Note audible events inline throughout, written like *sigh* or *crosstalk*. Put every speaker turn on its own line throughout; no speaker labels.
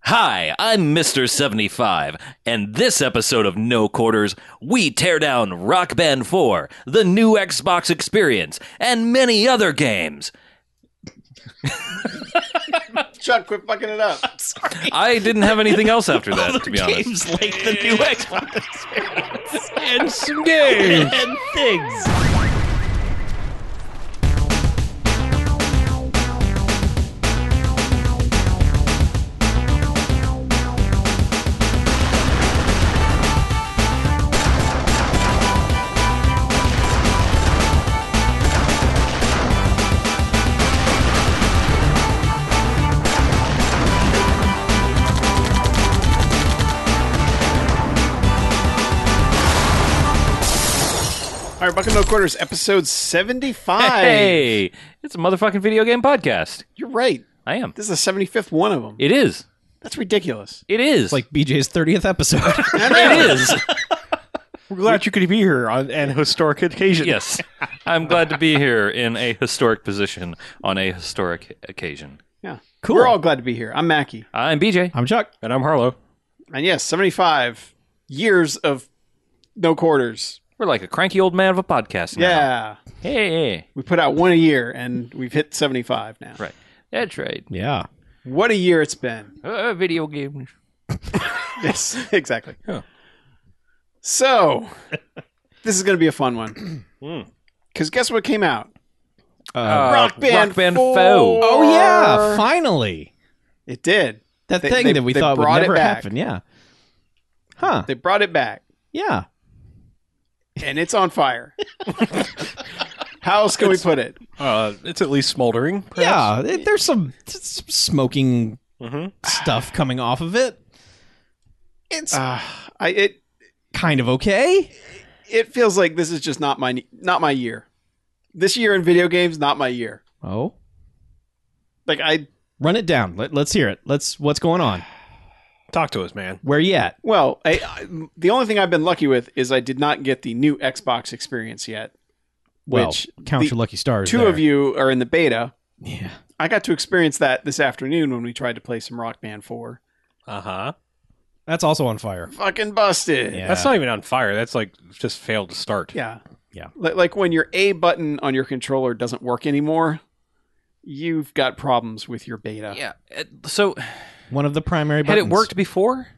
Hi, I'm Mr. 75, and this episode of No Quarters, we tear down Rock Band 4, the new Xbox experience, and many other games.
Chuck, quit fucking it up.
Sorry.
I didn't have anything else
*laughs*
after that, to be honest.
games like the new Xbox experience
And some games.
and things.
*laughs* All right, Bucket No Quarters, episode 75.
Hey, it's a motherfucking video game podcast.
You're right.
I am.
This is the 75th one of them.
It is.
That's ridiculous.
It is.
like BJ's 30th episode.
it is.
*laughs* We're glad you could be here on an historic
*laughs*
occasion.
yes. I'm glad to be here in a historic position on a historic occasion.
Yeah. Cool. We're all glad to be here. I'm Mackie.
I'm BJ.
I'm Chuck.
And I'm Harlow.
And yes, 75 years of no quarters.
We're like a cranky old man of a podcast now.
Yeah.
Hey.
We put out one a year and we've hit 75 now.
Right. That's right.
Yeah.
What a year
*laughs*
it's been.
Uh, video games.
Yes, exactly.
*laughs*
So, this is going to be a fun one. Because guess what came out?
Hmm. Uh,
Rock Band
Rock Band
4.
Foe.
Oh yeah, finally.
It did.
That
They-
thing
they-
that we
they
thought would
brought it
never
back.
happen. Yeah. Huh.
They brought it back.
Yeah.
and it's on fire. How else can we put it?
Uh, it's at least smoldering.
Yeah. it- there's some, some smoking
Mhm.
stuff coming off of it. It's
Uh, I it
kind of okay.
it feels like this is just not my not my year. This year in video games, not my year.
Oh.
Like I
Run it down. Let, let's hear it. Let's. What's going on?
Talk to us, man.
Where you at?
well, I, I the only thing I've been lucky with is I did not get the new Xbox experience yet.
Well,
Which
count
the
your lucky stars.
Two
there.
of you are in the beta.
Yeah.
I got to experience that this afternoon when we tried to play some Rock Band 4.
Uh huh.
That's also on fire.
Fucking busted.
Yeah.
That's not even on fire. That's like just failed to start.
Yeah.
Yeah.
Like, like when your A button on your controller doesn't work anymore, you've got problems with your beta.
Yeah. uh, So
One of the primary.
had
Buttons.
it worked before?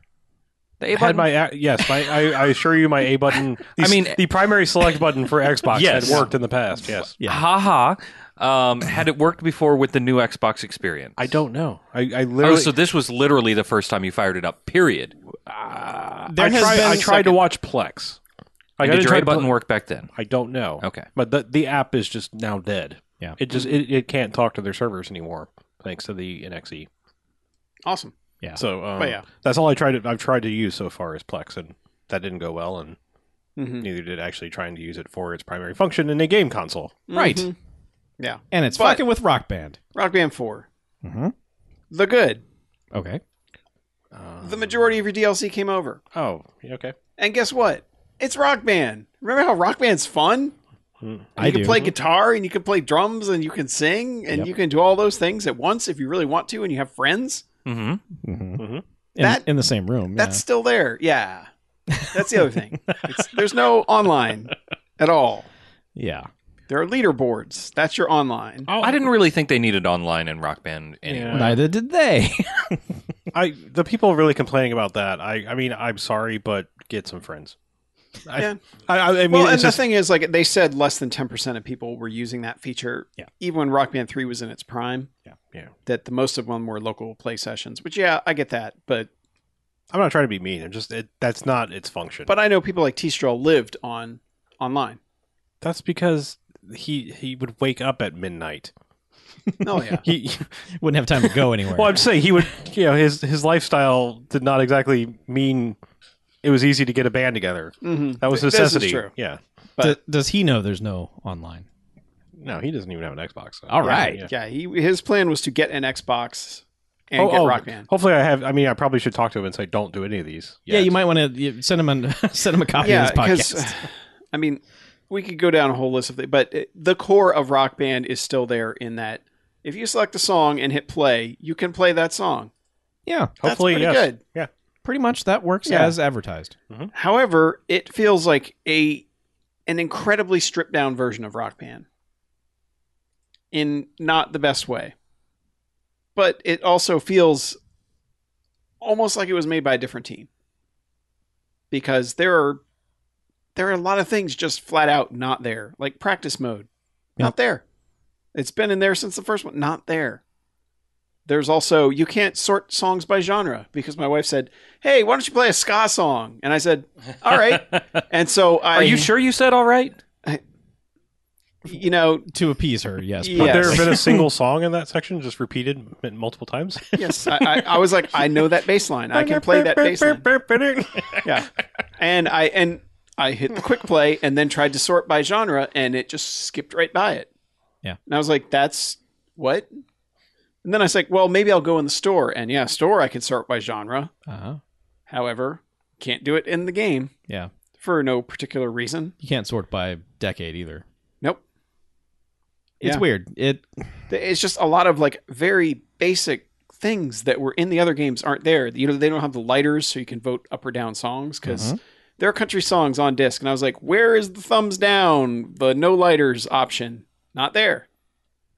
The A
I had
button?
my a- yes, my, I, I assure you, my A button.
I mean-
the primary select button for Xbox
Yes.
had worked in the past. Yes,
Yeah.
Ha ha. Um, had it worked before with the new Xbox experience?
I don't know. I, I literally.
Oh, so this was literally the first time you fired it up. Period.
There
I
has
tried,
been-
I tried to watch Plex. I
And
gotta
did your
try
A button
Ple-
work back then?
I don't know.
Okay.
but the the app is just now dead.
Yeah.
it just it, it can't talk to their servers anymore thanks to the E. NXE.
Awesome.
So um,
But yeah.
that's all I tried. To, I've tried to use so far is Plex, and that didn't go well. And
Mm-hmm.
neither did actually trying to use it for its primary function in a game console.
Right.
Mhm. Yeah.
And it's
But-
fucking with Rock Band.
Rock Band 4.
Mhm.
The good.
Okay.
The majority of your DLC came over.
Oh, yeah, okay.
And guess what? It's Rock Band. Remember how Rock Band's fun?
I
you can
do.
play guitar and you can play drums and you can sing and
Yep.
you can do all those things at once if you really want to and you have friends.
Mm-hmm.
Mhm.
Mhm.
In,
That-
in the same room. yeah.
That's still there. Yeah. That's the other
*laughs*
thing. It's, there's no online at all.
yeah.
There are leaderboards. That's your online.
I didn't really think they needed online in Rock Band anyway.
Yeah.
Neither did they. *laughs*
I the people really complaining about that. I I mean I'm sorry, but get some friends. I,
Yeah.
I, I, I mean
well, and
it's
the
just
thing is, like they said, less than ten percent of people were using that feature.
Yeah.
Even when Rock Band Three was in its prime.
Yeah. Yeah.
That the most of them were local play sessions, which yeah, I get that, but
I'm not trying to be mean. I'm just it, that's not its function.
but I know people like T. Stroll lived on
*laughs*
online.
that's because he he would wake up at midnight.
Oh yeah.
He *laughs*
Wouldn't have time to go anywhere.
well, I'm saying he would. You know, his his lifestyle did not exactly mean it was easy to get a band together.
hmm
That was
This is
necessity.
true.
Yeah.
Do- does he know there's no online?
No, he doesn't even have an Xbox. so-
All right.
Yeah.
Yeah. He his plan was to get an Xbox and
Oh,
get
oh,
Rock Band.
Hopefully, I have. I mean, I probably should talk to him and say, "Don't do any of these."
Yeah, you might want to send him an, send him a *laughs* copy
Yeah, uh,
of this
*laughs*
podcast.
*laughs* I mean, we could go down a whole list of things, but it- the core of Rock Band is still there in that if you select a song and hit play, you can play that song.
Yeah,
Hopefully,
That's pretty good.
yes.
*laughs*
pretty much that works
Yeah.
as advertised.
However, it feels like a an incredibly stripped down version of Rock Band. In not the best way. But it also feels almost like it was made by a different team. Because there are there are a lot of things just flat out not there. Like practice mode. Not there. It's been in there since the first one. Not there. There's also you can't sort songs by genre because my wife said, "Hey, why don't you play a ska song?" And I said, "All
*laughs*
right." and so uh, I,
Are you sure you said all right?
you know,
To appease her, yes.
Yeah.
Would there
Yes.
have been
*laughs*
a single song in that section just repeated m- multiple times?
yes, I, I, I was like, I know that bass line. *laughs* I can play that bass line.
*laughs*
Yeah, and I and I hit the quick play and then tried to sort by genre, and it just skipped right by it.
Yeah.
and I was like, "That's what." And then I was like, "Well, maybe I'll go in the store." And yeah, store I can sort by genre.
Uh-huh.
However, can't do it in the game
Yeah.
for no particular reason.
You can't sort by decade either.
Nope.
It's
Yeah.
weird. It
Th- It's just a lot of like very basic things that were in the other games aren't there. You know, they don't have the lighters so you can vote up or down songs because there are country songs on disc. And I was like, where is the thumbs down, the no lighters option? Not there.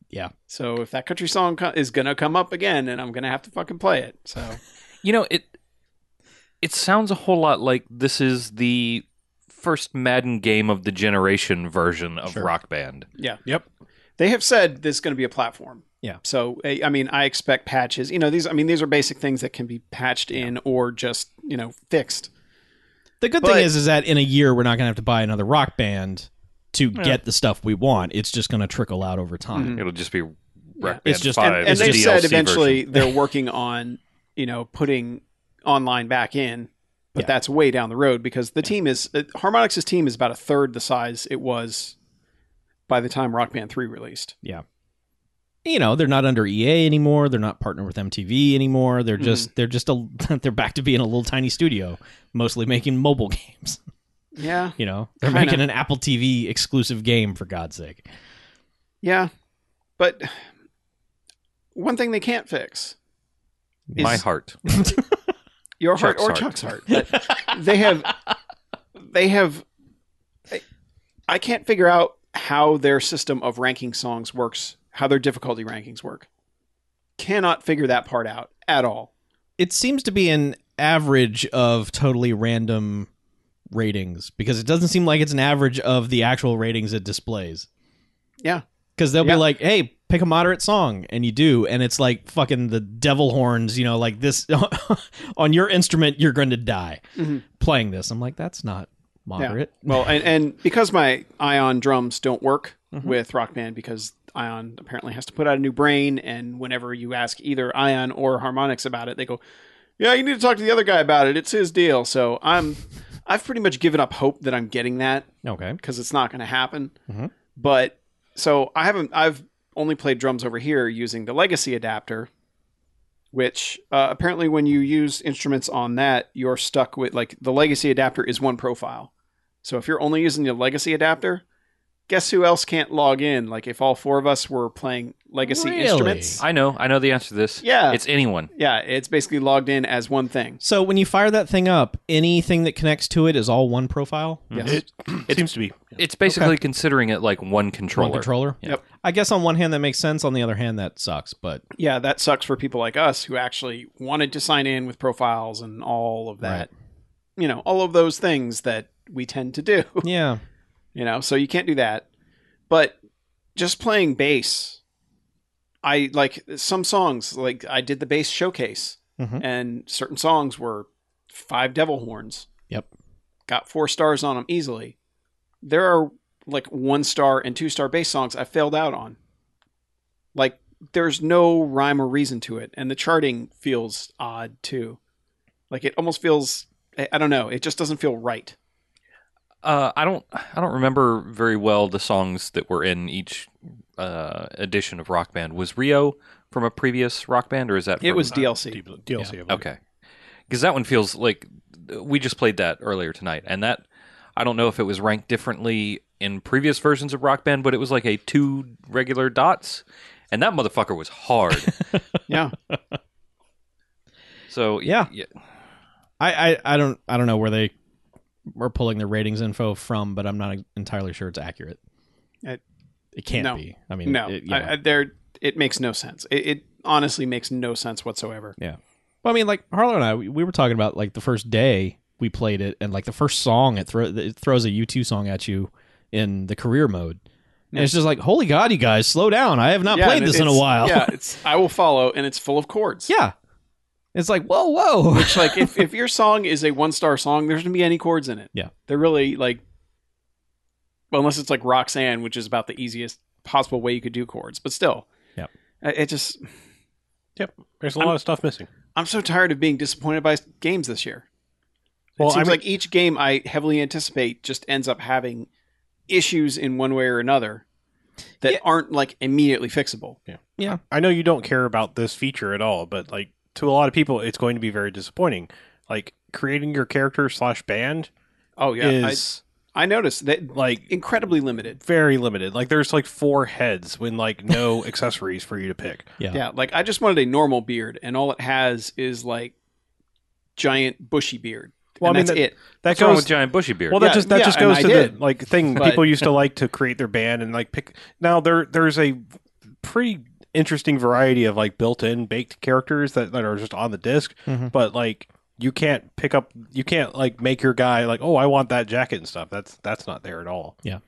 Yeah.
So if that country song co- is going to come up again and I'm going to have to fucking play it. So
You know, it it sounds a whole lot like this is the first Madden game of the generation version of Rock Band.
they have said this is going to be a platform.
Yeah.
So I I mean, I expect patches. You know, these I mean, these are basic things that can be patched in or just, you know, fixed.
the good
But-
thing is is that in a year we're not going to have to buy another rock band to get the stuff we want. It's just going to trickle out over time.
Mm-hmm.
It'll just be Rock Band
It's just-
5.
and, and
the
they've
DLC
said
version. *laughs*
eventually they're working on you know putting online back in but
Yeah.
that's way down the road because the team is uh, harmonix's team is about a third the size it was by the time rock band 3 released
you know they're not under EA anymore. They're not partnered with MTV anymore. They're
Mhm.
just they're just a *laughs* they're back to being a little tiny studio, mostly making mobile *laughs* games.
yeah
You know they're
Kinda.
making an Apple TV exclusive game for God's sake.
yeah but one thing they can't fix is
my heart.
your heart
Chuck's
or
heart.
Chuck's heart. *laughs* But they have they have I, I can't figure out how their system of ranking songs works, how their difficulty rankings work. Cannot figure that part out at all.
It seems to be an average of totally random ratings because it doesn't seem like it's an average of the actual ratings it displays.
Yeah.
Because they'll
Yeah.
be like, hey, pick a moderate song. And you do. And it's like fucking the devil horns, you know, like this *laughs* on your instrument, you're going to die
Mhm.
playing this. I'm like, that's not moderate.
Well, and, and because my Ion drums don't work with Rock Band because Ion apparently has to put out a new brain, and whenever you ask either Ion or Harmonix about it, they go, "Yeah, you need to talk to the other guy about it. It's his deal." So I'm, I've pretty much given up hope that I'm getting that.
Okay.
because it's not going to happen.
Mm-hmm.
Mhm.
But so I haven't. I've only played drums over here using the legacy adapter, which uh, apparently when you use instruments on that, you're stuck with like the legacy adapter is one profile. So if you're only using the legacy adapter, guess who else can't log in? Like if all four of us were playing legacy
Really?
*laughs*
instruments,
I know, I know the answer to this.
Yeah.
It's anyone.
yeah, it's basically logged in as one thing.
So when you fire that thing up, anything that connects to it is all one profile?
Yes.
It seems to be.
It's basically considering it like one controller.
One controller?
Yep.
I guess on one hand that makes sense. On the other hand, that sucks.
*laughs*
But
yeah, that sucks for people like us who actually wanted to sign in with profiles and all of that. You know, all of those things that we tend to do,
yeah.
you know, so you can't do that. But just playing bass, I like some songs, like I did the bass showcase,
Mhm.
and certain songs were five devil horns.
Yep.
Got four stars on them easily. There are like one star and two star bass songs I failed out on. Like there's no rhyme or reason to it, and the charting feels odd too. Like it almost feels I I don't know, it just doesn't feel right.
Uh, I don't I don't remember very well the songs that were in each uh, edition of Rock Band. Was Rio from a previous Rock Band, or is that
It
from-
was DLC.
DLC. I believe.
okay? Because that one feels like we just played that earlier tonight, and that I don't know if it was ranked differently in previous versions of Rock Band, but it was like a two regular dots, and that motherfucker was hard.
Yeah.
So
Yeah. I, I I don't I don't know where they are pulling their ratings info from, but I'm not entirely sure it's accurate.
It-
it can't
no.
be. I mean,
No,
it, yeah.
I, I, there. It makes no sense. It, it honestly makes no sense whatsoever.
Well, I mean, like Harlow and I, we, we were talking about like the first day we played it, and like the first song, it, thro- it throws a U two song at you in the career mode, and
Yeah.
it's just like, holy god, you guys, slow down! I have not
Yeah,
played
and
this in a
it's-
while.
Yeah, it's I will follow, and it's full of chords.
*laughs* Yeah. it's like
*laughs*
whoa, whoa.
Which, like, if, if your song is a one star song, there's gonna be any chords in it.
Yeah.
they're really like, well, unless it's like Roxanne, which is about the easiest possible way you could do chords, but still,
Yep.
I- it just
There's a
I'm-
lot of stuff missing.
I'm so tired of being disappointed by games this year.
Well,
it seems
I mean-
like each game I heavily anticipate just ends up having issues in one way or another that
Yeah.
aren't like immediately fixable.
I know you don't care about this feature at all, but like to a lot of people, it's going to be very disappointing. Like creating your character slash band
Oh yeah,
is
I, I noticed that
like
incredibly limited.
very limited. Like there's like four heads when like no *laughs* accessories for you to pick.
Yeah.
Yeah, like I just wanted a normal beard, and all it has is like giant bushy beard.
Well,
and
I mean,
that's
that-
it.
That
what's wrong
goes
with giant bushy beard?
Well, that
Yeah,
just that
yeah,
just
and
goes
I
to the
did.
like thing
But-
people used to like to create their band and like pick. Now there there's a pretty interesting variety of like built-in baked characters that, that are just on the disc,
Mhm.
but like you can't pick up you can't like make your guy like oh I want that jacket and stuff. That's that's not there at all.
Yeah.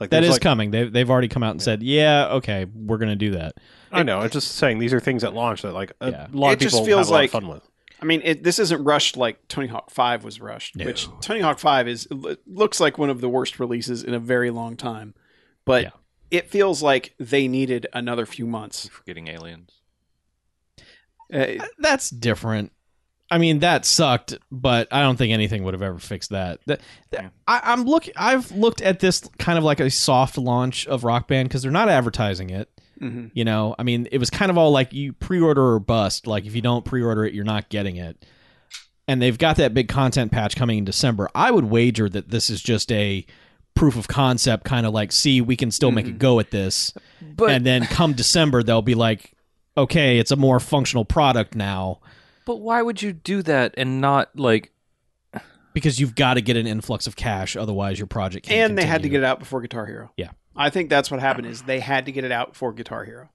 like
that
there's,
is
like-
coming. They they've already come out and said, yeah, okay, we're gonna do that.
I know. I'm just saying these are things at launch that like a
Yeah.
lot of
It just
people
feels
have a lot
like-
of fun with.
I mean, it, this isn't rushed like Tony Hawk Five was rushed,
No.
which Tony Hawk Five is lo- looks like one of the worst releases in a very long time, but
Yeah.
it feels like they needed another few months.
forgetting aliens.
Uh,
That's different. I mean, that sucked, but I don't think anything would have ever fixed that. That- that- I, I'm look. I've looked at this kind of like a soft launch of Rock Band because they're not advertising it.
mhm.
You know, I mean, it was kind of all like you pre-order or bust. Like if you don't pre-order it, you're not getting it. And they've got that big content patch coming in December. I would wager that this is just a proof of concept kind of like, see, we can still make a
Mhm.
go at this.
But
and then come December, they'll be like, okay, it's a more functional product now.
but why would you do that and not like?
because you've got to get an influx of cash otherwise your project can't
And they had to
continue.
get it out before Guitar Hero.
Yeah.
I think that's what happened. Is they had to get it out before Guitar Hero.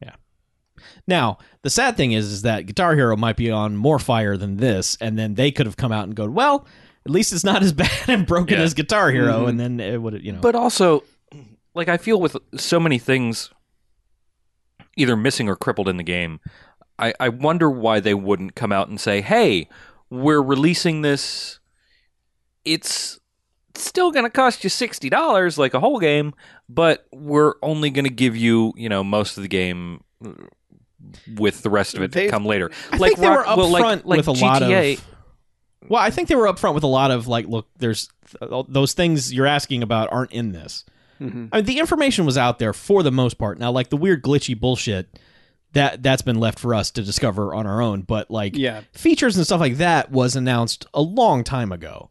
now the sad thing is is that guitar hero might be on more fire than this and then they could have come out and go well at least it's not *laughs* as bad and broken
Yeah.
as guitar hero
Mhm.
and then it would you know
But also, like I feel with so many things, either missing or crippled in the game, I I wonder why they wouldn't come out and say, "Hey, we're releasing this. It's." Still going to cost you sixty dollars, like a whole game, but we're only going to give you, you know, most of the game, uh, with the rest of it
They've-
to come later.
I think they were
Rock-
up
well, like-
front
like
with a lot
GTA
of well i think they were up front with a lot of like look there's those things you're asking about aren't in this
Mhm.
I mean, the information was out there for the most part. Now, like the weird glitchy bullshit that that's been left for us to discover on our own, but like
Yeah.
features and stuff like that was announced a long time ago.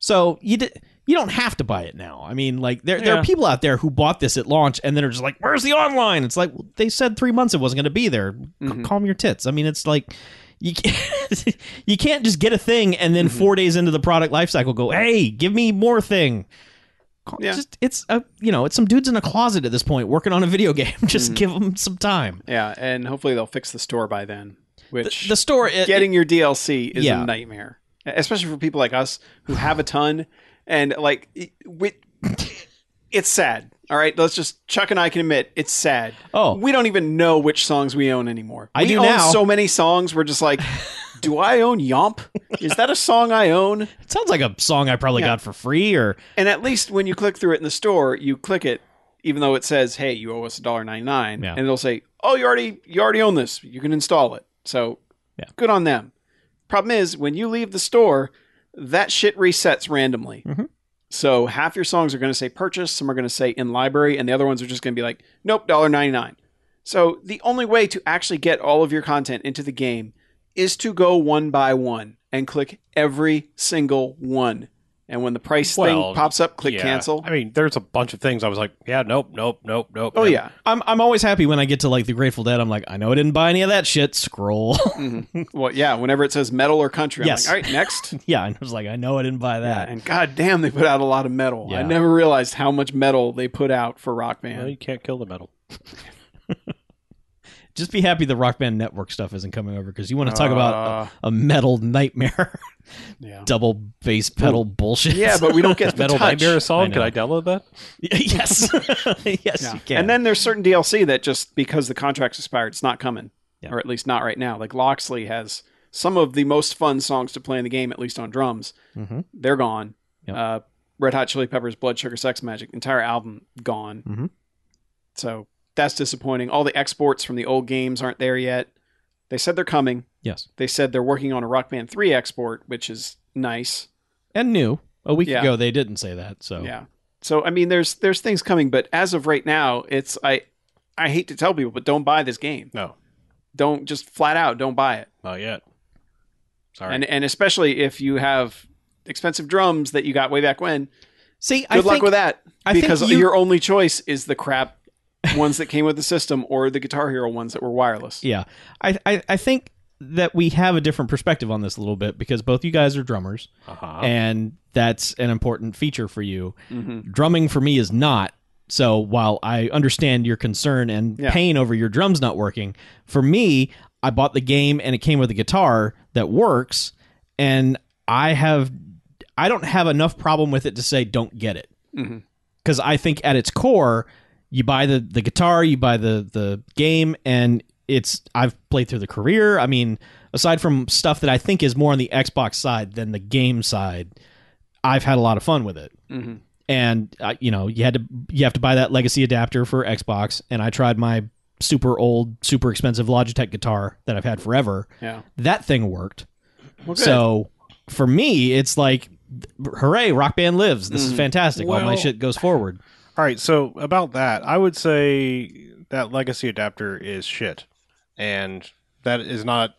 So you di- you don't have to buy it now. I mean, like there there
Yeah.
are people out there who bought this at launch and then are just like, "Where's the online?" It's like well, they said three months it wasn't going to be there. C-
Mhm.
calm your tits. I mean, it's like. You can't, *laughs* you can't just get a thing and then
Mm-hmm.
four days into the product lifecycle go, hey, give me more thing. Call-
Yeah.
Just it's a you know it's some dudes in a closet at this point working on a video *laughs* game.
Mm-hmm.
just give 'em give them some time.
Yeah, and hopefully they'll fix the store by then. Which
The store it,
getting your DLC is
Yeah.
a nightmare, especially for people like us who have a ton and like it- we, it's sad. All right, let's just Chuck and I can admit it's sad.
Oh.
we don't even know which songs we own anymore.
I
we
do
own
now.
So many songs, we're just
*laughs*
like, do I own Yomp? Is that a song I own?
it sounds like a song I probably
Yeah.
got for free or
And at least when you click through it in the store, you click it, even though it says, "Hey, you owe us $1.99.
Yeah.
and it'll say, "Oh, you already you already own this. You can install it." So,
Yeah.
good on them. Problem is, when you leave the store, that shit resets randomly.
Mm-hmm.
Mhm.
So half your songs are going to say purchase, some are going to say in library, and the other ones are just going to be like, "Nope, $1.99." So the only way to actually get all of your content into the game is to go one by one and click every single one and when the price
Well,
thing pops up, click
Yeah.
cancel.
I mean, there's a bunch of things I was like, yeah, nope, nope, nope, nope.
oh
nope.
yeah,
I'm I'm always happy when I get to like the Grateful Dead. I'm like, I know I didn't buy any of that shit. Scroll. *laughs*
Mm-hmm. well yeah. Whenever it says metal or country, I'm
Yes.
like, all right, next.
yeah, and I was like, I know I didn't buy *laughs* that.
and goddamn, they put out a lot of metal. I
Yeah.
never realized how much metal they put out for Rock Band.
Well, you can't kill the metal.
Just be happy the Rock Band Network stuff isn't coming over because you want to talk about a, a metal nightmare,
Uh,
*laughs*
yeah.
double bass pedal bullshit.
Yeah, but we don't get the
Metal
touch.
Nightmare song.
I
Could
know.
I download that?
*laughs* yes, *laughs* yes,
Yeah.
you can.
And then there's certain DLC that just because the contract's expired, it's not coming,
Yeah.
or at least not right now. Like Loxley has some of the most fun songs to play in the game, at least on drums.
Mhm.
They're gone.
Yep.
Uh, Red Hot Chili Peppers, Blood Sugar Sex Magic, entire album gone.
Mhm.
So that's disappointing. All the exports from the old games aren't there yet. They said they're coming.
yes,
They said they're working on a Rock Band 3 export, which is nice.
and new. A week
Yeah.
ago they didn't say that. So
Yeah. So I mean, there's there's things coming, but as of right now, it's I I hate to tell people, but don't buy this game.
No,
Don't just flat out don't buy it.
not yet. Sorry.
And and especially if you have expensive drums that you got way back when.
see,
Good
I
luck
think,
with that
I think
because
you-
your only choice is the crap ones that came with the system or the Guitar Hero ones that were wireless.
Yeah, I, I I think that we have a different perspective on this a little bit because both you guys are drummers,
uh-huh.
and that's an important feature for you.
hmm
drumming for me is not. So while I understand your concern and
Yeah.
pain over your drums not working, for me, I bought the game and it came with a guitar that works and I have I don't have enough problem with it to say don't get it.
Mhm.
Cuz I think at its core, you buy the the guitar, you buy the the game and it's I've played through the career. I mean, aside from stuff that I think is more on the Xbox side than the game side, I've had a lot of fun with it
hmm
and uh, you know you had to you have to buy that legacy adapter for Xbox and I tried my super old super expensive Logitech guitar that I've had forever
Yeah.
that thing worked
Well, good.
so for me it's like hooray rock band lives this
Mhm.
is fantastic all my
Well-
shit goes forward
All right, so about that, I would say that legacy adapter is shit, and that is not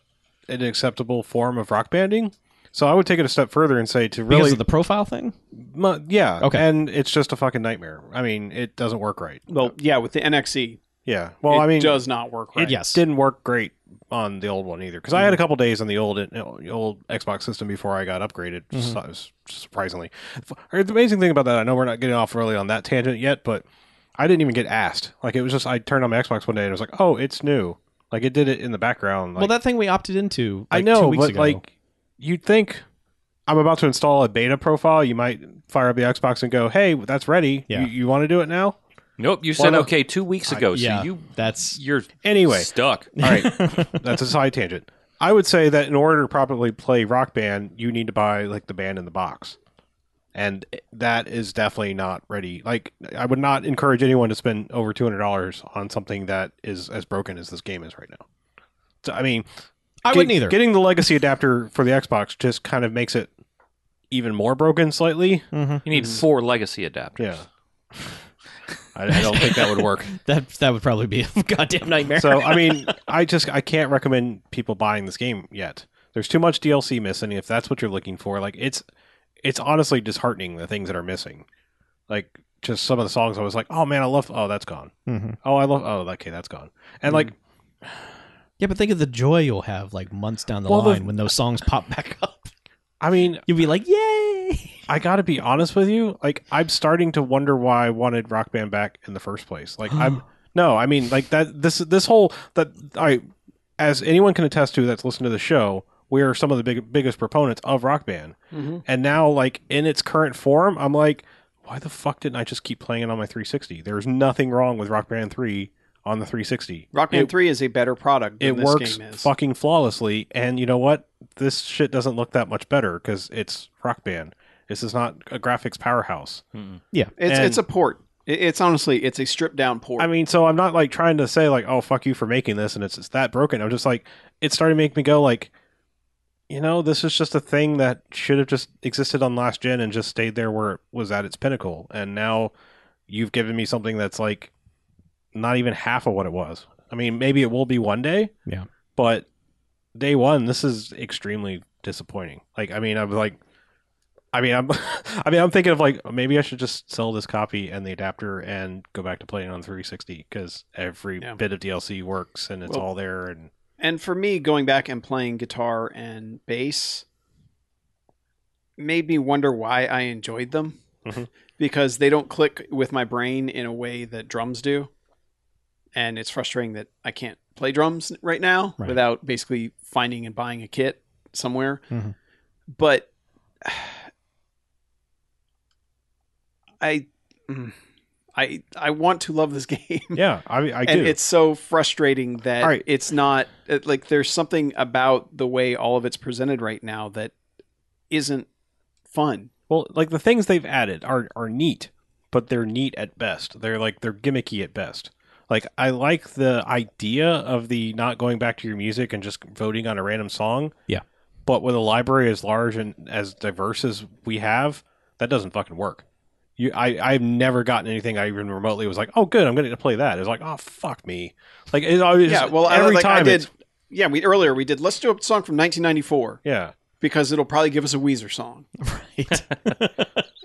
an acceptable form of rock banding. So I would take it a step further and say to
because
really,
of the profile thing
mu- yeah,
Okay.
and it's just a fucking nightmare. I mean, it doesn't work right.
well, yeah, with the NXE,
Yeah, well, I mean,
it does not work right.
it
Yes.
didn't work great on the old one either because I had a
Mm-hmm.
couple days on the old old Xbox system before I got upgraded.
Mm-hmm.
so it was surprisingly, the amazing thing about that I know we're not getting off really on that tangent yet, but I didn't even get asked. Like it was just I turned on my Xbox one day and it was like, oh, it's new. Like it did it in the background. Like,
well that thing we opted into like,
I know,
two weeks
but
ago
like you'd think I'm about to install a beta profile. You might fire up the Xbox and go, hey, that's ready.
Yeah.
You, you want to do it now?
Nope, you said
no-
okay two weeks ago,
yeah
so you
that's
you're
Anyway,
stuck.
*laughs*
All right, that's a side tangent. I would say that in order to properly play Rock Band, you need to buy like the band in the box, and that is definitely not ready. Like, I would not encourage anyone to spend over two hundred dollars on something that is as broken as this game is right now. So, I mean,
I
get-
wouldn't either
Getting the legacy adapter for the Xbox just kind of makes it even more broken slightly.
Mhm.
You need four legacy adapters.
*laughs*
Yeah, I, I don't think that would work.
that that would probably be a *laughs* goddamn nightmare
So I mean, I just I can't recommend people buying this game yet. There's too much DLC missing if that's what you're looking for. Like it's it's honestly disheartening the things that are missing. Like just some of the songs I was like, "Oh man, I love oh that's gone.
Mhm.
Oh, I love oh okay, that's gone." And like
yeah but think of the joy you'll have like months down the
Well, the-
line when those songs pop back up *laughs*
I mean,
you'll be like yay *laughs*
I got to be honest with you, like I'm starting to wonder why I wanted Rock Band back in the first place. Like I'm no, I mean like that this this whole that I as anyone can attest to that's listened to the show, we are some of the big, biggest proponents of Rock Band.
Mhm.
And now, like in its current form, I'm like, why the fuck didn't I just keep playing it on my 360? There's nothing wrong with Rock Band 3 on the 360.
Rock Band
It-
3 is a better product. Than
It
this
works
game is.
fucking flawlessly, and you know what? This shit doesn't look that much better because it's Rock Band. This is not a graphics powerhouse.
Mm-mm.
It's
And-
it's a port. It- It's honestly it's a stripped down port.
I mean, so I'm not like trying to say like, oh fuck you for making this, and it's it's that broken. I'm just like, it started to make me go like, you know, this is just a thing that should have just existed on last gen and just stayed there where it was at its pinnacle, and now you've given me something that's like not even half of what it was. I mean, maybe it will be one day,
Yeah.
but day one, this is extremely disappointing. Like, I mean, I was like, I mean, I'm, *laughs* I mean, I'm thinking of like maybe I should just sell this copy and the adapter and go back to playing on 360 because every
Yeah.
bit of DLC works and it's
Well-
all there. And
And for me, going back and playing guitar and bass made me wonder why I enjoyed them
Mhm.
because they don't click with my brain in a way that drums do. And it's frustrating that I can't play drums right now
Right.
without basically finding and buying a kit somewhere.
Mhm.
But *sighs* I. mm, I I want to love this *laughs* game
yeah, I mean, I
and
do.
it's so frustrating that
All right.
it's not it- like there's something about the way all of it's presented right now that isn't fun.
Well, like the things they've added are are neat, but they're neat at best. They're like they're gimmicky at best. Like I like the idea of the not going back to your music and just voting on a random song.
Yeah.
But with a library as large and as diverse as we have, that doesn't fucking work. You, I, I've never gotten anything I even remotely was like, oh, good, I'm going to play that. It's like, oh, fuck me. Like, it, always
yeah, well,
every
I, like,
time
I did.
it's-
Yeah, we earlier we did. Let's do a song from 1994
yeah,
because it'll probably give us a Weezer song,
Right.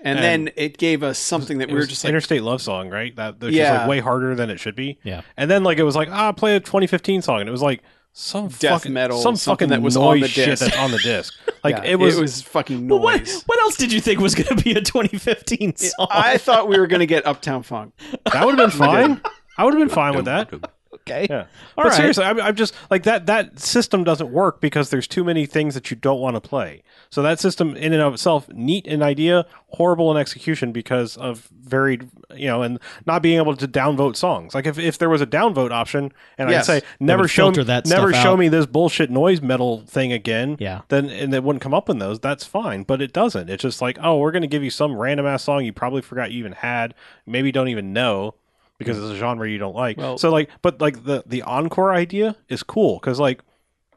and, then it gave us something that
It
we were
was
just like,
Interstate Love Song, right? That which is
Yeah.
like way harder than it should be.
Yeah.
And then like it was like ah, play a 2015 song, and it was like some
Death
fucking,
metal,
some
something
fucking
that was
noise
on the
shit
disc.
that's on the *laughs* disc. Like
yeah,
it was.
fucking
Well, what,
noise.
what else did you think was going to be a 2015 song?
*laughs*
I thought we were gonna get Uptown Funk.
that would *laughs* have been fine. I would have been fine with that.
okay.
Yeah.
All
but
right.
seriously, I'm, I'm just like that. That system doesn't work because there's too many things that you don't want to play. So that system, in and of itself, neat in idea, horrible in execution because of varied, you know, and not being able to downvote songs. Like if, if there was a downvote option, and
Yes.
I could say never
would
show
filter that
never
stuff
show
out.
me this bullshit noise metal thing again.
Yeah.
Then and it wouldn't come up in those. That's fine, but it doesn't. It's just like oh, we're gonna give you some random ass song you probably forgot you even had, maybe don't even know because it's a genre you don't like.
Well-
so like, but like the the encore idea is cool because like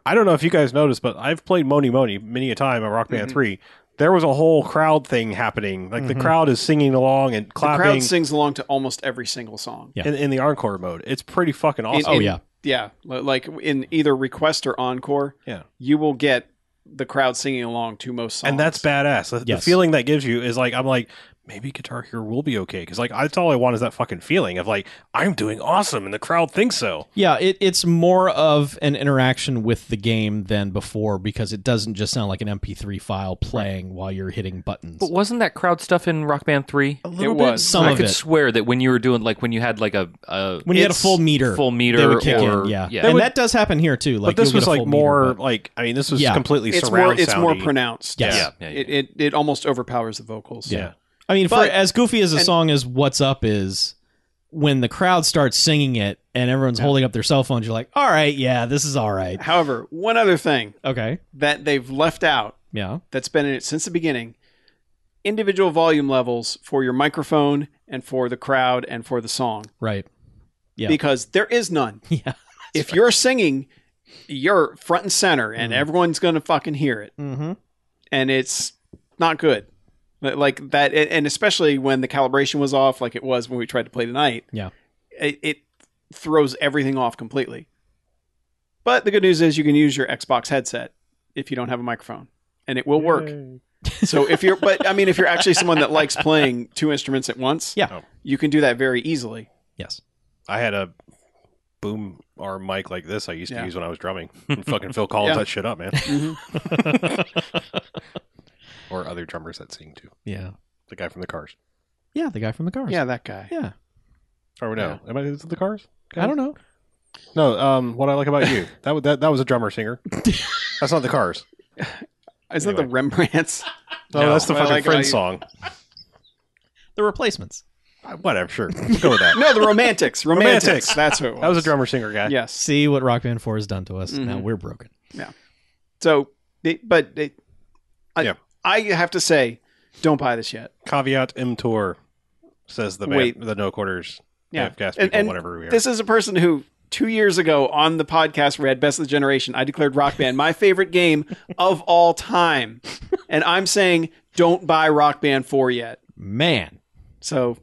I don't know if you guys noticed, but I've played Moni Moni many a time at Rock Band
Mm-hmm.
Three. There was a whole crowd thing happening. Like
Mm-hmm.
the crowd is singing along and
The
clapping
crowd sings along to almost every single song.
Yeah.
in, in the encore mode. It's pretty fucking
In-
awesome.
Oh,
in-
yeah.
yeah. li- Like in either request or encore,
Yeah.
you will get the crowd singing along to most songs,
and that's badass. The, the
Yes.
feeling that gives you is like I'm like maybe Guitar Hero will be okay because like that's all I want is that fucking feeling of like I'm doing awesome and the crowd thinks so.
Yeah, it, it's more of an interaction with the game than before because it doesn't just sound like an MP3 file playing while you're hitting buttons.
But wasn't that crowd stuff in Rock Band 3?
it was
Some
I
of
could
it.
swear that when you were doing, like, when you had, like, a, a
when you had a
it's
full meter,
full meter
they would kick
or.
in. Yeah,
yeah.
and that does happen here too. Like
but this
you'll
was
get a
like
full meter,
more
but-
like I mean this was
Yeah.
completely
it's more
surround
it's more
soundy.
pronounced.
Yes.
Yeah, yeah, yeah.
It, it it almost overpowers the vocals.
Yeah. I mean,
But-
for as goofy as a
and-
song as "What's Up" is, when the crowd starts singing it and everyone's holding up their cell phones, you're like, "All right, yeah, this is all
*laughs*
right."
However, one other thing
Okay,
that they've left out
yeah,
that's been in it since the beginning, individual volume levels for your microphone and for the crowd and for the song
right, Yeah.
because there is none.
yeah,
if you're singing, you're front and center and everyone's going to fucking hear it.
mm-hmm.
and it's not good. But, Like that, and especially when the calibration was off, like it was when we tried to play tonight.
Yeah.
it, it throws everything off completely. But the good news is you can use your Xbox headset if you don't have a microphone, and it will work. *laughs* So if you're, but I mean, if you're actually someone that likes playing two instruments at once,
Yeah.
Oh.
you can do that very easily.
yes,
I had a boom arm mic like this I used
Yeah.
to use when I
*laughs*
was drumming. And fucking Phil Collins
Yeah.
that shit up, man.
Mhm.
or other drummers that sing too.
yeah,
The guy from the Cars.
yeah. The guy from the
*laughs*
cars.
Yeah, that guy.
yeah.
Or no, am I is it the Cars?
I don't know.
No, um, what I like
*laughs*
about you that wa- that that was a drummer singer. That's not the Cars.
Is that the Rembrandts?
No, that's the
What I
fucking
like about
Friends
you-
song.
The replacements.
Uh, Whatever, sure, We'll go with
*laughs*
that.
No, the Romantics. Romantics.
Romantics.
That's who it was.
That was a drummer singer guy.
Yes.
See what Rock Band 4 has done to us. Now
Mhm.
we're broken.
So, it, but it, I,
Yeah.
I have to say, don't buy this yet.
Caveat emptor says the man,
Wait.
the no quarters.
Yeah.
gas
And-
people,
and
whatever we are.
This is a person who two years ago on the podcast where we had Best of the Generation, I declared Rock Band my favorite game of all time, and I'm saying don't buy Rock Band Four yet.
Man,
So,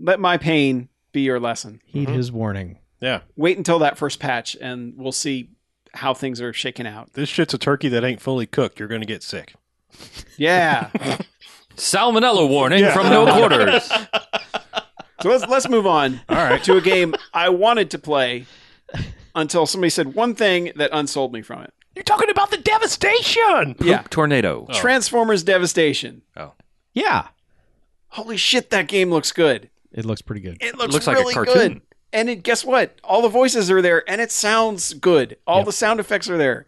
let my pain be your lesson.
heed
Mhm.
his warning.
yeah,
Wait until that first patch, and we'll see how things are shaken out.
this shit's a turkey that ain't fully cooked. You're gonna get sick. *laughs*
Yeah.
Salmonella warning
Yeah.
from no quarters.
so let's let's move on
*laughs* All right.
to a game I wanted to play until somebody said one thing that unsold me from it.
You're talking about the devastation.
Yeah.
Poop tornado.
Oh.
Transformers Devastation.
Yeah,
Holy shit, that game looks good.
it looks pretty good.
It looks,
Looks like a
really
cartoon.
good. And it, guess what? All the voices are there, and it sounds good. All
Yep.
the sound effects are there.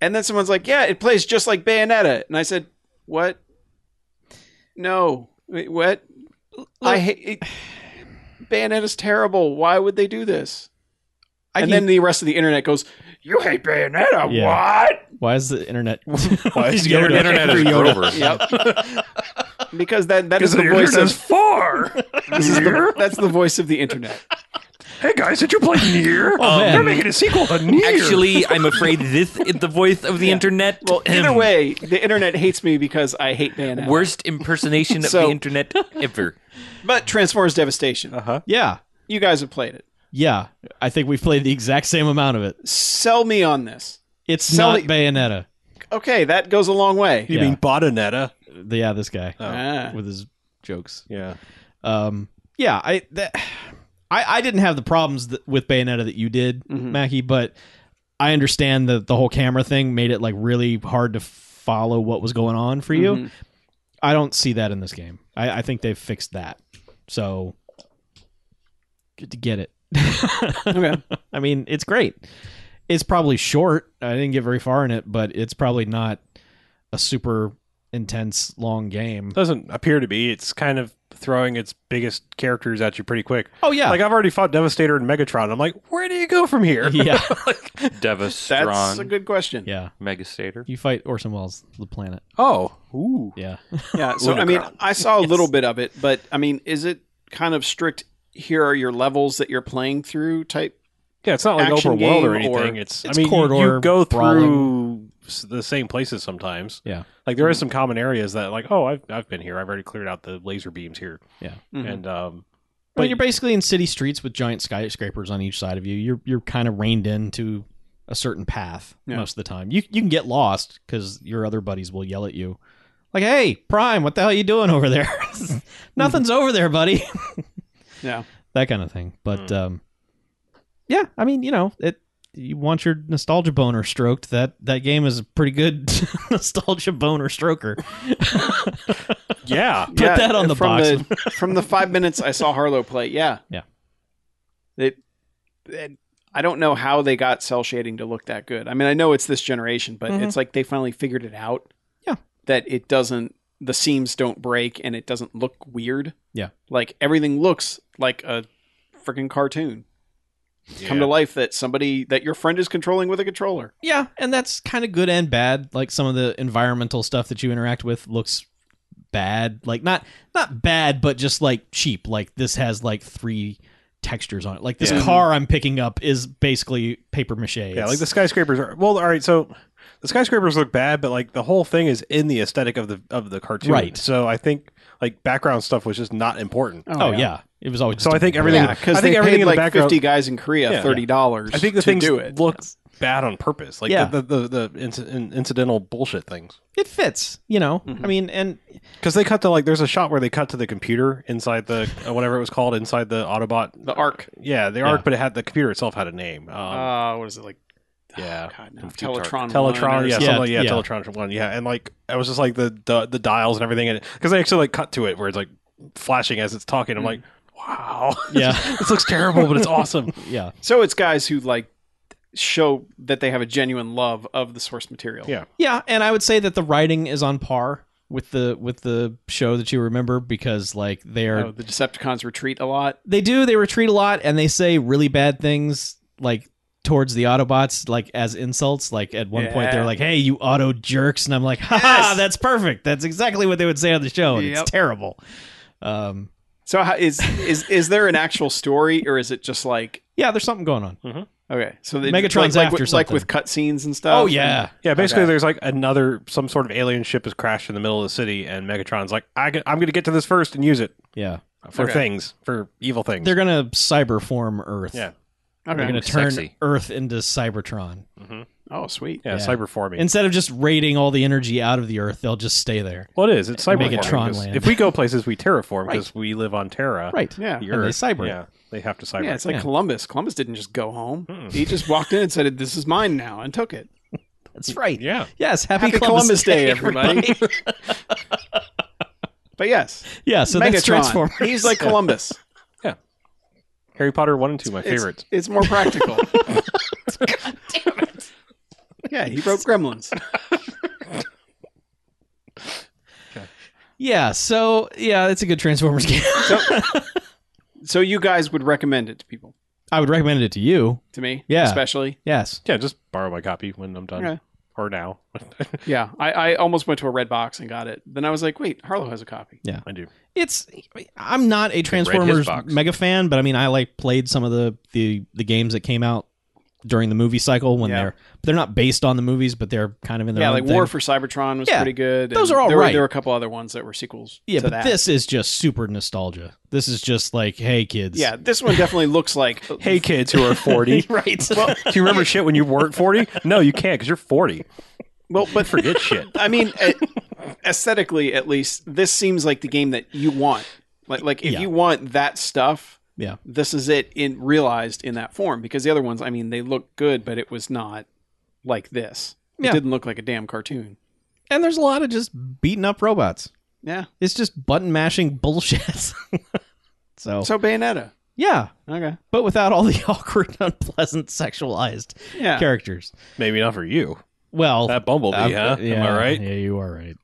And then someone's like, "Yeah, it plays just like Bayonetta," and I said, "What? No, Wait, what? I hate it. *sighs* Bayonetta's terrible. Why would they do this?" and
can-
then the rest of the internet goes, "You hate Bayonetta?
Yeah.
What?"
Why is the internet? Oh,
Why
*laughs*
is
The
Yoda
internet is
angry Yoda? *laughs*
over.
*laughs* Because that that is
Because
the,
the
voice
internet is
of *laughs*
far.
this is the, that's the voice of the internet.
Hey guys, did you play *laughs* Near?
Oh, man.
They're making a sequel to
*laughs*
Near.
Actually, I'm afraid this *laughs* is the voice of the internet.
*laughs* Well,
*clears throat*
either
Ahem.
way, the internet hates me because I hate Bayonetta.
worst impersonation of
So-
the internet ever.
But Transformers Devastation.
uh huh.
Yeah,
You guys have played it.
yeah. I think we've played the exact same amount of it.
Sell me on this.
It's
Sell
not
it-
Bayonetta.
Okay, that goes a long way.
You
Yeah.
mean Botanetta?
The- yeah, this guy
Oh.
Ah.
with his jokes.
Yeah.
Um, yeah, I that I, I didn't have the problems that, with Bayonetta that you did,
Mhm.
Mackie, but I understand that the whole camera thing made it like really hard to follow what was going on for you.
Mhm.
I don't see that in this game. I, I think they've fixed that. So good to get it. *laughs*
Okay.
I mean, it's great. It's probably short. I didn't get very far in it, but it's probably not a super intense long game.
Doesn't appear to be. It's kind of throwing its biggest characters at you pretty quick.
Oh *laughs* yeah.
Like I've already fought Devastator and Megatron. I'm like, where do you go from
*laughs*
here?
yeah.
That's a
Devastron,
good question.
Yeah.
Megastator.
You fight Orson Welles, the planet.
Oh. Ooh.
Yeah.
*laughs* Yeah, So, I mean, I saw a little bit of it, but I mean, is it kind of strict? Here are your levels that you're playing through type.
Yeah, it's not like
Action
overworld or
game or-
anything. it's,
It's
I mean, you-
corridor
you go through
brawling.
s the same places sometimes.
Yeah.
Like there are
Mm-hmm.
some common areas that like, oh, I've I've been here. I've already cleared out the laser beams here.
Mhm. *laughs*
And um
But
But-
you're basically in city streets with giant skyscrapers on each side of you. You're you're kind of reined into a certain path
Yeah.
most of the time. You you can get lost because your other buddies will yell at you, like, "Hey, Prime, what the hell are you doing over there? *laughs* Nothing's over there, buddy." *laughs*
Mm-hmm. Yeah.
that kind of thing. But
Hmm.
um, yeah, I mean, you know, it. You want your nostalgia boner stroked? That that game is a pretty good *laughs* nostalgia boner stroker. *laughs*
Yeah.
Put that on the
from
box.
The, from the five minutes I saw Harlow play, yeah,
*laughs* Yeah.
It, it- I don't know how they got cell shading to look that good. I mean, I know it's this generation, but
Mhm.
it's like they finally figured it out.
Yeah.
that it doesn't. The seams don't break, and it doesn't look weird.
Yeah.
like everything looks like a freaking cartoon come to
Yeah.
life that somebody that your friend is controlling with a controller.
Yeah, and that's kind of good and bad. Like some of the environmental stuff that you interact with looks bad. Like not not bad, but just like cheap. Like this has like three textures on it. Like this
Yeah.
car I'm picking up is basically paper mache.
Yeah, like the skyscrapers are well. All right, so the skyscrapers look bad, but like the whole thing is in the aesthetic of the of the cartoon.
Right.
So I think like background stuff was just not important.
Oh, yeah. it was always.
So
just
I think
a-
everything-
Yeah, because
I think
they
everything
paid
in the
like
background-
fifty guys in Korea
Yeah.
thirty dollars.
I think the
to
things
do it.
look bad on purpose. Like
Yeah.
the the the, the inci- in- incidental bullshit things.
it fits. You know,
Mhm.
Mm-hmm.
I mean, and
Because they cut to like there's a shot where they cut to the computer inside the uh, whatever it was called inside the Autobot.
the arc.
Yeah, the
Yeah.
arc, but it had the computer itself had a name. Um,
Uh, what is it like? *sighs*
yeah.
God, no.
Compute Arc.
Teletron. One or
Teletron, yeah,
something.
something like-
Yeah,
yeah,
yeah.
Teletron one, yeah, and like I was just like the the, the dials and everything, and because they actually like cut to it where it's like flashing as it's talking. I'm
Mm.
like, wow, *laughs*
yeah,
this looks terrible, but it's
*laughs*
awesome.
yeah,
So it's guys who like show that they have a genuine love of the source material.
Yeah.
yeah. And I would say that the writing is on par with the with the show that you remember because like they're
Oh, the Decepticons retreat a lot.
they do they retreat a lot and they say really bad things like towards the autobots like as insults like at one point they're
Yeah.
like hey you auto jerks and i'm like ha ha,
Yes.
that's perfect that's exactly what they would say on the show and
Yep.
it's terrible um
So how, is is is there an actual story or is it just like
yeah there's something going on
okay? So they, like,
Megatron's
like,
after
with, like
something.
with cutscenes and stuff.
oh yeah
Yeah, basically,
Okay.
there's like another some sort of alien ship has crashed in the middle of the city, and Megatron's like, I am going to get to this first and use it
yeah
for
Okay.
things for evil things.
they're gonna cyber form earth
Yeah.
they're
Okay.
gonna turn
Sexy.
earth into cybertron
Mhm.
Oh, sweet.
Yeah,
Yeah.
cyberforming.
Instead of just raiding all the energy out of the earth, they'll just stay there.
well, it is. It's
Make
cyberforming.
it Tron
'cause
land.
If we go places, we terraform because we live on Terra.
Right.
Yeah.
The
And they
Earth.
cyber.
Yeah, they have to cyber.
Yeah, it's like
Yeah. Hmm.
Columbus. Columbus didn't just go home.
Mm.
He just walked in and said, "This is mine now," and took it.
That's right.
yeah.
Yes. Happy,
Happy Columbus Day, everybody. *laughs* But yes,
*laughs* yeah. So that's
Megatron.
Transformers.
He's
*laughs*
like Columbus.
Harry Potter one and two, my
It's-
favorites.
It's more practical. *laughs* Yeah, he wrote Gremlins.
yeah. So yeah, it's a good Transformers *laughs* game.
So you guys would recommend it to people,
I would recommend it to you.
to me,
Yeah.
especially.
Yes.
Yeah, just borrow my copy when I'm done
Okay.
or now. *laughs*
Yeah, I, I almost went to a red box and got it. Then I was like, wait, Harlow has a copy.
I do.
It's I'm not a Transformers
box.
mega fan, but I mean I like played some of the the the games that came out during the movie cycle when
Yeah.
they're they're not based on the movies, but they're kind of in their
yeah,
own
like
thing.
War for Cybertron was
Yeah,
pretty good.
those
and
are all
there, were-
right.
There were a couple other ones that were sequels.
yeah,
to
but
that.
this is just super nostalgia. This is just like, hey kids,
yeah, this one definitely looks
*laughs*
like.
Hey, kids who are *laughs* 40.
right.
do you remember shit when you weren't 40? No, you can't because you're 40.
well, but
Forget shit.
I mean, a- aesthetically, at least, this seems like the game that you want. Like, like if
Yeah.
you want that stuff,
yeah,
this is it in realized in that form. Because the other ones, I mean, they look good, but it was not like this. It
Yeah.
didn't look like a damn cartoon.
and there's a lot of just beating up robots.
Yeah.
It's just button mashing *laughs* bullshit. so,
So Bayonetta.
yeah,
Okay.
but without all the *laughs* awkward, unpleasant, sexualized
Yeah.
characters.
Maybe not for you.
Well,
That bumblebee,
I'm-
huh? Am
Uh, yeah,
I right?
Yeah, you are right.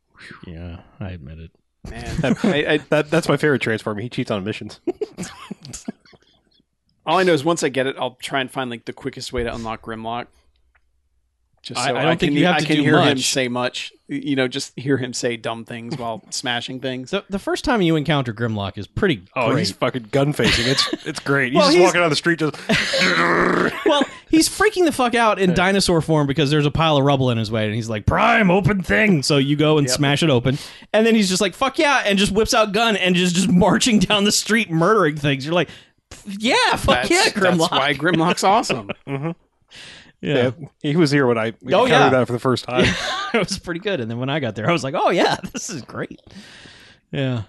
Yeah, I admit it.
Man. I,
*laughs*
I,
That, that's my favorite transformer. He cheats on missions.
all I know is once I get it, I'll try and find like the quickest way to unlock Grimlock. Just
I- I don't think
can,
you have
I
to
can
do
hear him
much.
say much. You know, just hear him say dumb things while *laughs* smashing things.
So the first time you encounter Grimlock is pretty
Oh,
great.
*laughs* he's fucking gun facing. It's it's great. He's
Well,
just
he's-
walking down the street, just *laughs*
well, he's freaking the fuck out in dinosaur form because there's a pile of rubble in his way, and he's like, "Prime, open thing." So you go and smash it open, and then he's just like, "Fuck yeah!" and just whips out gun and just just marching down the street murdering things. You're like, "Yeah, fuck
That's,
yeah, Grimlock."
that's why Grimlock's *laughs* awesome.
yeah,
he was here when I encountered
Oh, yeah.
that for the first time.
*laughs* it was pretty good. And then when I got there, I was like, "Oh yeah, *laughs* this is great." Yeah,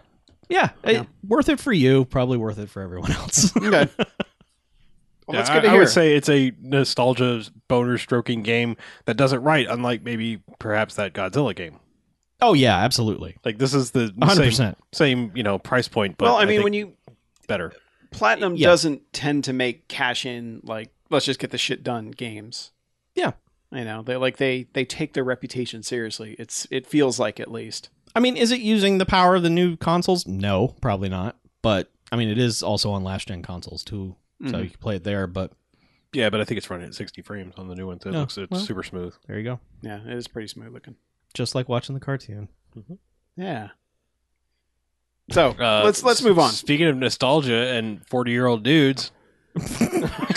yeah, eh, worth it for you. Probably worth it for everyone else. *laughs*
Okay. Well, that's
Yeah,
good to
I, I
hear.
would say it's a nostalgia boner stroking game that does it right, unlike maybe perhaps that Godzilla game.
oh yeah, absolutely.
Like this is the same
100%.
same you know price point, but
well, I mean,
think
when you
better.
platinum
Yeah.
doesn't tend to make cash in like let's just get the shit done games.
Yeah.
You know, they like they they take their reputation seriously. It's it feels like at least.
I mean, is it using the power of the new consoles? No, probably not. But I mean, it is also on last gen consoles too, so
Mhm.
you can play it there. But
Yeah, but I think it's running at 60 frames on the new one, so it
Oh,
looks it's
well.
super smooth.
there you go,
Yeah, it is pretty smooth looking.
just like watching the cartoon.
Yeah. So
Uh,
let's let's move
*laughs*
on.
Speaking of nostalgia and 40 year old dudes,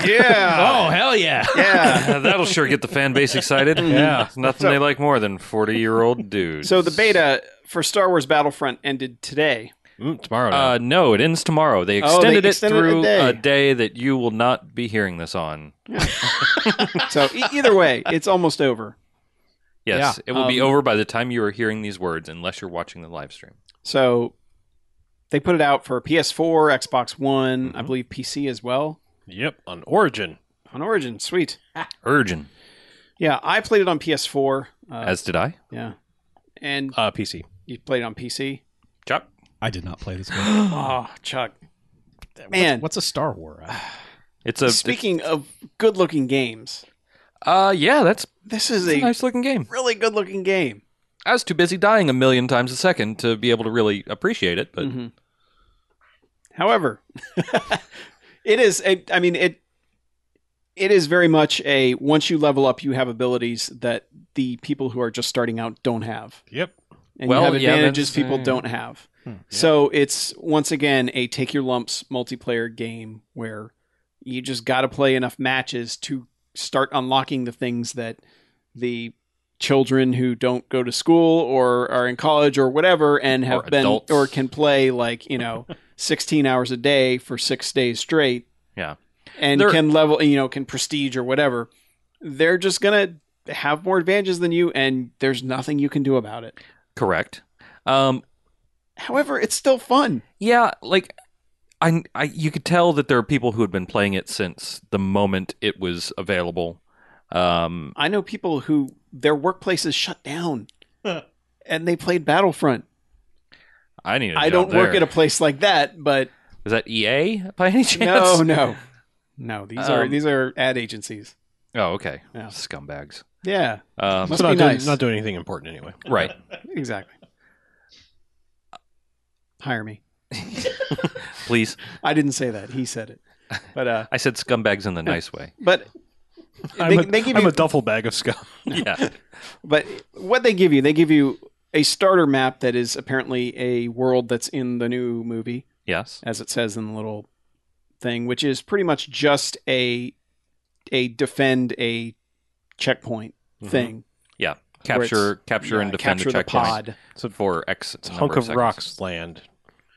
Yeah.
Oh hell yeah!
Yeah.
*laughs* That'll sure get the fan base excited.
Yeah.
There's nothing they like more than 40 year old dudes.
So the beta for Star Wars Battlefront ended today.
Mm, tomorrow. now.
Uh, no, it ends tomorrow. They
Oh, they
extended,
extended
it
it a
through
day.
that you will not be hearing this on.
So e- either way, it's almost over.
Yes,
Yeah,
it will be
um,
over by the time you are hearing these words, unless you're watching the live stream.
So they put it out for PS4, Xbox One, I believe PC as well
yep, on Origin.
on Origin. Sweet.
Urgent,
Yeah, I played it on PS4. Uh,
as did I.
yeah, and
Uh, PC.
you played it on PC.
Chuck,
I did not play this game.
Oh, Chuck, man.
*laughs* What's a Star Wars?
it's a
Speaking of good-looking games,
it's- uh, yeah, that's,
this is
that's
a
a nice looking game.
really good-looking game.
I was too busy dying a million times a second to be able to really appreciate it, but
Mhm. However, *laughs* it is. A, I mean it. It is very much a once you level up, you have abilities that the people who are just starting out don't have,
Yep.
and
Well,
you have
yeah,
advantages
that's-
people
yeah.
don't have. So it's once again a take your lumps multiplayer game where you just got to play enough matches to start unlocking the things that the children who don't go to school or are in college or whatever and have
Or
been
adults.
or can play like,
*laughs*
you know, 16 hours a day for 6 days straight
yeah.
and
They're-
can level, you know, can prestige or whatever. They're just going to have more advantages than you, and there's nothing you can do about it.
Correct. Um,
However, it's still fun.
Yeah, like I, I you could tell that there are people who had been playing it since the moment it was available. Um,
I know people who their workplaces shut down, and they played Battlefront.
I need. A
I
job
don't work
there.
at a place like that, *laughs* but
Is that EA by any chance?
no, no, no. These are
Um,
these are ad agencies.
Oh, okay.
Yeah.
Scumbags.
Yeah,
Um,
Must
not,
be
doing,
nice.
not doing anything important anyway.
right.
exactly. Hire me.
Please.
I didn't say that. He said it. But uh,
I said scumbags in the nice
*laughs*
way.
but
*laughs* I'm, a,
they give
I'm
you-
a duffel bag of scum.
Yeah.
But what they give you, they give you a starter map that is apparently a world that's in the new movie,
yes.
as it says in the little thing, which is pretty much just a a defend a checkpoint
Mm-hmm.
thing.
Capture, capture,
Yeah,
and defend
capture
the checkpoint
pod.
for X
It's a
number
hunk of
seconds.
rocks *laughs* land.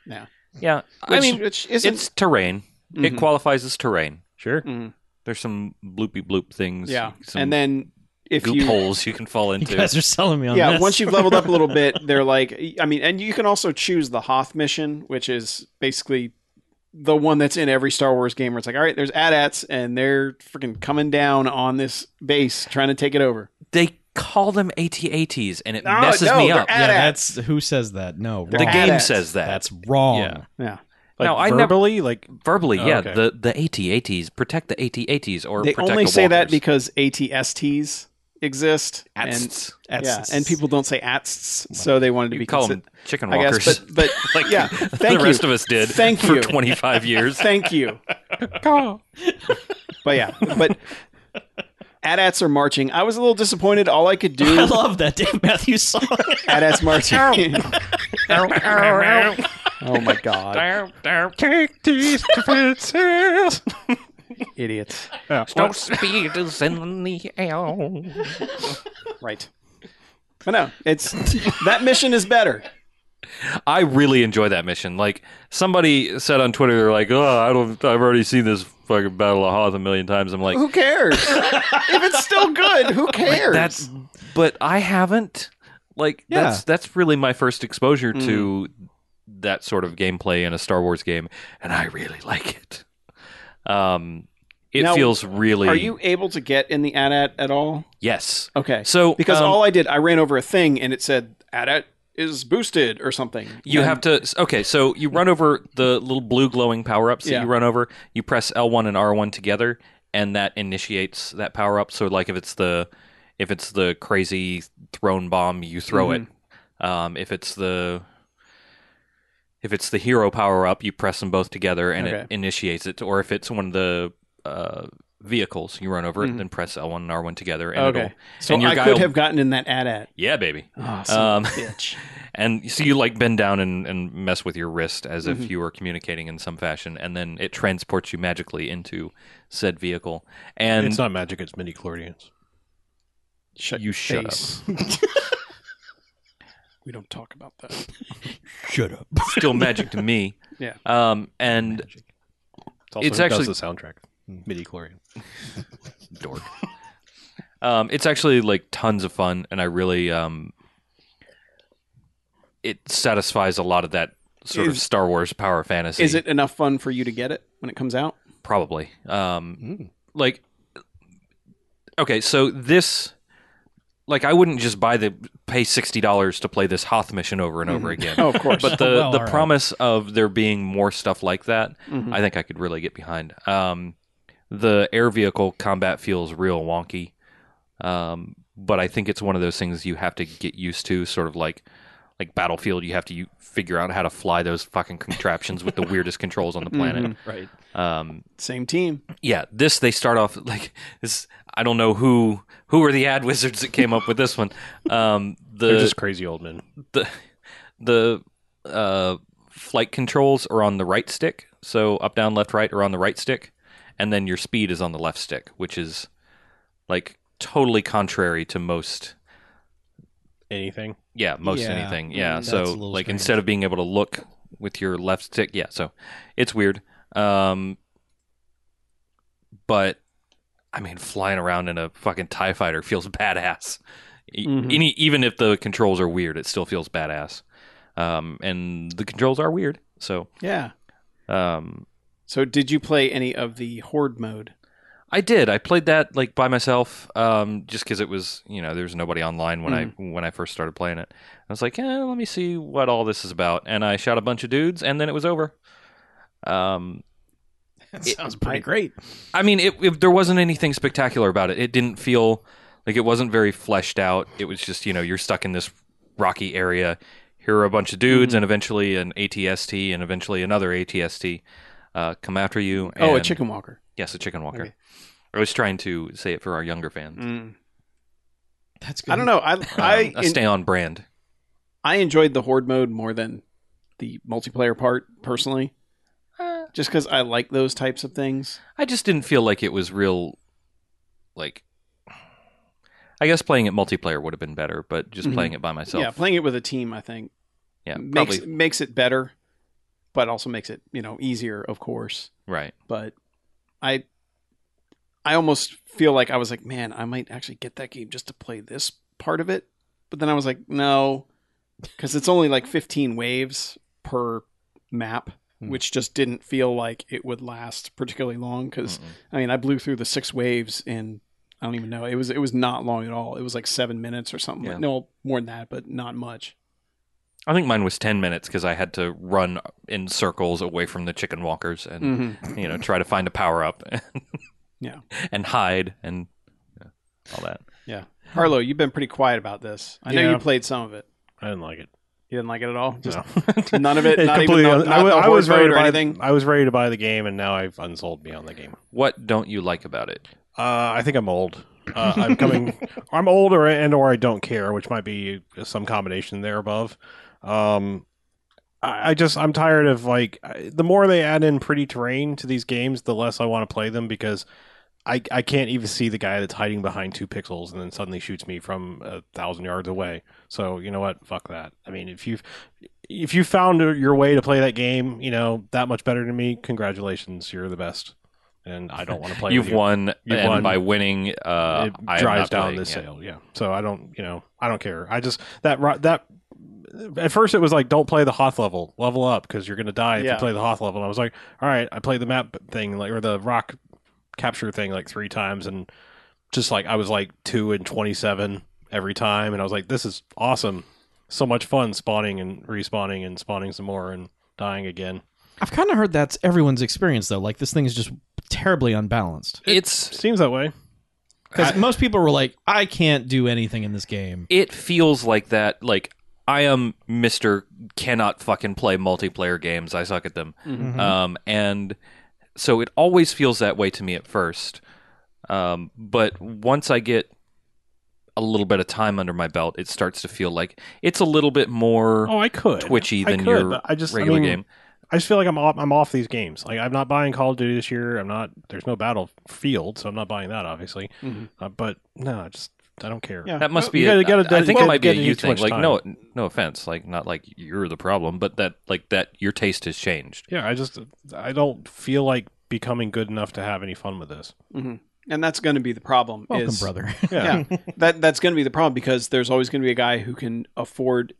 Yeah. I
Which-
mean,
which isn't
it's terrain. It
Mhm.
qualifies as terrain.
Sure.
Mhm.
There's some bloopy bloop things.
yeah.
Some
And then if
goop
you
holes you can
*laughs*
fall
You
into.
guys are selling me on
yeah,
this.
once
*laughs*
you've leveled up a
*laughs*
little bit, they're like, I mean, and you can also choose the Hoth mission, which is basically the one that's in every Star Wars game where it's like, all right, there's AT-ATs and they're freaking coming down on this base trying to take it over.
they call them AT-ATs, and it
No,
messes
Ah, no,
me
they're
up.
at-
yeah,
Ad-ads.
that's who says that. No,
They're
the
wrong.
game
ad-ads.
says that.
That's wrong. *laughs*
Yeah.
Yeah.
Like
No, I never-
verbally, like
verbally.
Oh,
yeah,
okay.
the the AT-ATs protect the AT-ATs or
they
protect
only
the
say that
walkers.
because AT-STs exist. And,
Atsts.
yeah, and people don't say ATSTs, so they wanted to
you
be
call
consi-
them chicken
I
walkers.
guess, but, but
*laughs* like
yeah,
the
thank
rest
you.
of us did.
Thank
for *laughs*
you. *laughs*
25 years. *laughs*
Thank you. but yeah, but AT-ATs are marching. I was a little disappointed. All I could
*laughs* I
do
love that Dave Matthews song.
AT-ATs marching. *laughs* oh my god,
take these defenses.
idiots!
speed is in the air.
Right. But no, it's that mission is better.
I really enjoy that mission. Like somebody said on Twitter, they're like, "Oh, I don't. I've already seen this fucking Battle of Hoth a million times." I'm like, *laughs*
Who cares? if it's still good, who cares?
that's but i haven't like
Yeah.
that's that's really my first exposure to that sort of gameplay in a star wars game and i really like it um it
Now,
feels really
Are you able to get in the AT-AT at all?
yes
Okay.
so
because
um,
all I did, I ran over a thing and it said AT-AT is boosted or something.
you
And-
have to okay so you run over the little blue glowing power-ups that
Yeah.
you run over you press l1 and r1 together and that initiates that power-up so like if it's the if it's the crazy thrown bomb you throw
Mm-hmm.
it um, if it's the if it's the hero power-up you press them both together and
Okay.
it initiates it or if it's one of the uh, vehicles you run over it
Mhm.
then press l1 and r1 together and
Okay.
it'll
So
and your
I
guy
could
will-
have gotten in that AT-AT.
yeah baby
Oh,
Um,
bitch.
and so you like bend down and, and mess with your wrist as
Mhm.
if you were communicating in some fashion, and then it transports you magically into said vehicle. And
it's not magic. It's midi chlorians.
Shut
You *laughs* shut up. *laughs*
we don't talk about that.
Shut up.
still magic
*laughs*
to me.
Yeah.
Um, and
It's, also
It's
who
actually-
does the soundtrack. Midi chlorian.
dork. um, it's actually like tons of fun, and I really um, it satisfies a lot of that sort of
Is-
Star Wars power fantasy.
Is it enough fun for you to get it when it
*laughs*
comes out?
probably um like okay so this like i wouldn't just buy the pay $60 to play this hoth mission over and over again
*laughs* Oh, of
*laughs*
course.
but the
Well,
the
alright.
promise of there being more stuff like that
Mhm.
i think i could really get behind um the air vehicle combat feels real wonky um but i think it's one of those things you have to get used to sort of like like battlefield you have to you figure out how to fly those fucking contraptions with the weirdest controls on the planet
Right.
um
Same team.
yeah, this they start off *laughs* like this. I don't know who who were the ad wizards that came up with this one. Um, the
They're just crazy old men.
the the uh, flight controls are on the right stick, so up, down, left, right are on the right stick, and then your speed is on the left stick, which is like totally contrary to most
Anything.
yeah most
Yeah,
anything
mm,
yeah.
that's a
So
little
like
strange.
instead of being able to look with your left stick, yeah. So it's weird, um, but I mean, flying around in a fucking Tie Fighter *laughs* feels badass. E-
Mm-hmm.
Mhm.
Any, even if the controls are weird, it still feels badass. Um, and the controls are weird, so
Yeah.
um,
So did you play any of the horde mode?
I did. I played that like by myself, um, just because it was you know there was nobody online when
Mm.
I when I first started playing it. I was like, eh, let me see what all this is about, and I shot a bunch of dudes, and then it was over. Um,
That
It-
sounds pretty great.
I mean, it, it, there wasn't anything spectacular about it. It didn't feel like it wasn't very fleshed out. It was just you know you're stuck in this rocky area. Here are a bunch of dudes,
Mm-hmm.
and eventually an ATST, and eventually another ATST uh, come after you.
Oh, a
and-
chicken walker.
Yes, a chicken walker.
Okay.
I was trying to say it for our younger fans.
*laughs* Mm. That's good.
I don't
*laughs*
know. I I,
Um, a stay on brand.
I enjoyed the horde mode more than the multiplayer part personally,
Uh,
just because I like those types of things.
I just didn't feel like it was real. Like, I guess playing it multiplayer would have been better, but just
Mhm.
Mm-hmm. playing it by myself,
Yeah, playing it with a team, I think,
yeah,
makes
probably
makes it better, but also makes it you know easier, of course.
right.
But I I almost feel like I was like, man, I might actually get that game just to play this part of it. But then I was like, no, because it's only like 15 waves per map,
Hmm.
which just didn't feel like it would last particularly long. Because
Mm-mm.
I mean, I blew through the six waves in I don't even know. It was it was not long at all. It was like seven minutes or something.
Yeah.
No more than that, but not much.
I think mine was ten minutes because I had to run in circles away from the chicken walkers and
Mm-hmm.
you know try to find a power up, *laughs*
Yeah.
and hide and yeah, all that.
Harlow, you've been pretty quiet about this. I know
Yeah.
you played some of it.
I didn't like it.
You didn't like it at all. Just
*laughs* No.
none of it.
It
not
completely-
even the,
I,
not
wa-
the
I was
horde mode
ready to
or
buy.
anything.
I was ready to buy the game, and now I've unsold me on the game.
What don't you like about it?
Uh, I think I'm old. Uh, I'm coming. I'm older, and or I don't care, which might be some combination there above. Um, I, I just I'm tired of like I- the more they add in pretty terrain to these games, the less I want to play them because I I can't even see the guy that's hiding behind two pixels and then suddenly shoots me from a thousand yards away. So you know what? Fuck that. I mean, if you've if you found your way to play that game, you know that much better than me. Congratulations, you're the best. And I don't want to play.
You've
with you
won,
You've
and
won.
by winning, uh, I am
it drives
not
down
playing
the
yet.
sale. Yeah. So I don't, you know, I don't care. I just that ro- that at first it was like don't play the Hoth level, level up because you're gonna die if
Yeah.
you play the Hoth level. And I was like, all right, I played the map thing like or the rock capture thing like three times and just like I was like two and twenty seven every time, and I was like, this is awesome, so much fun spawning and respawning and spawning some more and dying again.
I've kind of heard that's everyone's experience though. Like this thing is just terribly unbalanced.
It's
Seems that way.
Because most people were like, I can't do anything in this game.
it feels like that like i am mr cannot fucking play multiplayer games i suck at them
Mm-hmm.
Mm-hmm.
Uh,
um, and so it always feels that way to me at first um, but once i get a little bit of time under my belt it starts to feel like it's a little bit more
Oh, I could
twitchy
I
than
could,
your
but I just- I
regular
mean,
game
I just feel like I'm off, I'm off these games. Like I'm not buying Call of Duty this year. I'm not. There's no Battlefield, so I'm not buying that, obviously.
Mhm.
Uh, but no, I just I don't care.
Yeah.
that must
oh, You
be
gotta-
a,
gotta
I
dedicate-
think it might be a
dedicate
you
too
thing
much
like no no offense like not like you're the problem but that like that your taste has changed
Yeah, I just I don't feel like becoming good enough to have any fun with this.
mm-hmm. And that's going to be the problem.
Welcome,
is,
*laughs* brother.
Yeah,
Yeah, *laughs* that that's going to be the problem because there's always going to be a guy who can afford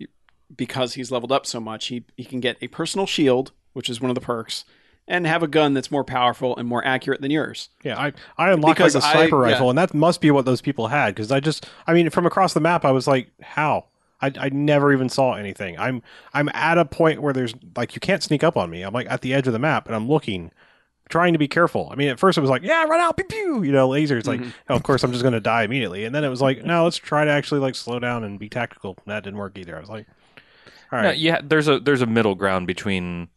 because he's leveled up so much. He he can get a personal shield, which is one of the perks, and have a gun that's more powerful and more accurate than yours.
yeah. I I unlocked like
Because
a
I-
sniper
yeah.
rifle, and that must be what those people had because I just I mean from across the map, I was like, how. I, I never even saw anything. I'm I'm at a point where there's like you can't sneak up on me. I'm like at the edge of the map and I'm looking, trying to be careful. I mean, at first it was like, yeah, run out, pew pew, you know, lasers. Like,
Mm-hmm.
oh, of course, I'm just going to die immediately. And then it was like, no, let's try to actually like slow down and be tactical. That didn't work either. I was like, all
No,
right,
yeah, there's a there's a middle ground between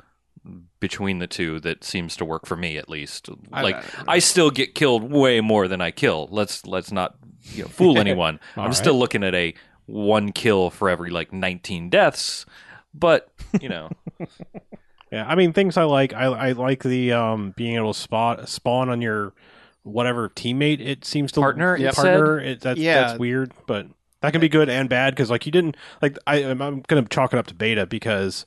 between the two that seems to work for me at least. Like I, still get killed way more than I kill. Let's let's not you know,
*laughs*
fool anyone. I'm
All
still looking at a one kill for every like 19 deaths, but you
*laughs*
know,
Yeah, I mean things I like. I I like the um being able to spot spawn on your whatever teammate. It seems to
Partner, it
partner. It, that's
Yeah.
that's weird, but that can be good and bad because like you didn't like I I'm- I'm gonna chalk it up to beta because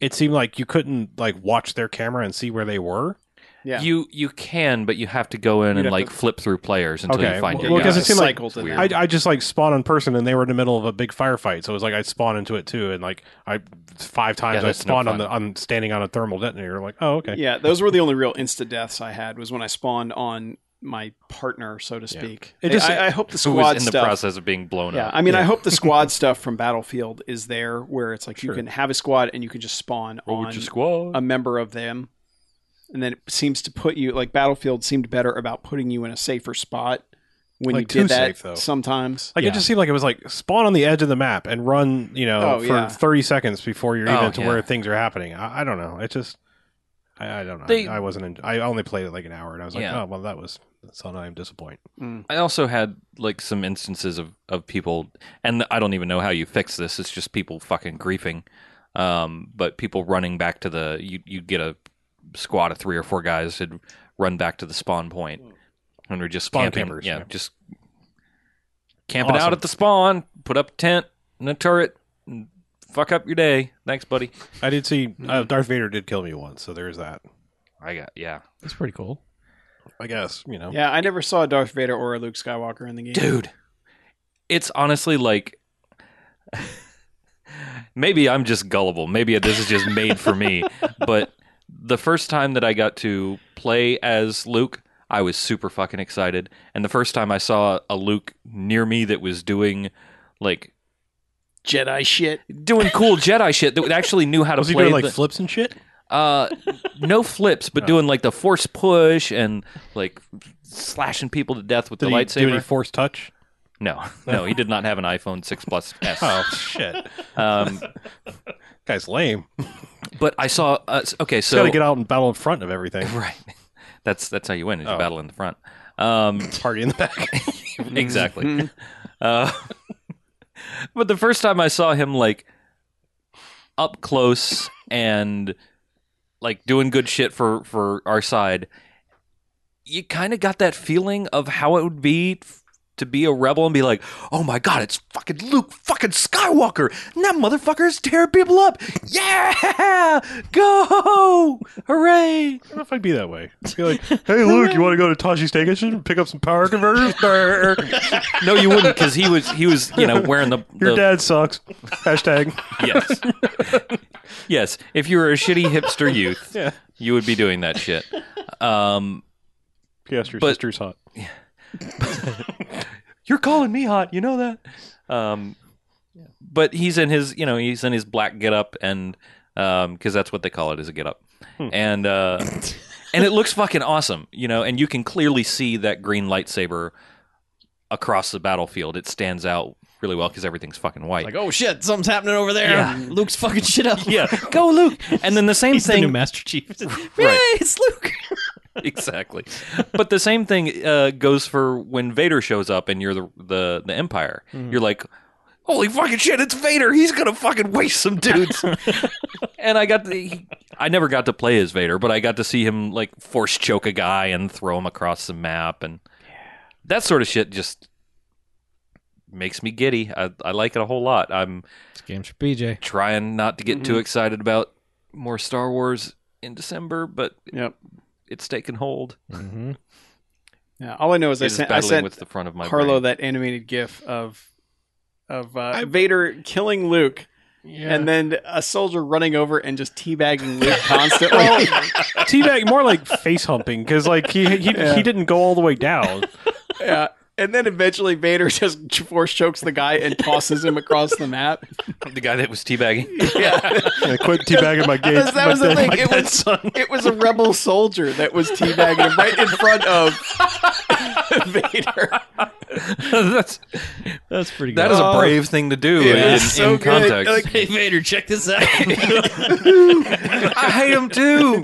it seemed like you couldn't like watch their camera and see where they were.
Yeah.
You you can, but you have to go in
You'd
and
have
like
to-
flip through players until
Okay,
you find
well-
your
well, 'cause
guy.
it seemed like-
Cycled in
Weird.
there.
I, I just like spawn in person and they were in the middle of a big firefight, so it was like I'd spawn into it too, and like I five times I
that's no
spawned on
fun.
the on standing on a thermal detonator. Like, oh okay,
Yeah, those were the only real insta deaths I had was when I spawned on my partner, so to
Yeah.
speak.
It just-
I, I hope
*laughs*
the
who was
squad
in
stuff.
the process of being blown
yeah,
up.
I mean, I
Yeah.
hope the
*laughs*
squad stuff from Battlefield is there, where it's like
Sure.
you can have a squad and you can just spawn
Roll
on
with your squad.
a member of them, and then it seems to put you like Battlefield seemed better about putting you in a safer spot when
Like,
you
too
did that
safe, though.
sometimes.
Like
Yeah.
it just seemed like it was like spawn on the edge of the map and run, you know,
Oh,
for
yeah.
thirty seconds before you're
Oh,
even to
yeah.
where things are happening. I, I don't know. It just, I, I don't know.
They-
I wasn't. In, I only played it like an hour, and I was like,
Yeah.
oh well, that was. So now I'm disappointed.
Mm.
I also had like some instances of, of people, and I don't even know how you fix this. It's just people fucking griefing, um, but people running back to the you you get a squad of three or four guys who'd run back to the spawn point, and we're just
Spawn
camping,
campers,
yeah,
yeah.
just camping out
Awesome.
at the spawn, put up a tent and a turret, and fuck up your day. Thanks, buddy.
I did see uh, Darth Vader did kill me once, so there's that.
I got yeah,
That's pretty cool.
I guess you know.
Yeah, I never saw Darth Vader or a Luke Skywalker in the game.
dude. It's honestly like. Maybe I'm just gullible. Maybe this is just made for me. But the first time that I got to play as Luke, I was super fucking excited. And the first time I saw a Luke near me that was doing like
Jedi shit.
doing cool Jedi shit that actually knew how to
Was he
play
doing like
the-
flips and shit?
uh, no flips, but
Oh.
doing like the force push and like slashing people to death with
Did
the
he
lightsaber.
do any force touch?
no, *laughs* no, he did not have an iPhone 6 Plus S.
Oh shit,
Um,
guy's lame.
but I saw. Uh, s- okay, so
Got
*laughs*
to get out and battle in front of everything.
right. That's that's how you win. Is
Oh.
you battle in the front. Um,
Party in the back.
*laughs* exactly. uh, but the first time I saw him like up close and like doing good shit for for our side, you kind of got that feeling of how it would be f- to be a rebel and be like, "Oh my god, it's fucking Luke fucking Skywalker. And that motherfucker is tearing people up. Yeah! Go! Hooray!"
I don't know if I'd be that way. I'd be like, hey, Luke, you want to go to Tashi Station and pick up some power converters? *laughs* Brr.
No, you wouldn't cuz he was he was, you know, wearing *laughs* the,
Your
the
dad *laughs* sucks. Hashtag.
*laughs*
yes. yes. If you were a shitty hipster youth,
Yeah.
you would be doing that shit. Um,
Yes, your
But-
sister's hot.
You're calling me hot. You know that. Um, But he's in his, you know, he's in his black getup, and because that's what they call it, is a getup,
Hmm.
and uh, and it looks fucking awesome, you know, and you can clearly see that green lightsaber across the battlefield. It stands out really well because everything's fucking white.
Like, oh shit, something's happening over there.
Yeah.
Luke's fucking shit up.
yeah, go Luke. And then the same
*laughs* He's the
thing
new Master *laughs* Chief.
Right.
Yay, it's Luke.
*laughs* exactly. But the same thing uh, goes for when Vader shows up and you're the the, the Empire.
Mm-hmm.
You're like, holy fucking shit, it's Vader. He's gonna fucking waste some
*laughs*
dudes. and I got to, he, I never got to play as Vader, but I got to see him like force choke a guy and throw him across the map and that sort of shit just makes me giddy. I, I like it a whole lot. I'm
It's games for BJ.
trying not to get
Mm-hmm.
too excited about more Star Wars in December, but
Yep.
it's taken hold.
Mm-hmm.
Yeah. All I know is I
It is
sent, I
battling
sent
with the front of my
Carlo
brain.
that animated GIF of of uh, Vader killing Luke, and then a soldier running over and just teabagging *laughs* Luke constantly.
*laughs* Teabag, more like face humping because like he he, he didn't go all the way down.
yeah. And then eventually Vader just force chokes the guy and tosses him across the map.
the guy that was *laughs* teabagging.
Yeah,
Yeah, quit teabagging my gay.
Because *laughs* that was the thing. It
dead
was-
son.
it was a rebel soldier that was teabagging him right in front of *laughs* Vader.
That's
That's pretty good.
that is a
Oh.
brave thing to do
It
in,
is so
in
good.
context.
Like-
hey Vader, check this
*laughs*
out.
I hate him too.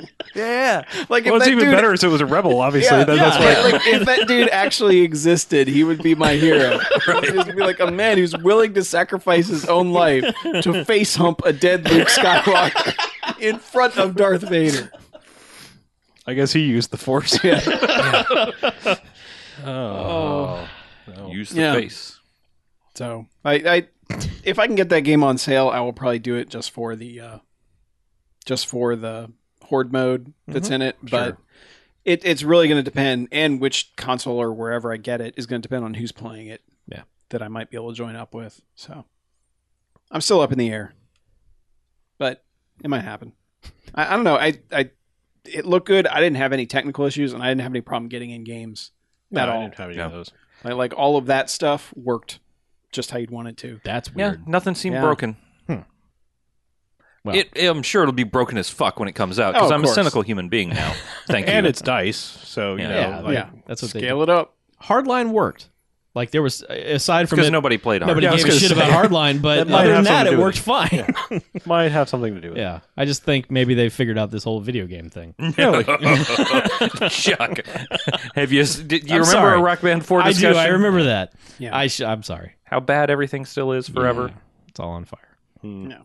Like if
Well, it's
that
even
dude,
better is it was a rebel. Obviously,
Yeah,
That- that's
yeah. *laughs* Like, like, if that dude actually existed, he would be my hero. He'd just be like a man who's willing to sacrifice his own life to face hump a dead
*laughs*
Luke Skywalker in front of Darth Vader.
I guess he used the *laughs* force. oh.
Use the
Yeah.
face.
So I, I, if I can get that game on sale, I will probably do it just for the, uh, just for the horde mode that's in it. But It, it's really going to depend, and which console or wherever I get it is going to depend on who's playing it.
Yeah.
that I might be able to join up with. So I'm still up in the air, but it might happen. I, I don't know. I, I it looked good. I didn't have any technical issues, and I didn't have any problem getting in games at
I
all.
didn't have any
No.
of those.
Like, like all of that stuff worked just how you'd want it to.
That's
Yeah,
weird.
nothing seemed
Yeah.
broken.
Hmm. Well.
It, I'm sure it'll be broken as fuck when it comes out
Oh,
because
of
I'm a
course.
cynical human being
*laughs*
now. Thank
And
you.
it's dice, so you
Yeah.
know,
Yeah,
like,
yeah.
That's what
Scale it up.
they Hardline worked. Like there was aside from
because
it,
nobody played hard. *laughs*
nobody
Yeah, I was
gave a
gonna
shit
say.
about Hardline, but
That might
other than that,
have
it
something to do with
worked
it.
fine. Yeah.
might have something
*laughs*
to do with it.
I just think maybe they figured out this whole video game thing.
Really?
Chuck, have you? Did you
I'm
remember
sorry.
a Rock Band Four
I do.
discussion?
I remember that.
Yeah.
I sh- I'm sorry.
how bad everything still is forever.
Yeah. It's all on fire.
Hmm.
No.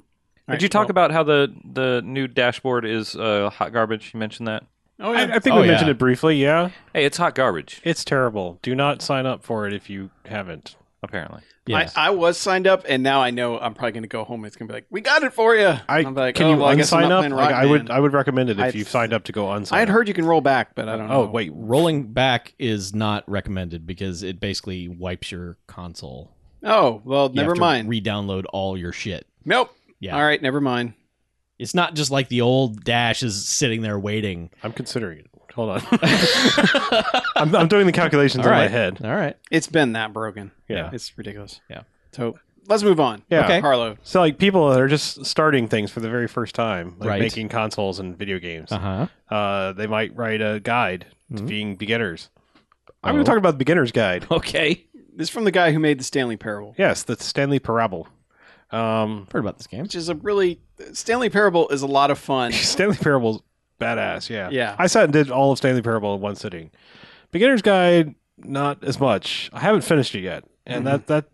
Did you talk about how the the new dashboard is uh, hot garbage? You mentioned that.
Oh,
I,
yeah.
I think
Oh,
we mentioned
yeah.
it briefly. Yeah,
Hey, it's hot garbage.
it's terrible. Do not sign up for it if you haven't.
Apparently,
Yeah.
I, I was signed up, and now I know I'm probably going to go home. and It's going to be like, we got it for you.
I
am like,
can
oh,
you
well, I guess I'm
unsign
not
up?
playing
Like,
Rock
I would
Band.
I would recommend it if
I-
you've signed up to go unsign.
I had
up.
heard you can roll back, but I don't
um,
know.
Oh wait,
Rolling back is not recommended because it basically wipes your console.
Oh, well,
You
never
have to
mind.
Re-download all your shit.
nope.
Yeah.
All right, never mind.
It's not just like the old dash is sitting there waiting.
I'm considering it. Hold
*laughs*
on, *laughs* I'm, I'm doing the calculations
All
in
right.
my head.
All right.
It's been that broken.
Yeah.
It's ridiculous.
Yeah.
So let's move on.
Yeah.
Okay.
Harlow.
So like people that are just starting things for the very first time, like
Right.
making consoles and video games,
Uh huh.
Uh-huh.
uh, they might write a guide to
Mm-hmm.
Mhm.
being beginners. I'm going
Oh.
to talk about the
*laughs*
beginner's guide.
Okay.
This is from the guy who made the Stanley Parable,
Yes, the Stanley Parable. Um, *laughs*
Heard about this game.
which is a really. Stanley Parable is a lot of fun.
Stanley Parable's badass. *laughs* Yeah,
Yeah.
I sat and did all of Stanley Parable in one sitting. Beginner's Guide, not as much. I haven't finished it yet, and that that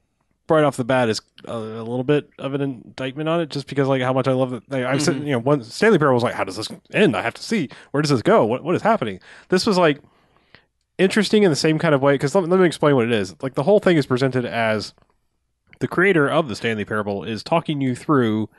right off the bat is a, a little bit of an indictment on it, just because like how much I love that. Like, I'm sitting, you know, one Stanley Parable was like, how does this end? I have to see where does this go? What what is happening? This was like interesting in the same kind of way because let, let me explain what it is. Like the whole thing is presented as the creator of the Stanley Parable is talking you through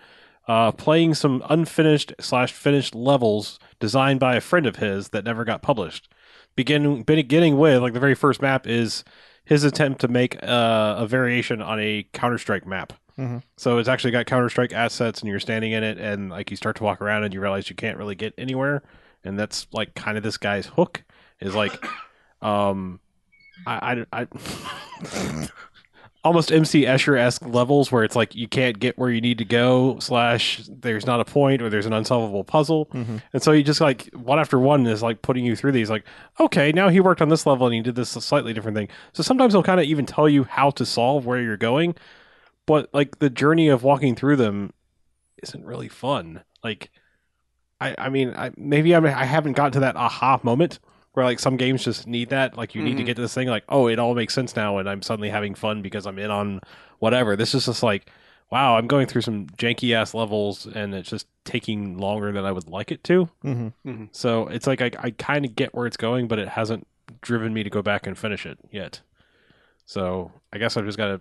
uh, playing some unfinished slash finished levels designed by a friend of his that never got published. Begin beginning with like the very first map is his attempt to make uh, a variation on a Counter Strike map.
Mhm.
So it's actually got Counter Strike assets, and you're standing in it, and like you start to walk around, and you realize you can't really get anywhere, and that's like kind of this guy's hook is like, um, I, I, I *laughs* almost MC Escher esque levels where it's like you can't get where you need to go, slash there's not a point or there's an unsolvable puzzle.
Mhm.
And so you just like one after one is like putting you through these like, okay, now he worked on this level and he did this slightly different thing. So sometimes they'll kind of even tell you how to solve where you're going, but like the journey of walking through them isn't really fun. Like I, I mean, I, maybe I'm, I haven't gotten to that aha moment where like some games just need that. Like you need to
Mhm.
get to this thing. Like oh, it all makes sense now, and I'm suddenly having fun because I'm in on whatever. This is just like wow, I'm going through some janky ass levels, and it's just taking longer than I would like it to.
Mm-hmm.
So it's like I, I kind of get where it's going, but it hasn't driven me to go back and finish it yet. So I guess I've just got to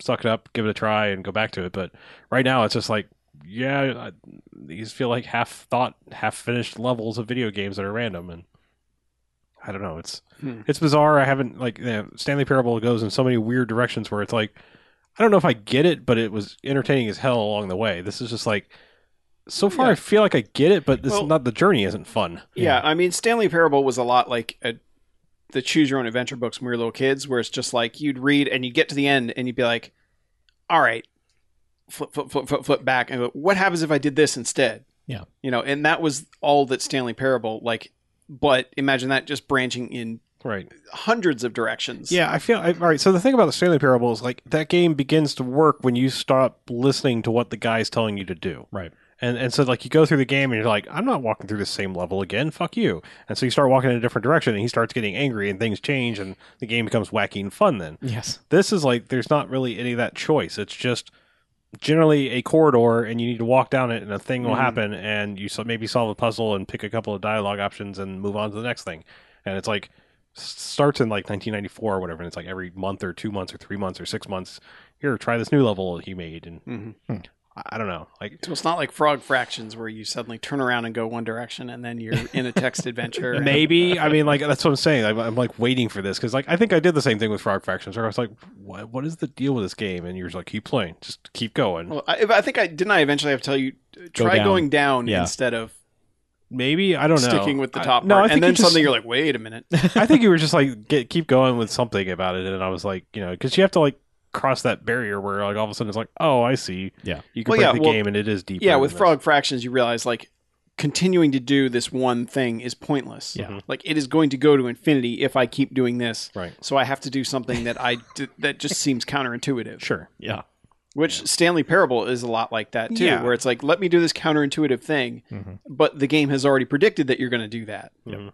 suck it up, give it a try, and go back to it. But right now, it's just like, yeah, I, these feel like half thought, half finished levels of video games that are random, and I don't know. It's
Hmm.
it's bizarre. I haven't like you know, Stanley Parable goes in so many weird directions where it's like I don't know if I get it, but it was entertaining as hell along the way. This is just like. So far,
Yeah.
I feel like I get it, but this
Well-
not the journey isn't fun.
Yeah, I mean, Stanley Parable was a lot like a, the choose your own adventure books when we were little kids, where it's just like you'd read and you'd get to the end and you'd be like, all right, flip, flip, flip, flip, flip back. And go, what happens if I did this instead?
Yeah.
You know, and that was all that Stanley Parable, like, but imagine that just branching in
Right.
hundreds of directions.
Yeah, I feel I, all right. So the thing about the Stanley Parable is like that game begins to work when you stop listening to what the guy's telling you to do.
Right.
And and so like you go through the game and you're like, I'm not walking through the same level again. Fuck you. And so you start walking in a different direction and he starts getting angry and things change and the game becomes wacky and fun then.
Yes.
This is like there's not really any of that choice. It's just generally a corridor and you need to walk down it and a thing will
Mhm.
happen and you so maybe solve a puzzle and pick a couple of dialogue options and move on to the next thing. And it's like s- starts in like 1994 or whatever and it's like every month or 2 months or 3 months or 6 months here try this new level he made and
Mhm.
I I I don't know. Like
So it's not like Frog Fractions where you suddenly turn around and go one direction and then you're in a
*laughs*
text adventure. *laughs* and-
maybe I mean like that's what I'm saying. I'm, I'm like waiting for this because like I think I did the same thing with Frog Fractions. Where I was like, what What is the deal with this game? And you're just like, keep playing, just keep going.
Well, I, I think I didn't. I eventually have to tell you try
down.
going down
Yeah.
instead of
Maybe I don't know.
sticking with the top
I, no,
part.
I think
and
you
then
just- *laughs*
suddenly you're like, wait a minute.
I think you were just like get, keep going with something about it, and I was like, you know, because you have to like cross that barrier where like all of a sudden it's like, oh, I see.
Yeah.
you can
Well,
play
yeah,
the
well,
game and it is deeper.
yeah,
than
with
this. *laughs*
Frog Fractions, you realize like continuing to do this one thing is pointless.
Yeah.
like it is going to go to infinity if I keep doing this.
Right.
So I have to do something that I d- that
*laughs*
just seems counterintuitive.
Sure.
Yeah.
Which Stanley Parable is a lot like that too,
Yeah.
where it's like, let me do this counterintuitive thing,
Mhm.
but the game has already predicted that you're going to do that.
Mhm.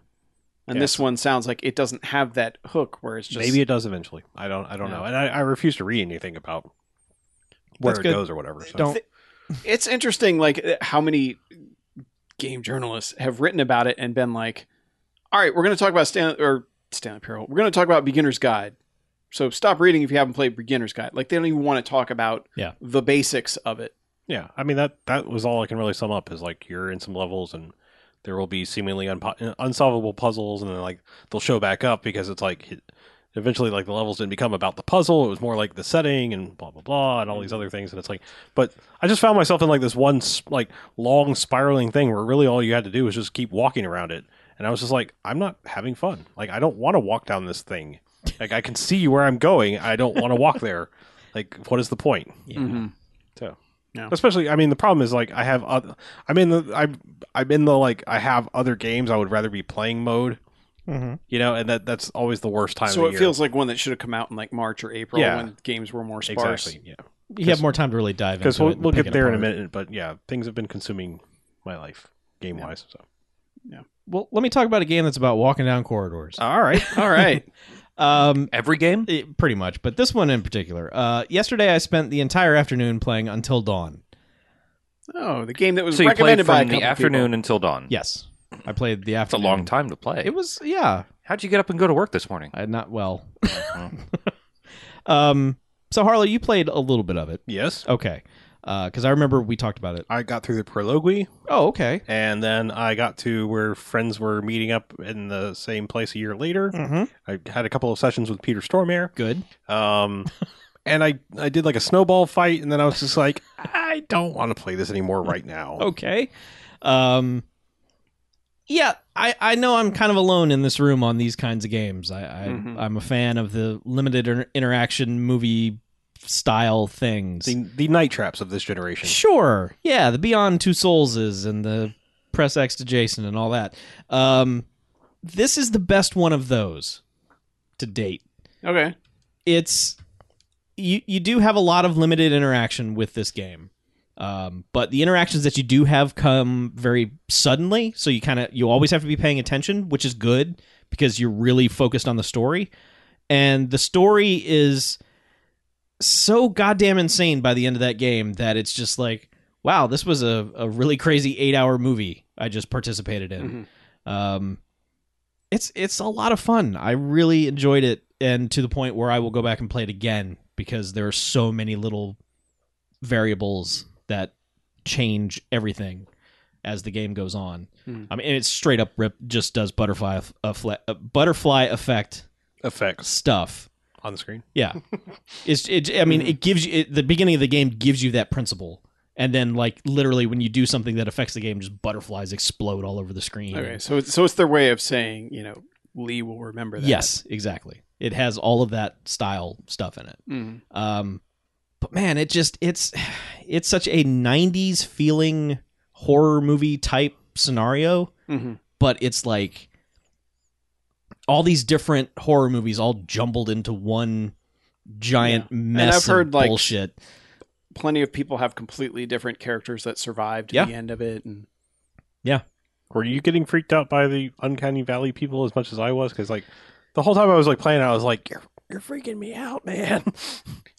And
Yeah.
this one sounds like it doesn't have that hook where it's just
Maybe it does eventually. I don't. I don't
Yeah.
know. And I, I refuse to read anything about where
That's
it
good.
goes or whatever. So.
Don't.
it's interesting like uh, how many game journalists have written about it and been like all right we're going to talk about stan or stanley parable we're going to talk about beginner's guide so stop reading if you haven't played beginner's guide like they don't even want to talk about
Yeah.
the basics of it
Yeah, I mean that that was all I can really sum up is like you're in some levels and there will be seemingly unpo- unsolvable puzzles and then like they'll show back up because it's like it- eventually like the levels didn't become about the puzzle it was more like the setting and blah blah blah and all these other things and it's like but i just found myself in like this one s- like long spiraling thing where really all you had to do was just keep walking around it and i was just like i'm not having fun like i don't want to walk down this thing like i can see where i'm going i don't want to walk there like what is the point
Yeah.
Mm-hmm.
so,
Yeah.
especially, I mean, the problem is like I have, other, I'm in the, I'm, I'm in the like I have other games I would rather be playing mode,
Mm-hmm.
you know, and that that's always the worst time.
so
of
it
the
feels like one that should have come out in like march or april
Yeah.
when games were more
year.
sparse
exactly, yeah,
You have more time to really dive into
because we'll
it and
we'll
pick
get
it
there in a
apart.
minute, but yeah, things have been consuming my life game wise. So
Well, let me talk about a game that's about walking down corridors.
all right,
*laughs* all right
Um,
Every game?
it- pretty much, but this one in particular. Uh, yesterday I spent the entire afternoon playing Until Dawn.
oh the game that was
So you played
recommended by a
from the
couple
afternoon until dawn.
Yes, I played the
That's a
afternoon.
Mm.
long time to play.
It was yeah.
How'd you get up and go to work this morning?
I not well.
Uh-huh.
*laughs* um. So Harlow, you played a little bit of it.
yes,
Okay. Because I remember we talked about it.
I got through the prologue,
Oh, okay.
and then I got to where friends were meeting up in the same place a year later.
Mm-hmm.
I had a couple of sessions with Peter Stormare.
Good.
Um, and I I did like a snowball fight, and then I was just like, I don't want to play this anymore right now.
Okay. Um. Yeah, I, I know I'm kind of alone in this room on these kinds of games. I, I
Mm-hmm.
Mhm.
I'm a fan of the limited inter- interaction movie style things.
The, the night traps of this generation.
Sure. Yeah, the Beyond Two Soulses and the Press X to Jason and all that. Um, this is the best one of those to date.
people. okay
It's you you do have a lot of limited interaction with this game. Um, but the interactions that you do have come very suddenly, so you kind of you always have to be paying attention, which is good because you're really focused on the story. And the story is so goddamn insane by the end of that game that it's just like, wow, this was a, a really crazy eight hour movie I just participated
Mm-hmm.
in. Um, it's it's a lot of fun. I really enjoyed it, and to the point where I will go back and play it again because there are so many little variables that change everything as the game goes on.
Hmm.
I mean, and it's straight up rip just does butterfly a butterfly effect
Effects
stuff.
on the screen.
*laughs*
Yeah, it's it. I mean, it gives you it, the beginning of the game gives you that principle, and then like literally when you do something that affects the game, just butterflies explode all over the screen.
okay so it's, so it's their way of saying you know lee will remember that
Yes, exactly. It has all of that style stuff in it.
Mhm.
Um, but man, it just it's *sighs* it's such a '90s feeling horror movie type scenario,
Mhm.
but it's like all these different horror movies all jumbled into one giant mess
I've heard,
of
like,
bullshit.
plenty of people have completely different characters that survived
Yeah.
the end of it and
Were you getting freaked out by the Uncanny Valley people as much as I was? Because like the whole time I was like playing, I was like, you're you're freaking me out, man. *laughs*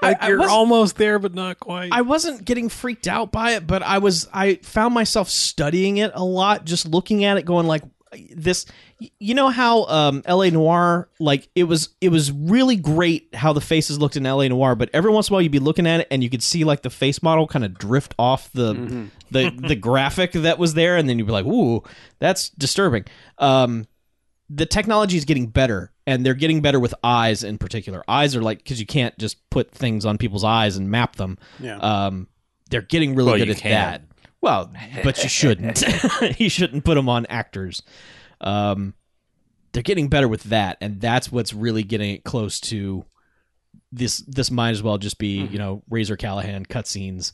I-
like
I
you're
wasn't-
almost there, but not quite.
I wasn't getting freaked out by it, but I was I found myself studying it a lot, just looking at it, going like this y- you know how um la noir like it was it was really great how the faces looked in la noir but every once in a while you'd be looking at it and you could see like the face model kind of drift off the
Mm-hmm.
*laughs* the the graphic that was there and then you'd be like ooh that's disturbing um the technology is getting better and they're getting better with eyes in particular eyes are like because you can't just put things on people's eyes and map them
Yeah.
um, they're getting really
Well,
good
you
at
can.
that. Well, but
*laughs*
you shouldn't. *laughs* you shouldn't put them on actors. Um, they're getting better with that, and that's what's really getting it close to this. This might as well just be you know Razor Callahan cutscenes.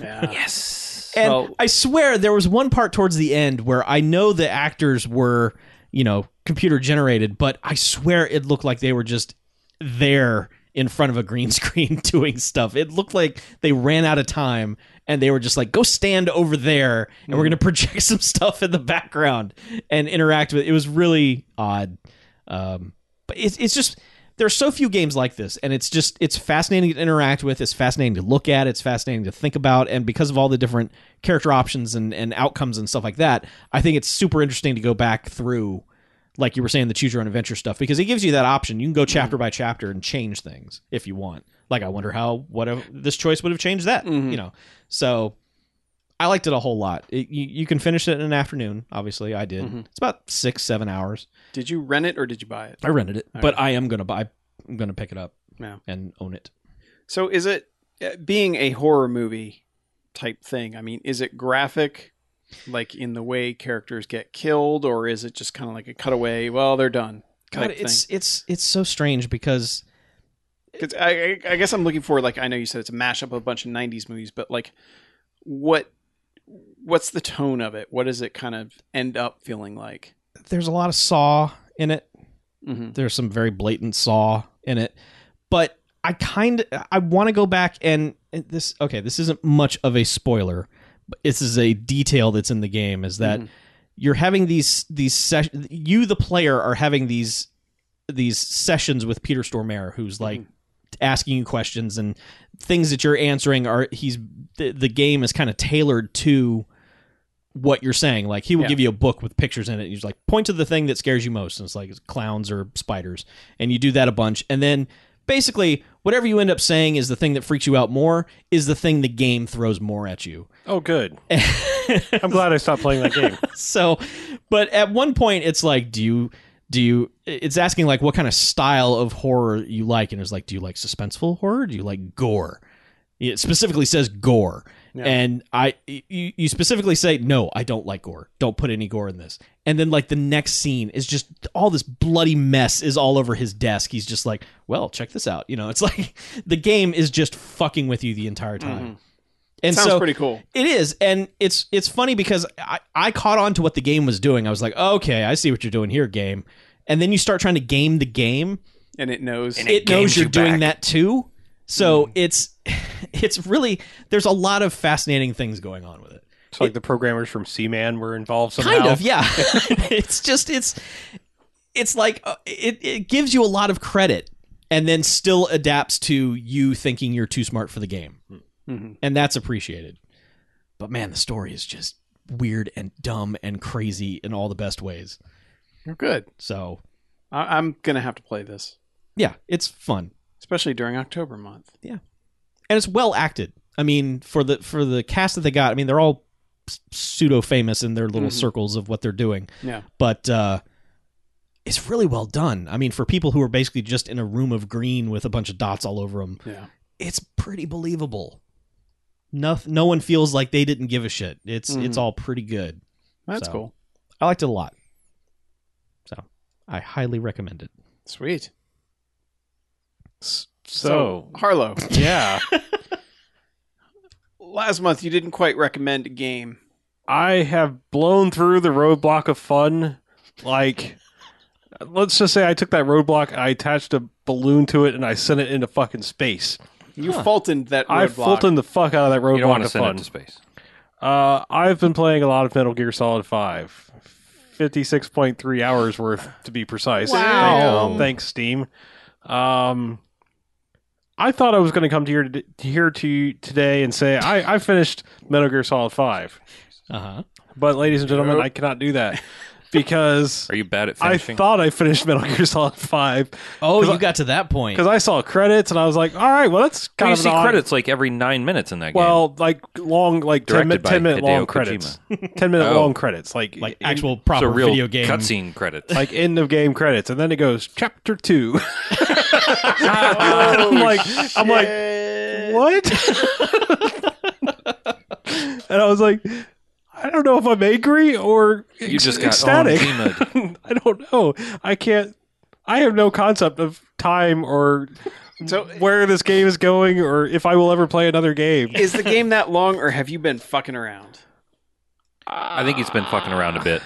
yeah.
Yes.
And
Well-
I swear there was one part towards the end where I know the actors were you know computer generated, but I swear it looked like they were just there in front of a green *laughs* screen doing stuff. It looked like they ran out of time and they were just like, go stand over there and we're going to *laughs* project some stuff in the background and interact with it. It was really odd. Um, but it's, it's just, there are so few games like this and it's just, it's fascinating to interact with. It's fascinating to look at. It's fascinating to think about. And because of all the different character options and, and outcomes and stuff like that, I think it's super interesting to go back through like you were saying, the choose your own adventure stuff, because it gives you that option. You can go chapter by chapter and change things if you want. Like, I wonder how what if this choice would have changed that,
Mhm.
you know? So I liked it a whole lot. It, you, you can finish it in an afternoon. Obviously, I did.
Mhm.
It's about six, seven hours.
Did you rent it or did you buy it?
I rented it,
All
but I am gonna buy. I'm gonna pick it up
Yeah.
and own it.
So is it uh, being a horror movie type thing? I mean, is it graphic like in the way characters get killed or is it just kind of like a cutaway, well, they're done?
God,
type
it's it's it's so strange because
thing? 'Cause I, I I guess I'm looking for like I know you said it's a mashup of a bunch of 90s movies, but like what what's the tone of it? What does it kind of end up feeling like?
there's a lot of saw in it.
Mhm.
there's some very blatant saw in it but i kind of i want to go back and and this okay this isn't much of a spoiler but this is a detail that's in the game is that
Mhm.
you're having these these sessions you the player are having these these sessions with peter stormare who's like asking you questions and things that you're answering are he's the, the game is kind of tailored to what you're saying like he will
Yeah.
give you a book with pictures in it and he's like point to the thing that scares you most and it's like clowns or spiders and you do that a bunch and then basically whatever you end up saying is the thing that freaks you out more is the thing the game throws more at you *laughs*
Oh, good. I'm glad I stopped playing that game.
*laughs* so but at one point it's like do you do you it's asking like what kind of style of horror you like and it's like do you like suspenseful horror do you like gore it specifically says gore
Yeah.
and i you, you specifically say no i don't like gore don't put any gore in this and then like the next scene is just all this bloody mess is all over his desk he's just like well check this out you know it's *laughs* like the game is just fucking with you the entire time and
Mm-hmm. Sounds
so
pretty cool.
it is, and it's it's funny because I, I caught on to what the game was doing. I was like, okay, I see what you're doing here, game. And then you start trying to game the game.
And it knows.
And
It,
it
knows
games
you're
you
doing
back. Hmm.
that too. So it's *laughs* it's really there's a lot of fascinating things going on with it.
It's like the programmers from C-Man were involved somehow.
Kind of, yeah. *laughs* it's just it's it's like uh, it it gives you a lot of credit, and then still adapts to you thinking you're too smart for the game
Mhm.
and that's appreciated. But man, the story is just weird and dumb and crazy in all the best ways.
You're good.
So
I, I'm gonna have to play this,
yeah, it's fun
especially during October month.
and it's well acted. I mean, for the for the cast that they got, I mean, they're all pseudo famous in their
Mm-hmm.
little
Mhm.
circles of what they're doing,
Yeah.
but uh, it's really well done. I mean, for people who are basically just in a room of green with a bunch of dots all over them,
Yeah.
it's pretty believable. No, no one feels like they didn't give a shit. It's it's
Mm-hmm.
Mhm.
all pretty good.
That's
So.
cool.
I liked it a lot. So I highly recommend it.
Sweet.
S- So,
Harlow,
yeah,
last month you didn't quite recommend a game.
I have blown through the roadblock of fun. Like, let's just say I took that roadblock, I attached a balloon to it, and I sent it into fucking space.
You Fultoned that roadblock.
I Fultoned the fuck out of that
You don't want
roadblock
to
of
send
fun.
it to space.
Uh, I've been playing a lot of Metal Gear Solid 5. 56.3 hours worth, to be precise.
Wow.
Thanks, thanks, Steam. Um, I thought I was going to come to here, to here to you today and say, I, I finished Metal Gear Solid 5.
Uh huh.
But, ladies and gentlemen,
Nope.
I cannot do that. because
*laughs* Are you bad at
I
finishing?
thought I finished Metal Gear Solid Five
Oh,
'Cause
you
I-
got to that point.
because I saw credits and I was like, all right, well that's
Well,
kind
you
of
see
an odd-
credits like every nine minutes in that game.
Well, like long, like
Directed
ten, mi-
by
10 minute
Hideo
long
Kojima.
credits, *laughs* ten minute
Oh.
long credits, like
like
in-
actual proper
it's a real
video game.
cutscene credits.
like end of game credits, and then it goes chapter two. *laughs* I'm like, I'm like,
Eh.
what? and I was like, I don't know if I'm angry or
you just got
ecstatic.
Kojima.
*laughs* I don't know. I can't. I have no concept of time or
So
where this game is going or if I will ever play another game.
is the game that long, or have you been fucking around?
I think he's been fucking around a bit.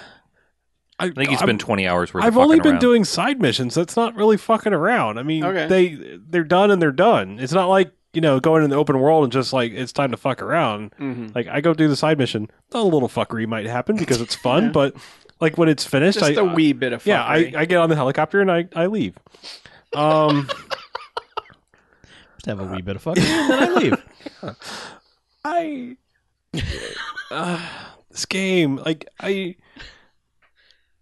I,
I think he's been 20 hours worth
I've
of fucking
only been
around.
doing side missions. That's not really fucking around. I mean,
Okay.
they they're done and they're done. It's not like you know going in the open world and just like it's time to fuck around.
Mm-hmm.
Like I go do the side mission. A little fuckery might happen
*laughs*
because it's fun,
Yeah.
but like when it's finished,
Just
I,
a wee bit of
yeah, I,
fuckery.
I get on the helicopter and I I leave. Um,
Just have a wee bit of fucking, and *laughs* then I leave.
I uh, this game like I.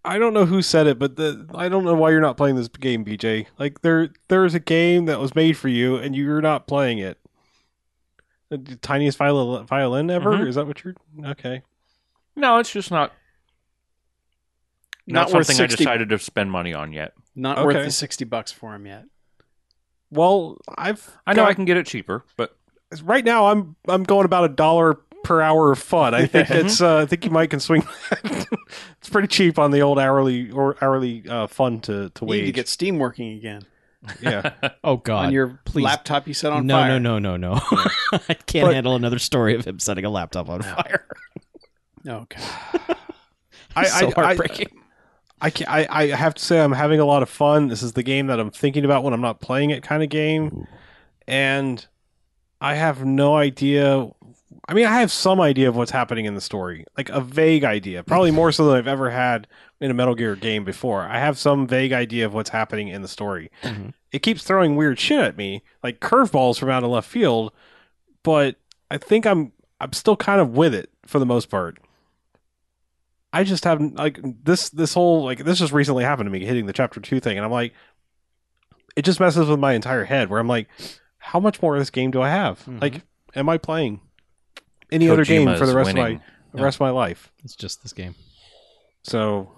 I don't know who said it, but the, I don't know why you're not playing this game, BJ. Like there, there is a game that was made for you, and you're not playing it. The tiniest violin, violin ever?
Mhm.
Is that what you're? Okay.
No, it's just not
Not
not,
worth
something
60
I decided to spend money on yet.
Not
Okay.
worth the sixty bucks for him yet.
Well, I've.
I know
got-
I can get it cheaper, but
right now. I'm I'm going about a dollar per hour of fun. I think
Yeah.
it's. Uh, I think you might can swing. that. *laughs* it's pretty cheap on the old hourly or hourly uh, fun to to
We
wage.
need to get Steam working again
yeah.
Oh God!
on your
please.
laptop you set on
no,
fire.
no, no, no, no, *laughs* I can't
But-
handle another story of him setting a laptop on fire.
no. Okay.
*laughs* I,
so
I, I,
heartbreaking.
I, can, I, I have to say I'm having a lot of fun. This is the game that I'm thinking about when I'm not playing it kind of game. And I have no idea. I mean, I have some idea of what's happening in the story, like a vague idea, probably more so than I've ever had in a Metal Gear game before. I have some vague idea of what's happening in the story.
Mhm.
It keeps throwing weird shit at me, like curveballs from out of left field, but I think I'm I'm still kind of with it for the most part. I just haven't like this this whole like this just recently happened to me hitting the chapter two thing, and I'm like, it just messes with my entire head where I'm like, how much more of this game do I have?
Mm-hmm.
Mhm.
Like, am I playing any other game
Kojima
for the
is
rest of
winning.
my the rest of my life?
It's just this game.
So,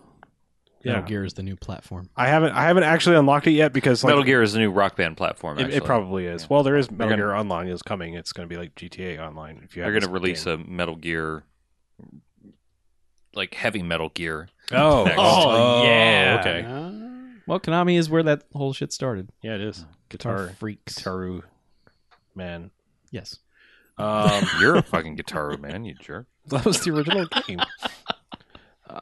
yeah,
Metal Gear is the new platform.
I haven't I haven't actually unlocked it yet because like,
Metal Gear is the new Rock Band platform.
It,
Actually.
it probably is.
Yeah.
Well, there is Metal
gonna-
Gear Online is coming. It's going to be like GTA Online. If you
they're going
going
to
to
release a Metal Gear, like heavy Metal Gear.
Oh,
next.
oh,
yeah.
Okay.
Well, Konami is where that whole shit started.
Yeah, it is.
Guitar
Guitar,
freaks.
Guitaru, man.
Yes.
*laughs*
Um,
You're a fucking guitar man, you jerk.
*laughs* that was the *laughs* original game. Uh,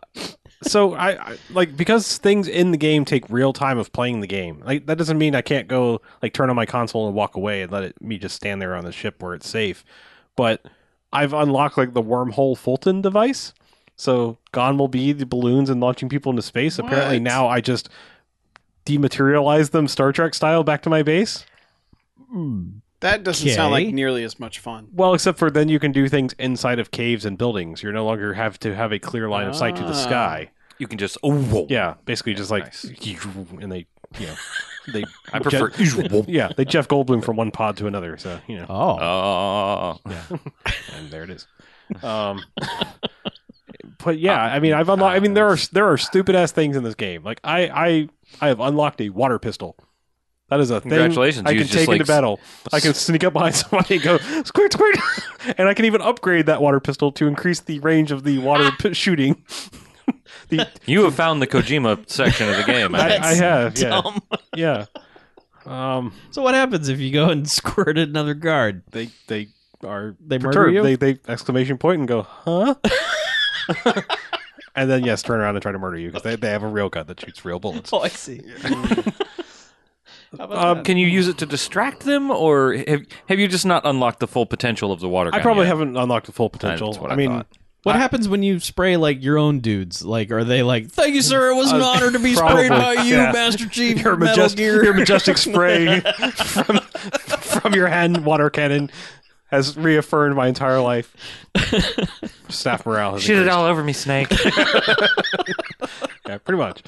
So I, I like because things in the game take real time of playing the game. Like that doesn't mean I can't go like turn on my console and walk away and let it me just stand there on the ship where it's safe. But I've unlocked like the wormhole Fulton device. So gone will be the balloons and launching people into space. Apparently
What?
now I just dematerialize them Star Trek style back to my base.
That doesn't sound like
Okay.
nearly as much fun.
Well, except for then you can do things inside of caves and buildings. You're no longer have to have a clear line of sight to
Ah.
the sky.
You can just oh whoa.
Yeah, basically just like
Nice.
*laughs* and they, you know, they.
*laughs* I prefer.
Jeff- yeah, they Jeff Goldblum from one pod to another. So you know,
Oh,
*laughs* Oh,
and there it is. Um, but yeah, I mean, I've unlocked. I mean, there are there are stupid ass things in this game. Like I I I have unlocked a water pistol. That is a thing.
Congratulations,
I
you
can
just,
take
like,
into battle. I can sneak up behind *laughs* somebody and go squirt squirt, *laughs* and I can even upgrade that water pistol to increase the range of the water p- shooting. *laughs* the
you have found the Kojima section of the game. I
I,
think.
I have yeah
dumb.
yeah. Um,
So what happens if you go and *laughs* squirt at another guard?
they they are
They murder
perturbed.
you?
They they exclamation point and go, huh? *laughs* and then yes, turn around and try to murder you because they, they have a real gun that shoots real bullets.
*laughs* Oh, I
*laughs*
see. How about
Um,
that?
Can you use it to distract them, or have, have you just not unlocked the full potential of the water?
I
gun
probably
yet?
haven't unlocked the full potential.
That's what
I,
I
mean,
thought.
What happens when you spray like your own dudes? Like, are they like, "Thank you, sir. It was an
Uh,
honor to be
probably,
sprayed by you,
yeah.
Master Chief,
*laughs* your,
Metal
majest-
Gear."
*laughs* your majestic spray from from your hand water cannon has reaffirmed my
*laughs*
entire life. Staff morale has
Shit it
increased.
all over me, Snake.
yeah, pretty much.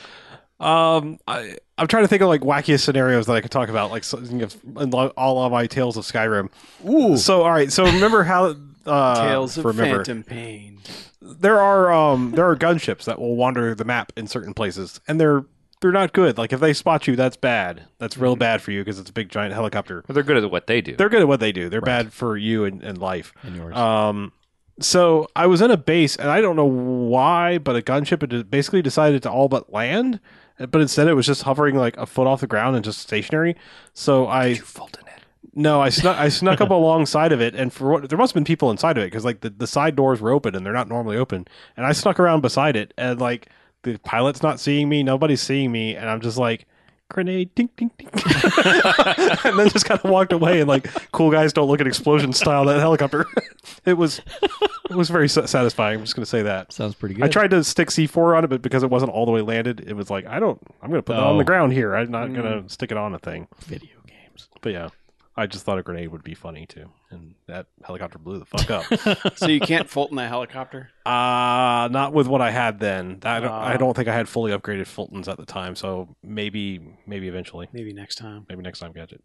Um, I I'm trying to think of like wackiest scenarios that I could talk about, like so, in lo- all of my tales of Skyrim.
Ooh.
So all right, so remember how uh,
Tales of
remember,
Phantom Pain.
there are um there are gunships that will wander the map in certain places, and they're they're not good. Like if they spot you, that's bad. That's
Mm-hmm.
real bad for you because it's a big giant helicopter.
*laughs* They're good at what they do.
They're good at what they do. They're bad for you and, and life.
And yours.
Um, so I was in a base, and I don't know why, but a gunship had basically decided to all but land, but instead it was just hovering like a foot off the ground and just stationary. So I
fault in it.
no, I snuck
*laughs*
I snuck up alongside of it, and for what there must have been people inside of it because like the, the side doors were open and they're not normally open, and I snuck around beside it, and like the pilot's not seeing me, nobody's seeing me, and I'm just like. Grenade, ding, ding, *laughs* ding, and then just kind of walked away. And like, cool guys don't look at explosion style that helicopter. *laughs* it was, it was very sa- satisfying. I'm just gonna say that.
Sounds pretty good.
I tried to stick C4 on it, but because it wasn't all the way landed, it was like I don't. I'm gonna put it on the
Oh.
ground here. I'm not gonna stick it on a thing.
video games.
But yeah, I just thought a grenade would be funny too, and that helicopter blew the fuck up. *laughs*
So you can't Fulton that helicopter.
uh not with what I had then. I don't, I
Ah.
don't think I had fully upgraded Fultons at the time, so maybe maybe eventually,
Maybe next time.
maybe next time gadget.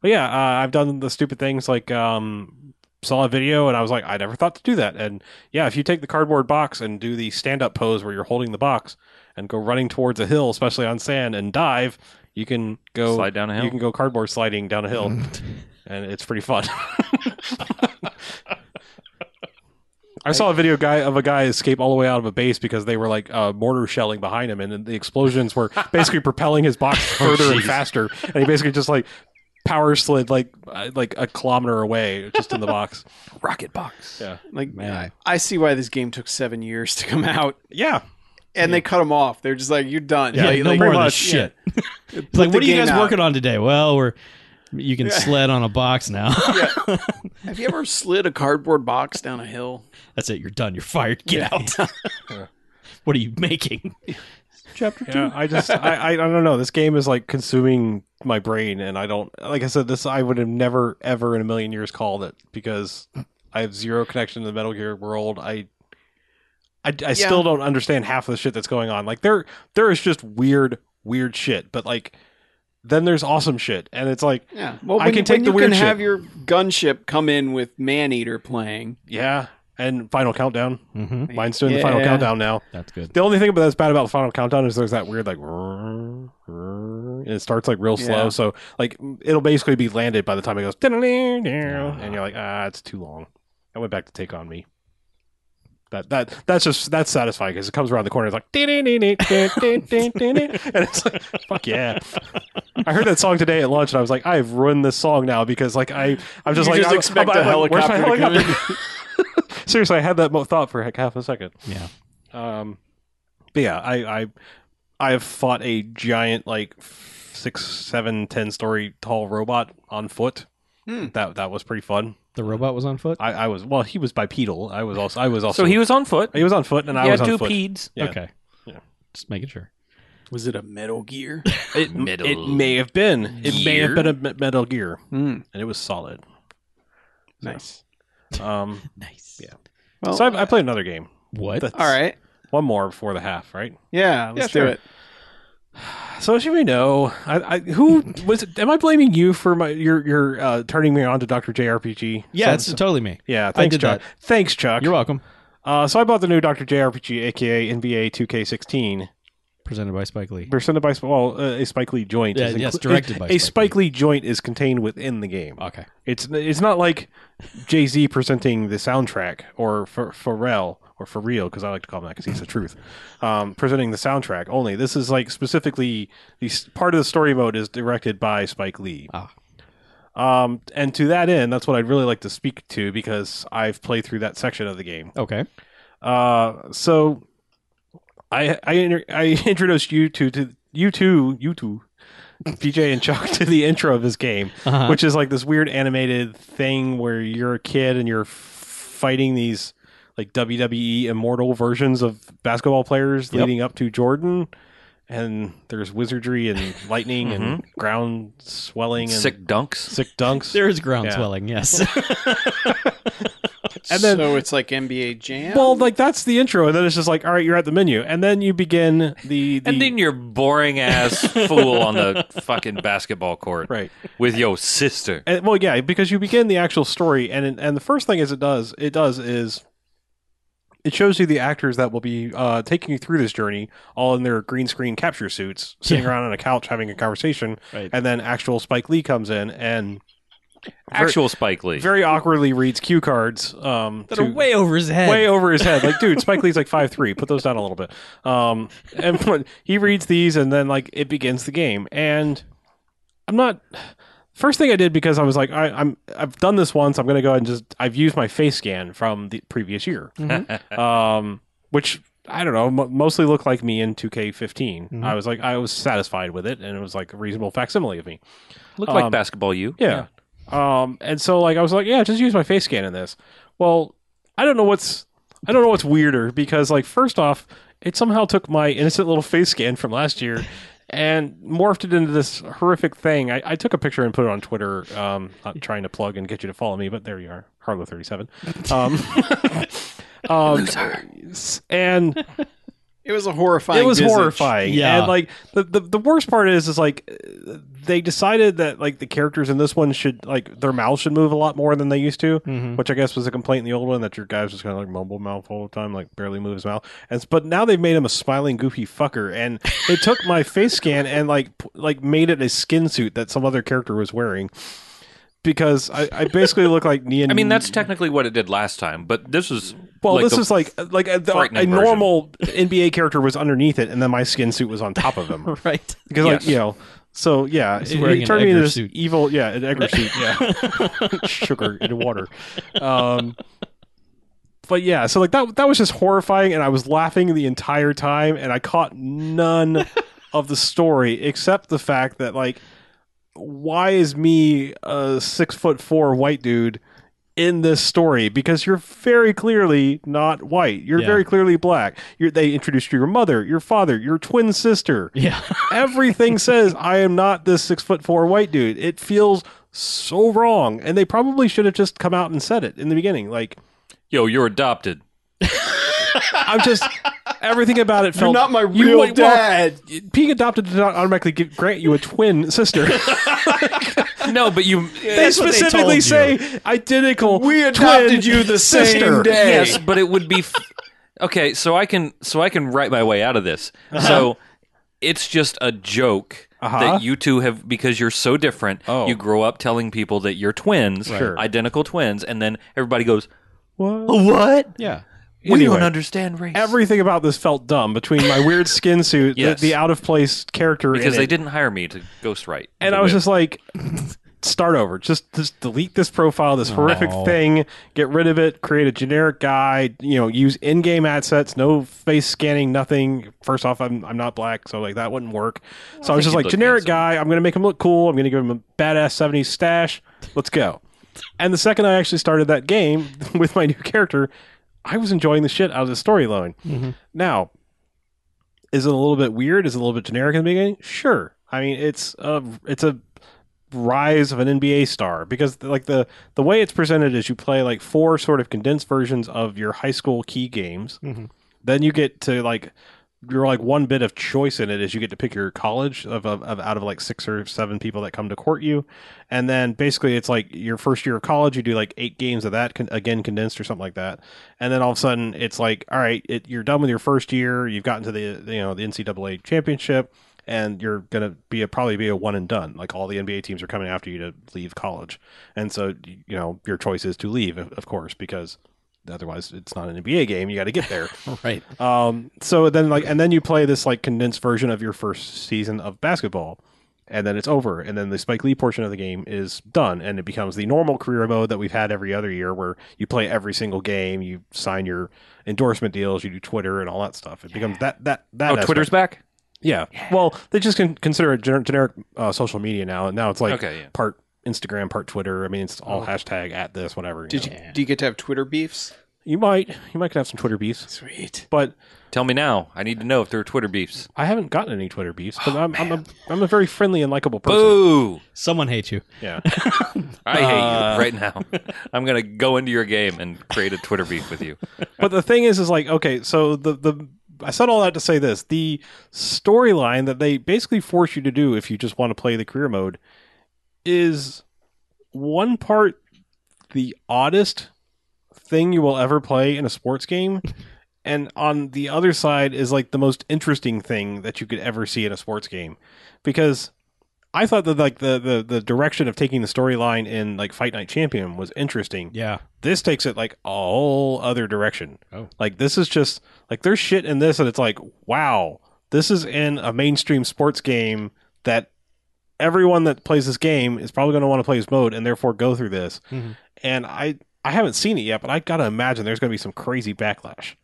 But yeah, uh, I've done the stupid things like um saw a video and I was like, I never thought to do that. And yeah, if you take the cardboard box and do the stand up pose where you're holding the box and go running towards a hill, especially on sand, and dive, you can go
Slide down a hill.
You can go cardboard sliding down a hill, *laughs* and it's pretty fun. *laughs* I saw a video guy of a guy escape all the way out of a base because they were like uh, mortar shelling behind him, and the explosions *laughs* were basically propelling his box further and faster. And he basically just like power slid like uh, like a kilometer away just in the box.
Rocket box.
Yeah.
Like
Man.
I see why this game took seven years to come out,
*laughs* Yeah,
and they cut them off. They're just like, "You're done."
Yeah,
Like-
no
like,
more of
pretty
this
much, yeah.
shit. *laughs* it's like,
the
what are you
game
guys
out.
working on today? Well, we're you can sled on a box now. *laughs*
Have you ever slid a cardboard box down a hill?
That's it. You're done. You're fired. Get *laughs* out. what are you making?
chapter two. I just I, I I don't know. This game is like consuming my brain, and I don't like I said this. I would have never ever in a million years called it because I have zero connection to the Metal Gear world. I. I, I still don't understand half of the shit that's going on. Like there, there is just weird, weird shit. But like, then there's awesome shit, and it's like,
Yeah. Well,
I
when
can
you,
take
when
the
you
weird
can
shit.
have your gunship come in with Maneater playing.
yeah. And Final Countdown,
Mm-hmm.
mine's doing the Final
Yeah.
Countdown now.
That's good.
The only thing that's bad about the Final Countdown is there's that weird like, "Rrrr, rrrr," and it starts like real slow.
Yeah.
So like it'll basically be landed by the time it goes, and you're like, ah, it's too long. I went back to take on me. That that that's just that's satisfying because it comes around the corner. It's like, *laughs* and it's like, fuck yeah. I heard that song today at lunch, and I was like, I've ruined this song now because like I I'm just
You
like
just
I'm-
expect
I'm-
a
I'm like, where's my
helicopter to come
helicopter? *laughs* Seriously, I had that mo- thought for like half a second.
Yeah.
Um, but yeah, I I I have fought a giant like six, seven, ten story tall robot on foot.
Hmm.
That that was pretty fun.
The robot was on foot.
I, I was well, he was bipedal. I was also I was also
So he was on foot.
he was on foot and I
he
was
had
on
two
foot.
peds.
Yeah.
Okay.
Yeah.
Just making sure.
Was it a Metal *laughs* Gear?
It,
Metal
it may have been. It may
Gear?
have been a me- Metal Gear,
Mm,
and it was solid.
nice.
Um,
Nice.
Yeah.
Well,
so
uh,
I, I played another game.
What?
That's-
all right.
one more before the half, right?
Yeah, let's
sure.
do it.
So as you may know, I, I who was it, am I blaming you for my your your uh, turning me on to Doctor JRPG?
Yeah,
Some-
it's totally me.
Yeah, thanks,
did
Chuck. Thanks, Chuck.
You're welcome.
Uh, so I bought the new Dr. JRPG, aka NBA 2K16,
Presented by Spike Lee.
presented by Sp- well, uh, a Spike Lee joint.
Yeah,
is
yes, directed
a-
by
a
Spike
Spike Lee joint is contained within the game.
Okay.
It's it's not like Jay Z presenting the soundtrack or Ph- Pharrell or for real because I like to call him that because he's the truth. Um, presenting the soundtrack only. This is like specifically the s- part of the story mode is directed by Spike Lee.
Ah.
Um, and to that end, that's what I'd really like to speak to because I've played through that section of the game.
Okay.
Uh, so I I inter- I *laughs* introduced you to to you two you two PJ and Chuck to the intro of this game,
Uh-huh.
which is like this weird animated thing where you're a kid and you're f- fighting these E like WWE immortal versions of basketball players
Yep.
leading up to Jordan. and there's wizardry and lightning and ground swelling and
Sick dunks.
sick dunks.
There is ground
Yeah.
swelling, *laughs* yes.
And then-
so it's like NBA Jam.
well, like that's the intro, and then it's just like, all right, you're at the menu, and then you begin the, the
And then your boring
*laughs*
ass fool on the fucking basketball court
right.
with your sister.
And, well, yeah, because you begin the actual story, and and the first thing is it does it does is it shows you the actors that will be uh, taking you through this journey, all in their green screen capture suits, sitting
Yeah.
around on a couch having a conversation,
Right.
and then actual Spike Lee comes in and very-
Actual Spike Lee.
very awkwardly reads cue cards um,
that
to-
are way over his head.
way over his head. Like, dude, Spike Lee's like five three. Put those down a little bit. Um, and *laughs* but he reads these, and then like it begins the game. And I'm not. First thing I did because I was like, I, I'm I've done this once. I'm gonna go ahead and just I've used my face scan from the previous year, um, which I don't know mo mostly looked like me in 2K15.
Mhm.
I was like I was satisfied with it, and it was like a reasonable facsimile of me.
Look like
um,
basketball you.
Yeah. Um, and so like I was like, yeah, just use my face scan in this. Well, I don't know what's I don't know what's weirder because like first off, it somehow took my innocent little face scan from last year and morphed it into this horrific thing. I, I took a picture and put it on Twitter, um, not trying to plug and get you to follow me, but there you are, Harlow thirty seven. Um, *laughs* um, And
it was a horrifying.
it was
visage.
horrifying.
Yeah.
And like the, the the worst part is is like uh, they decided that like the characters in this one should like their mouths should move a lot more than they used to,
Mhm.
which I guess was a complaint in the old one that your guy was just kind of like mumble mouth all the time, like barely move his mouth. And s- but now they've made him a smiling goofy fucker, and they took my face scan and like p- like made it a skin suit that some other character was wearing. Because I, I basically look like Neon.
I mean, that's technically what it did last time, but this is
Well,
like
this
the-
is like like a, the- a
frightening version.
normal NBA character was underneath it, and then my skin suit was on top of
*laughs*
him
right.
because
Yes.
like you know, so yeah, it,
He's wearing
it
an
turned me
Egger
into this
suit.
evil yeah an Egger suit
*laughs*
yeah *laughs* sugar into water, um, but yeah, so like that that was just horrifying, and I was laughing the entire time, and I
*laughs*
caught none of the story except the fact that like why is me a six foot four white dude in this story because you're very clearly not white you're
Yeah.
very clearly black you're, they introduced your mother your father your twin sister
Yeah. *laughs*
everything says I am not this six foot four white dude. It feels so wrong, and they probably should have just come out and said it in the beginning. Like
yo, you're
*laughs*
adopted.
I'm just everything about it
You're
felt
not my
you
real
would- well,
dad.
being adopted did not automatically give, grant you a
*laughs*
twin sister.
No, but you.
they
what they
specifically
told
say identical.
we adopted you the same
sister.
day.
yes, but it would be. F- okay, so I can so I can write my way out of this. So it's just a joke
Uh-huh.
that you two have because you're so different.
Oh.
You grow up telling people that you're twins,
Sure.
identical twins, and then everybody goes,
What?
"What?
Yeah.
We
Anyway.
don't understand race."
Everything about this felt dumb. Between my weird skin suit,
Yes.
the, the out of place character,
because
in
they
it,
didn't hire me to ghostwrite.
and I was just like, start over. Just just delete this profile, this horrific
Aw.
thing. Get rid of it. Create a generic guy. You know, use in-game assets. No face scanning. Nothing. First off, I'm I'm not black, so like that wouldn't work. So I, was
think
just
he'd
like
look
generic
handsome.
guy. I'm gonna make him look cool. I'm gonna give him a badass '70s stash. Let's go. And the second I actually started that game *laughs* with my new character, I was enjoying the shit out of the storyline.
Mm-hmm.
Now, is it a little bit weird? Is it a little bit generic in the beginning? Sure. I mean, it's a it's a rise of an NBA star because like the the way it's presented is you play like four sort of condensed versions of your high school key games.
Mhm.
Then you get to like you're like one bit of choice in it is you get to pick your college of, of, of out of like six or seven people that come to court you and then basically it's like your first year of college you do like eight games of that con- again condensed or something like that and then all of a sudden it's like all right it, you're done with your first year you've gotten to the you know the ncaa championship and you're gonna be a probably be a one and done like all the nba teams are coming after you to leave college and so you know your choice is to leave of of course because otherwise it's not an nba game you got to get there
Right.
um, so then like and then you play this like condensed version of your first season of basketball and then it's over and then the Spike Lee portion of the game is done and it becomes the normal career mode that we've had every other year where you play every single game, you sign your endorsement deals, you do Twitter and all that stuff. It becomes that that that
"Oh,
aspect.
Twitter's back."
Yeah. Well, they just can consider it gener- generic uh, social media now and now it's like
Okay, yeah.
part Instagram, part Twitter. I mean, it's all hashtag at this whatever. you
Did
know.
you do you get to have Twitter beefs?
You might. You might have some Twitter beefs,
Sweet.
but
Tell me now. I need to know if there are Twitter beefs.
I haven't gotten any Twitter beefs. But I'm, I'm a I'm a very friendly and likable person.
Boo!
Someone hates you.
Yeah.
I hate
Uh.
you right
*laughs*
now. I'm gonna go into your game and create a Twitter beef with
*laughs*
you.
but the thing is, is like okay, so the the I said all that to say this: the storyline that they basically force you to do if you just want to play the career mode is one part the oddest thing you will ever play in a sports game. And on the other side is like the most interesting thing that you could ever see in a sports game, because I thought that like the the, the direction of taking the storyline in like Fight Night Champion was interesting
Yeah.
this takes it like a whole other direction.
Oh.
Like this is just like there's shit in this and it's like, wow, this is in a mainstream sports game that everyone that plays this game is probably going to want to play this mode and therefore go through this.
Mhm.
And I I haven't seen it yet, but I got to imagine there's going to be some crazy backlash.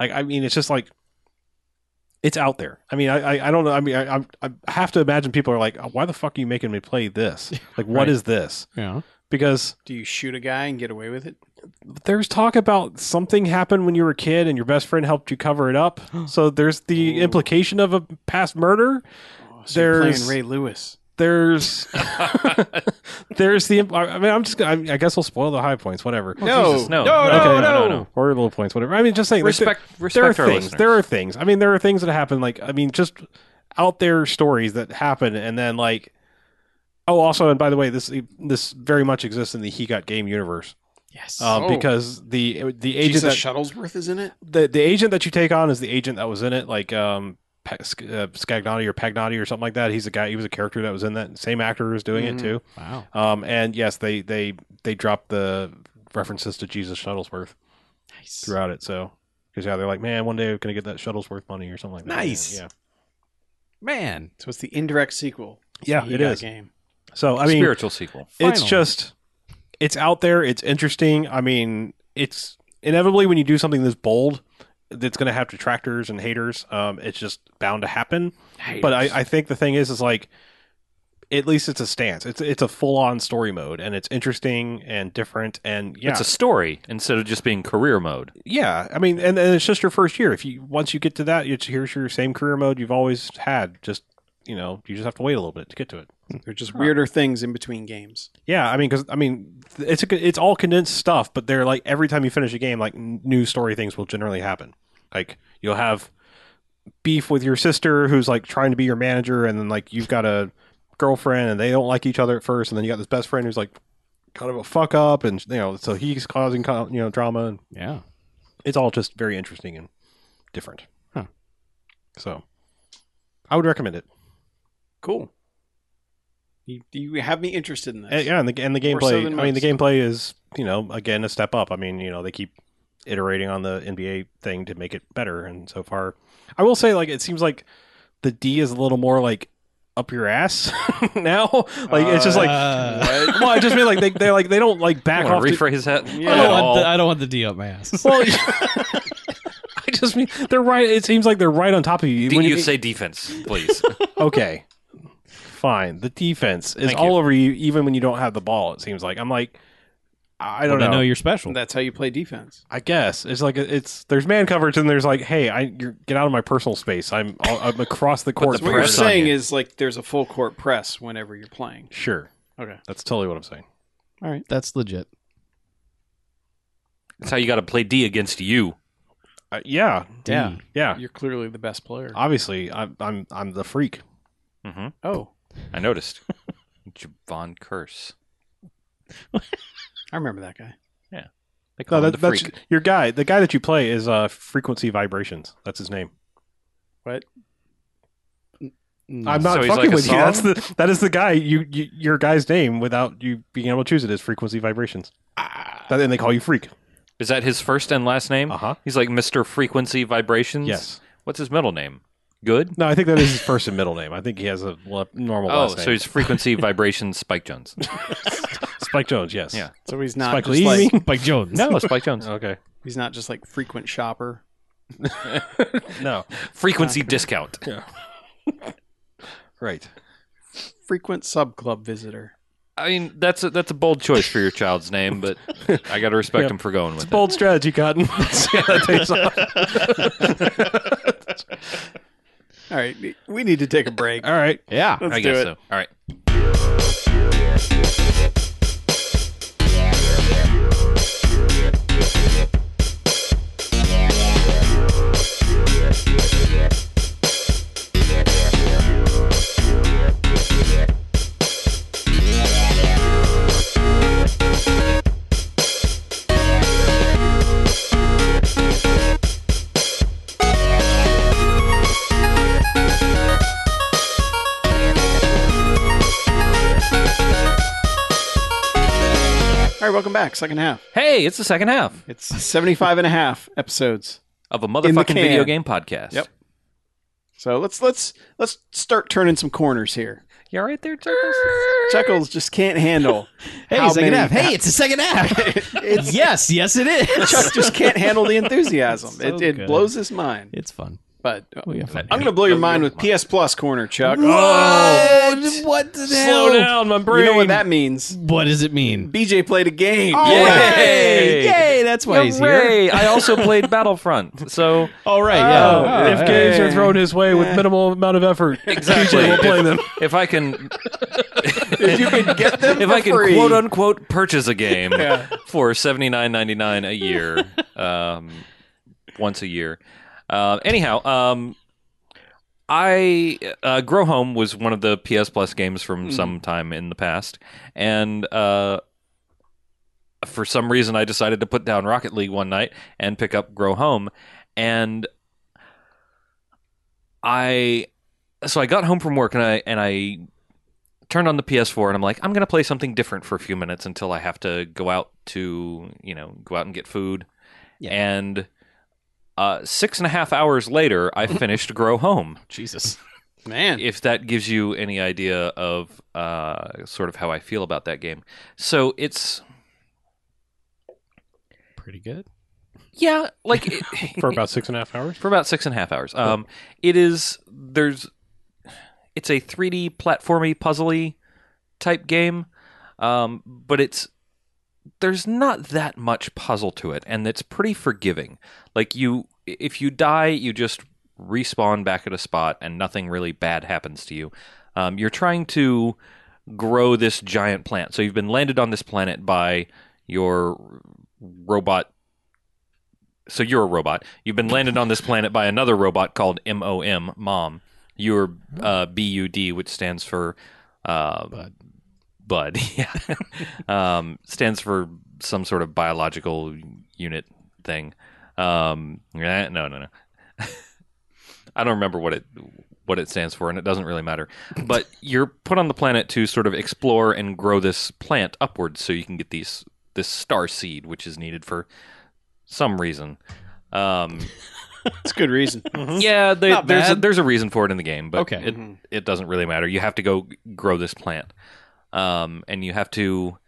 Like I mean, it's just like it's out there. I mean, I I, I don't know. I mean, I, I I have to imagine people are like, why the fuck are you making me
*laughs*
play this? Like, what
Right.
is this?
Yeah.
Because
Do you shoot a guy and get away with it?
there's talk about something happened when you were a kid and your best friend helped you cover
*gasps*
it up. so there's the
Ooh.
implication of a past murder.
Oh, so you're
There's-
playing Ray Lewis.
*laughs*
There's *laughs* there's the I mean I'm just gonna, I guess we'll spoil the high points whatever.
Oh, Jesus, no.
no, no,
Okay.
No,
no,
no, no.
Or little points whatever. I mean just saying like,
Respect,
there, there are
respect our
things.
listeners.
There are things. I mean there are things that happen like I mean just out there stories that happen and then like Oh, also, and by the way, this this very much exists in the He Got Game universe
Yes.
um,
Oh,
because the the agent
Jesus
that,
Shuttlesworth is in it.
the the agent that you take on is the agent that was in it, like um Pa- Sc- uh, Scagnotti or Pagnotti or something like that. He's a guy. He was a character that was in that. Same actor who's doing
Mhm.
it too.
Wow.
Um, and yes, they they they dropped the references to Jesus Shuttlesworth
Nice.
throughout it. So because yeah, they're like, man, one day I'm gonna get that Shuttlesworth money or something like that.
Nice.
Yeah,
Man.
So it's the indirect sequel.
yeah,
He
it
Got
is.
Game.
So I mean,
spiritual sequel.
it's
Finally.
just it's out there it's interesting i mean it's inevitably when you do something this bold that's going to have detractors and haters um, it's just bound to happen but I, I think the thing is is like at least it's a stance it's it's a full-on story mode and it's interesting and different and yeah
It's a story instead of just being career mode.
yeah i mean and, and it's just your first year if you once you get to that it's here's your same career mode you've always had just you know you just have to wait a little bit to get to it
They're just weirder things in between games.
Yeah, I mean, because I mean, th- it's a, co- it's all condensed stuff, but they're like every time you finish a game, like n- new story things will generally happen. Like you'll have beef with your sister who's like trying to be your manager, and then like you've got a girlfriend and they don't like each other at first, and then you got this best friend who's like kind of a fuck up, and you know, so he's causing co- you know drama, and
Yeah.
it's all just very interesting and different.
Huh.
So, I would recommend it.
Cool. You, you have me interested in this.
Uh, yeah, and the and the
More so
gameplay.
than
I mean, the
most.
gameplay is you know again a step up. I mean, you know they keep iterating on the NBA thing to make it better, and so far, I will say like it seems like the D is a little more like up your ass *laughs* now. Like it's just like
Uh,
*laughs* well, I just mean like they they like they don't like
I
back
want
off.
to
to- Oh,
rephrase that. Oh,
I,
at
don't want
all.
the, I don't want the D up my ass.
*laughs* well, *laughs* I just mean they're right. It seems like they're right on top of you.
D-
When
you say defense, please.
*laughs* okay, fine. The defense is
Thank
all
you.
over you, even when you don't have the ball. It seems like I'm like. I
Well,
don't
they
know.
know you're special.
That's how you play defense.
I guess it's like it's there's man coverage and there's like hey I you're, get out of my personal space I'm
*laughs*
I'm across the court.
the
What you're
press on
saying
you.
is like there's a full court press whenever you're playing.
sure
Okay.
that's totally what I'm saying.
All right. That's legit.
That's how you got to play D against you.
Uh, yeah
D.
Yeah.
Ah.
yeah
You're clearly the best player.
Ah. obviously I'm I'm I'm the freak.
hmm
Oh,
I
*laughs*
noticed. Javon Curse.
I remember that guy.
They call
No
him
that,
the
that's
freak.
your guy the guy that you play is uh frequency vibrations that's his name. I'm not
So he's
fucking
like a
with you.
song?
That's the that is the guy you, you your guy's name without you being able to choose it is frequency vibrations.
Ah.
That- and they call you freak.
Is that his first and last name?
Uh huh.
He's like Mr. Frequency Vibrations.
Yes.
What's his middle name? Good.
No, I think that is his first and middle name. I think he has a le- normal
Oh,
last name.
so he's
*laughs*
Frequency Vibrations Spike Jones.
Spike Jones. Yes.
Yeah.
So he's not
Spike
just
Lee?
like
Mike Jones.
No,
*laughs*
Spike Jones.
Okay.
he's not just like frequent shopper.
No.
Frequency discount.
Right.
Frequent sub club visitor.
I mean, that's a, that's a bold choice for your child's name,
*laughs*
but I got to respect
Yep.
him for going with it.
Bold strategy, *laughs* Cotton. See how that takes off.
All right, we need to take a break.
All right.
Yeah.
Let's
I
do
guess
it.
so. All right.
All right, welcome back. Second half.
Hey, it's the second half
It's 75 and a half episodes.
of a
the
motherfucking
can.
video game podcast.
Yep. So let's let's let's start turning some corners here.
You all right there, Turtles?
Chuckles just can't handle.
*laughs* Hey,
how
second
many-
half. Hey, it's the
*laughs*
second half.
It's,
yes, yes, it is.
Chuck just can't handle the enthusiasm.
So
it it
good.
blows his mind.
*laughs* It's fun.
But uh,
We have fun.
I'm going to blow your mind with PS Plus corner, Chuck. Oh,
What? What the hell?
Slow down, my brain.
You know what that means?
What does it mean?
BJ played a game.
Oh, Yay! Yay! That's why he's here.
Hooray! I also played Battlefront, so
All right. Yeah.
Oh,
Oh,
if
yeah.
games are thrown his way with minimal amount of effort,
Exactly.
PJ will play them.
if I can,
*laughs* If *laughs* you can get them
if
for
I can
free.
quote unquote purchase a
*laughs*
game for seventy nine ninety nine a year, um, once a year. Uh, anyhow, um, I uh, Grow Home was one of the PS Plus games from
Mhm.
some time in the past, and uh, for some reason, I decided to put down Rocket League one night and pick up Grow Home, and I so I got home from work and I and I turned on the PS4 and I'm like I'm going to play something different for a few minutes until I have to go out to you know go out and get food
Yeah.
and uh, six and a half hours later I finished Grow Home
Jesus.
Man.
if that gives you any idea of uh, sort of how I feel about that game so it's
Pretty good.
yeah like it,
*laughs* For about six and a half hours.
for about six and a half hours. Um, it is there's it's a 3D platformy puzzly type game, um, but it's there's not that much puzzle to it, and it's pretty forgiving. Like you, if you die, you just respawn back at a spot, and nothing really bad happens to you. Um, you're trying to grow this giant plant, so you've been landed on this planet by your robot so you're a robot. You've been landed on this planet by another robot called MOM, Mom. You're uh, BUD, which stands for uh, Bud. Bud, *laughs* yeah. um, stands for some sort of biological unit thing. Um, eh, no, no, *laughs* no. I don't remember what it what it stands for, and it doesn't really matter. But you're put on the planet to sort of explore and grow this plant upwards, so you can get these this star seed, which is needed for some reason.
*laughs*
Um,
That's a good reason.
yeah, they,
Not
there's a,
bad.
there's a reason for it in the game, but
Okay.
it it doesn't really matter. You have to go g- grow this plant, um, and you have to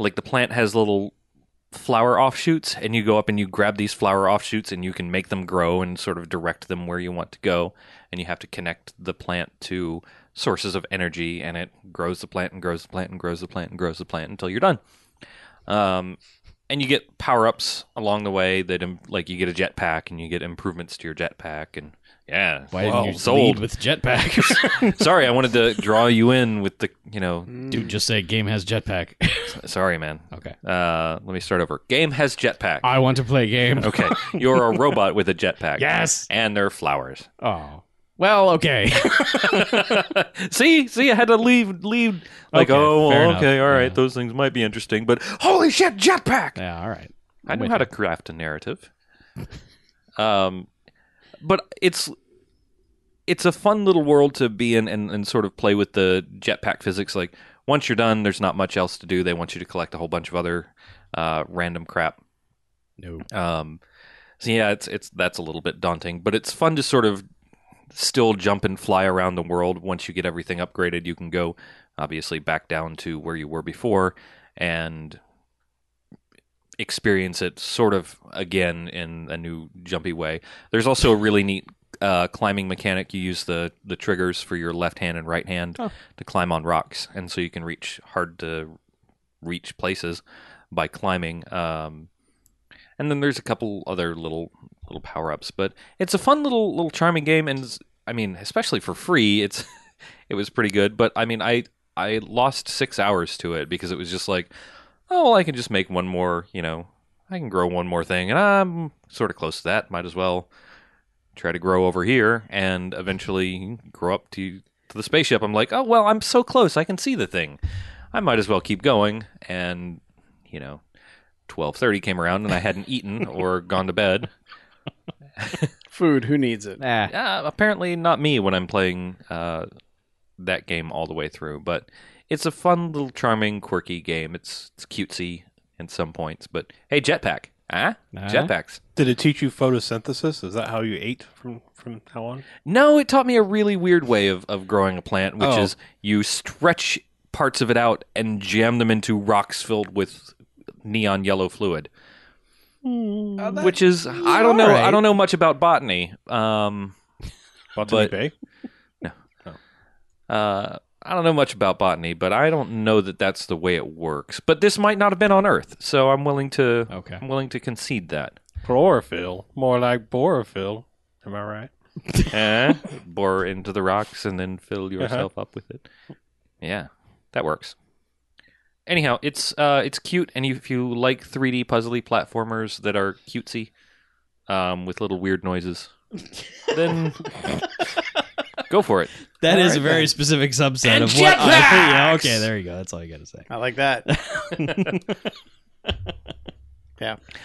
like the plant has little flower offshoots, and you go up and you grab these flower offshoots, and you can make them grow and sort of direct them where you want to go, and you have to connect the plant to sources of energy, and it grows the plant and grows the plant and grows the plant and grows the plant until you're done. Um, and you get power ups along the way that im- like you get a jetpack and you get improvements to your jetpack and yeah,
Why
wow,
didn't you
sold.
lead with jetpack? *laughs*
sorry, I wanted to draw you in with the you know.
Dude, just say game has jetpack. *laughs*
Sorry, man.
okay.
Uh, let me start over. Game has jetpack.
I want to play game.
okay, you're
*laughs*
a robot with a jetpack.
Yes.
and there are flowers. *laughs*
Oh. Well, okay.
see, see, I had to leave, leave. Like,
Okay,
oh,
fair
well,
enough.
okay, all right,
Yeah.
those things might be interesting, but holy shit, jetpack!
yeah, all right.
I know
with
how to craft a narrative. *laughs* um, but it's it's a fun little world to be in and, and sort of play with the jetpack physics. Like once you're done, there's not much else to do. They want you to collect a whole bunch of other uh, random crap.
No.
Um, so yeah, it's it's that's a little bit daunting, but it's fun to sort of still jump and fly around the world. Once you get everything upgraded, you can go obviously back down to where you were before and experience it sort of again in a new jumpy way. There's also a really neat uh, climbing mechanic, you use the the triggers for your left hand and right hand
Oh.
to climb on rocks, and so you can reach hard to reach places by climbing. Um, and then there's a couple other little little power ups, but it's a fun little little charming game, and it's- I mean, especially for free, it's *laughs* it was pretty good. But I mean, I I lost six hours to it because it was just like, oh, well, I can just make one more, you know, I can grow one more thing, and I'm sort of close to that. Might as well try to grow over here, and eventually grow up to to the spaceship. I'm like, oh well, I'm so close, I can see the thing. I might as well keep going, and you know, twelve thirty came around, and I hadn't eaten or gone to bed.
Food, who needs it?
Ah.
Yeah, apparently not me when I'm playing uh, that game all the way through. But it's a fun little, charming, quirky game. It's it's cutesy in some points, but hey, jetpack, ah,
Uh-huh.
Ah.
jetpacks.
Did it teach you photosynthesis? Is that how you ate from from now on?
No, it taught me a really weird way of of growing a plant, which
Oh.
is you stretch parts of it out and jam them into rocks filled with neon yellow fluid. Which is I don't know I don't know much about botany. Um
Botany
But-
Bay?
Uh, I don't know much about botany, but I don't know that that's the way it works. But this might not have been on Earth, so I'm willing to
Okay.
I'm willing to concede that.
Chlorophyll, more like borophyll. Am I *laughs* right?
Eh? Bore into the rocks and then
Uh-huh.
fill yourself up with it. Yeah, that works. Anyhow, it's uh, it's cute, and if you like 3D puzzly platformers that are cutesy, um, with little weird
*laughs*
noises, then go for it.
That
All
is
right,
a very
then.
specific subset
And
of what I yeah,
jetpacks!
okay, there you go. That's all I gotta say.
I like
*laughs*
that.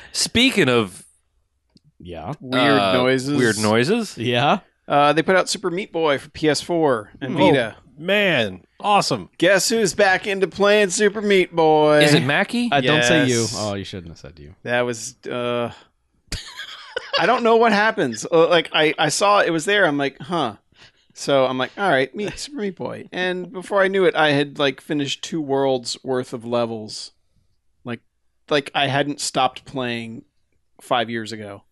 *laughs*
Speaking of
Yeah.
Weird
uh,
noises.
weird noises,
Yeah.
Uh, they put out Super Meat Boy for PS4 and
Hmm.
Vita.
Man, awesome.
Guess who's back into playing Super Meat Boy?
is it Mackie?
Uh, Don't say you.
Yes.
Oh, you shouldn't have said you.
That was. Uh, I don't know what happens. Uh, Like I, I saw it was there. I'm like, huh. So I'm like, all right, meet Super Meat Boy. And before I knew it, I had like finished two worlds worth of levels. Like, like I hadn't stopped playing five years ago.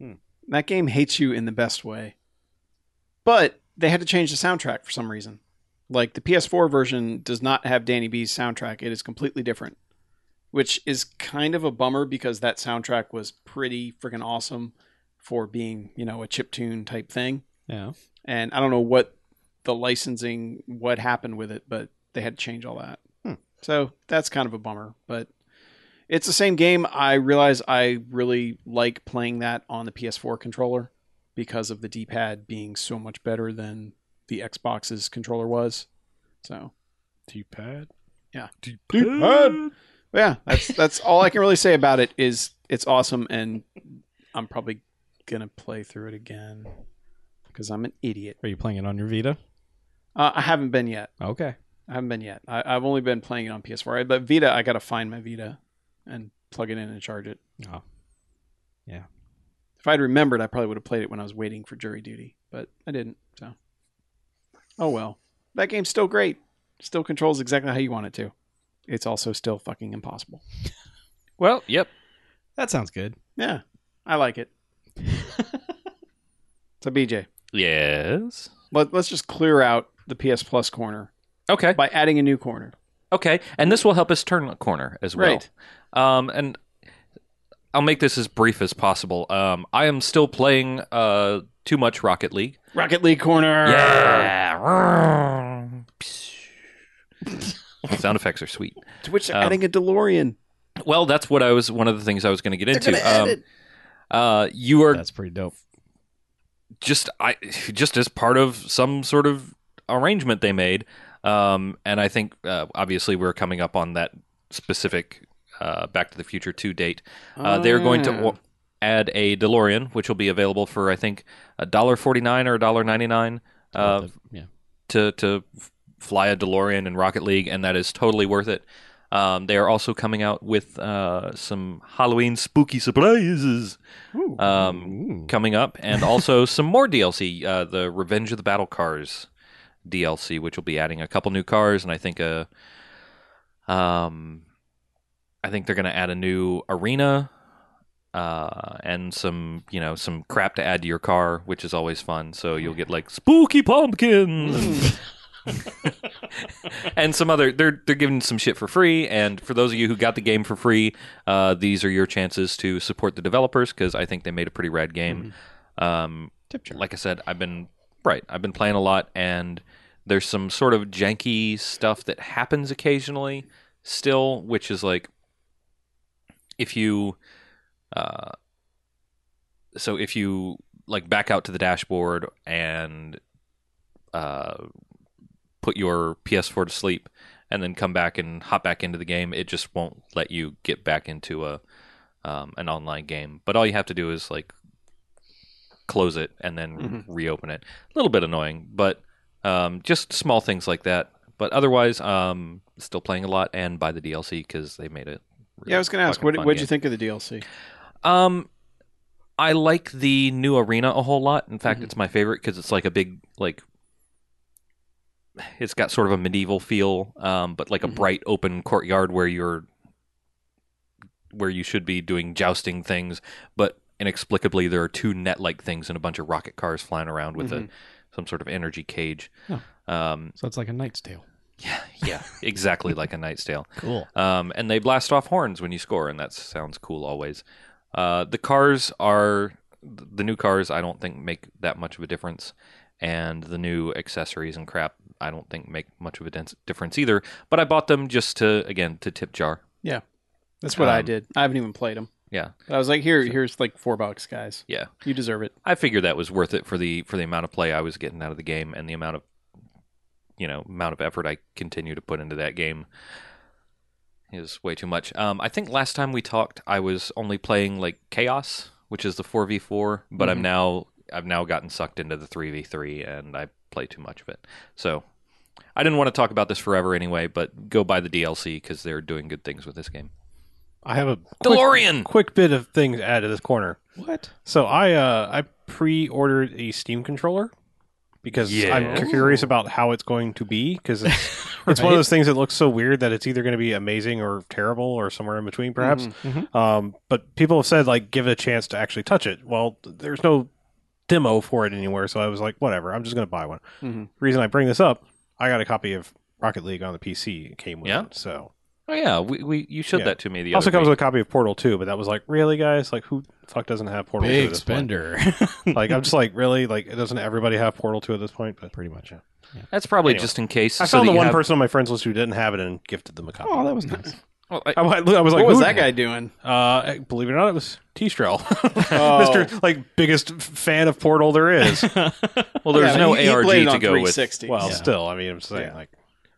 Hmm.
That game hates you in the best way. But they had to change the soundtrack for some reason. Like the PS4 version does not have Danny B's soundtrack. It is completely different which is kind of a bummer because that soundtrack was pretty freaking awesome for being, you know, a chiptune type thing.
Yeah.
And I don't know what the licensing, what happened with it, but they had to change all that.
Hmm.
So that's kind of a bummer, but it's the same game. I realize I really like playing that on the PS4 controller because of the D pad being so much better than the Xbox's controller was. So,
T pad.
Yeah.
T
T-pad. but yeah, that's that's all I can really say about it. Is it's awesome, and I'm probably gonna play through it again because I'm an idiot.
Are you playing it on your Vita?
Uh, I haven't been yet.
Okay.
I haven't been yet. I, I've only been playing it on PS4. I, but Vita, I gotta find my Vita and plug it in and charge it.
Oh. Yeah.
If I'd remembered, I probably would have played it when I was waiting for jury duty, but I didn't. So, oh well. That game's still great. Still controls exactly how you want it to. It's also still fucking impossible.
Well, yep.
That sounds good.
Yeah, I like it. *laughs* so BJ,
Yes.
let, let's just clear out the PS Plus corner
Okay.
by adding a new corner.
Okay. And this will help us turn a corner as well.
Right.
Um, and I'll make this as brief as possible. Um, I am still playing uh, too much Rocket League.
Rocket League corner.
Yeah. Sound effects are sweet.
To which they're
Um,
adding a DeLorean.
Well, that's what I was. One of the things I was going to get into. Um,
gonna add it.
uh, you are
That's pretty dope.
just I just as part of some sort of arrangement they made. Um, and I think uh, obviously we're coming up on that specific uh, Back to the Future two date. Uh, they're going to
Ah.
o- add a DeLorean, which will be available for I think a dollar forty nine or a dollar ninety nine uh,
yeah.
to to f- fly a DeLorean in Rocket League, and that is totally worth it. Um, they are also coming out with uh, some Halloween spooky surprises
Ooh.
um, coming up, and also *laughs* some more DLC, uh, the Revenge of the Battle Cars DLC, which will be adding a couple new cars, and I think uh, a, um, I think they're going to add a new arena, uh, and some you know some crap to add to your car, which is always fun. So you'll get like spooky pumpkins. *laughs* and- and some other they're they're giving some shit for free and for those of you who got the game for free uh, these are your chances to support the developers because i think they made a pretty rad
Hmm.
game um,
Tip jar.
like I said, I've been right. I've been playing a lot, and there's some sort of janky stuff that happens occasionally still, which is like if you, uh, so if you like back out to the dashboard and uh, put your PS4 to sleep, and then come back and hop back into the game, it just won't let you get back into a um, an online game. But all you have to do is like close it and then
Mhm.
reopen it. A little bit annoying, but um, just small things like that. But otherwise, um, still playing a lot and buy the DLC because they made it.
Yeah, I was going to ask, what what'd you think of the DLC?
Um, I like the new arena a whole lot. In fact,
Mhm.
it's my favorite because it's like a big like. It's got sort of a medieval feel, um, but like a
Mhm.
bright open courtyard where you're, where you should be doing jousting things, but inexplicably there are two net-like things and a bunch of rocket cars flying around with
Mhm.
a some sort of energy cage.
Oh.
Um, *laughs*
So it's like a knight's tale.
yeah, yeah, exactly like a knight's tale.
Cool.
Um, and they blast off horns when you score, and that sounds cool always. Uh, the cars are the new cars. I don't think make that much of a difference, and the new accessories and crap. I don't think make much of a dens- difference either. But I bought them just to again to tip jar.
That's what I
Um,
did. I haven't even played them.
Yeah.
I was like, here, here's like four bucks, guys.
Yeah.
You deserve it.
I figured that was worth it for the for the amount of play I was getting out of the game and the amount of you know amount of effort I continue to put into that game is way too much. Um, I think last time we talked, I was only playing like Chaos, which is the four v four, but I'm
Mm-hmm.
Mhm.
now I've now gotten sucked into the three v three, and I play too much of it. So I didn't want to talk about this forever anyway, but go buy the DLC because they're doing good things with this game.
I have a quick,
DeLorean.
quick bit of things to add to this corner.
What?
So I uh, I pre-ordered a Steam controller because
Yeah.
I'm curious about how it's going to be
*laughs*
because it's, it's one
Right.
of those things that looks so weird that it's either going to be amazing or terrible or somewhere in between
Mm-hmm.
perhaps.
Mhm.
Mm-hmm.
Um, but people have said like give it a chance to actually touch it. Well, th- there's no demo for it anywhere, so I was like whatever. I'm just going to buy one.
Mm-hmm.
Mhm.
Reason I bring this up, I got a copy of Rocket League on the PC. It came with
Yeah?
it, so
Oh yeah, we, we you showed
Yeah.
that to me the
also
other
comes
week.
with a copy of Portal 2, but that was like really guys like who the fuck doesn't have Portal 2 at
Big
this point?
*laughs* spender.
like I'm just like really like doesn't everybody have Portal 2 at this point? But
Pretty much.
That's probably
Anyway.
just in case.
I
so
found
that
the
you
one
have-
person on my friends list who didn't have it and gifted them a copy.
Oh, that was nice.
Well, I-
I, I was like,
What was
"Who
that
did
guy doing?
Uh, believe it or not, it was *laughs* T-Strel, Mister like biggest f- fan of Portal there is.
Well, there's
Yeah,
no
he- he
ARG
played it
to
on
go with.
360.
well,
Yeah.
still, I mean, I'm saying
Yeah.
like,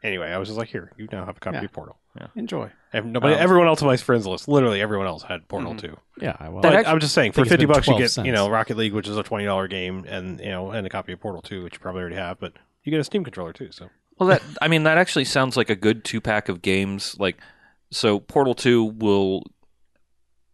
anyway, I was just like, here, you now have a copy
Yeah.
of Portal.
enjoy.
And nobody,
Um,
everyone else on my friends list, literally everyone else had Portal
Mhm.
too.
Yeah. I will.
But
actually-
I'm just saying, for
think it's
fifty
been
bucks, you
12
get you know
cents.
Rocket League, which is a twenty dollar game, and you know, and a copy of Portal two, which you probably already have, but you get a Steam controller too. So
Well, that I mean, that actually sounds like a good two pack of games. Like, so Portal Two will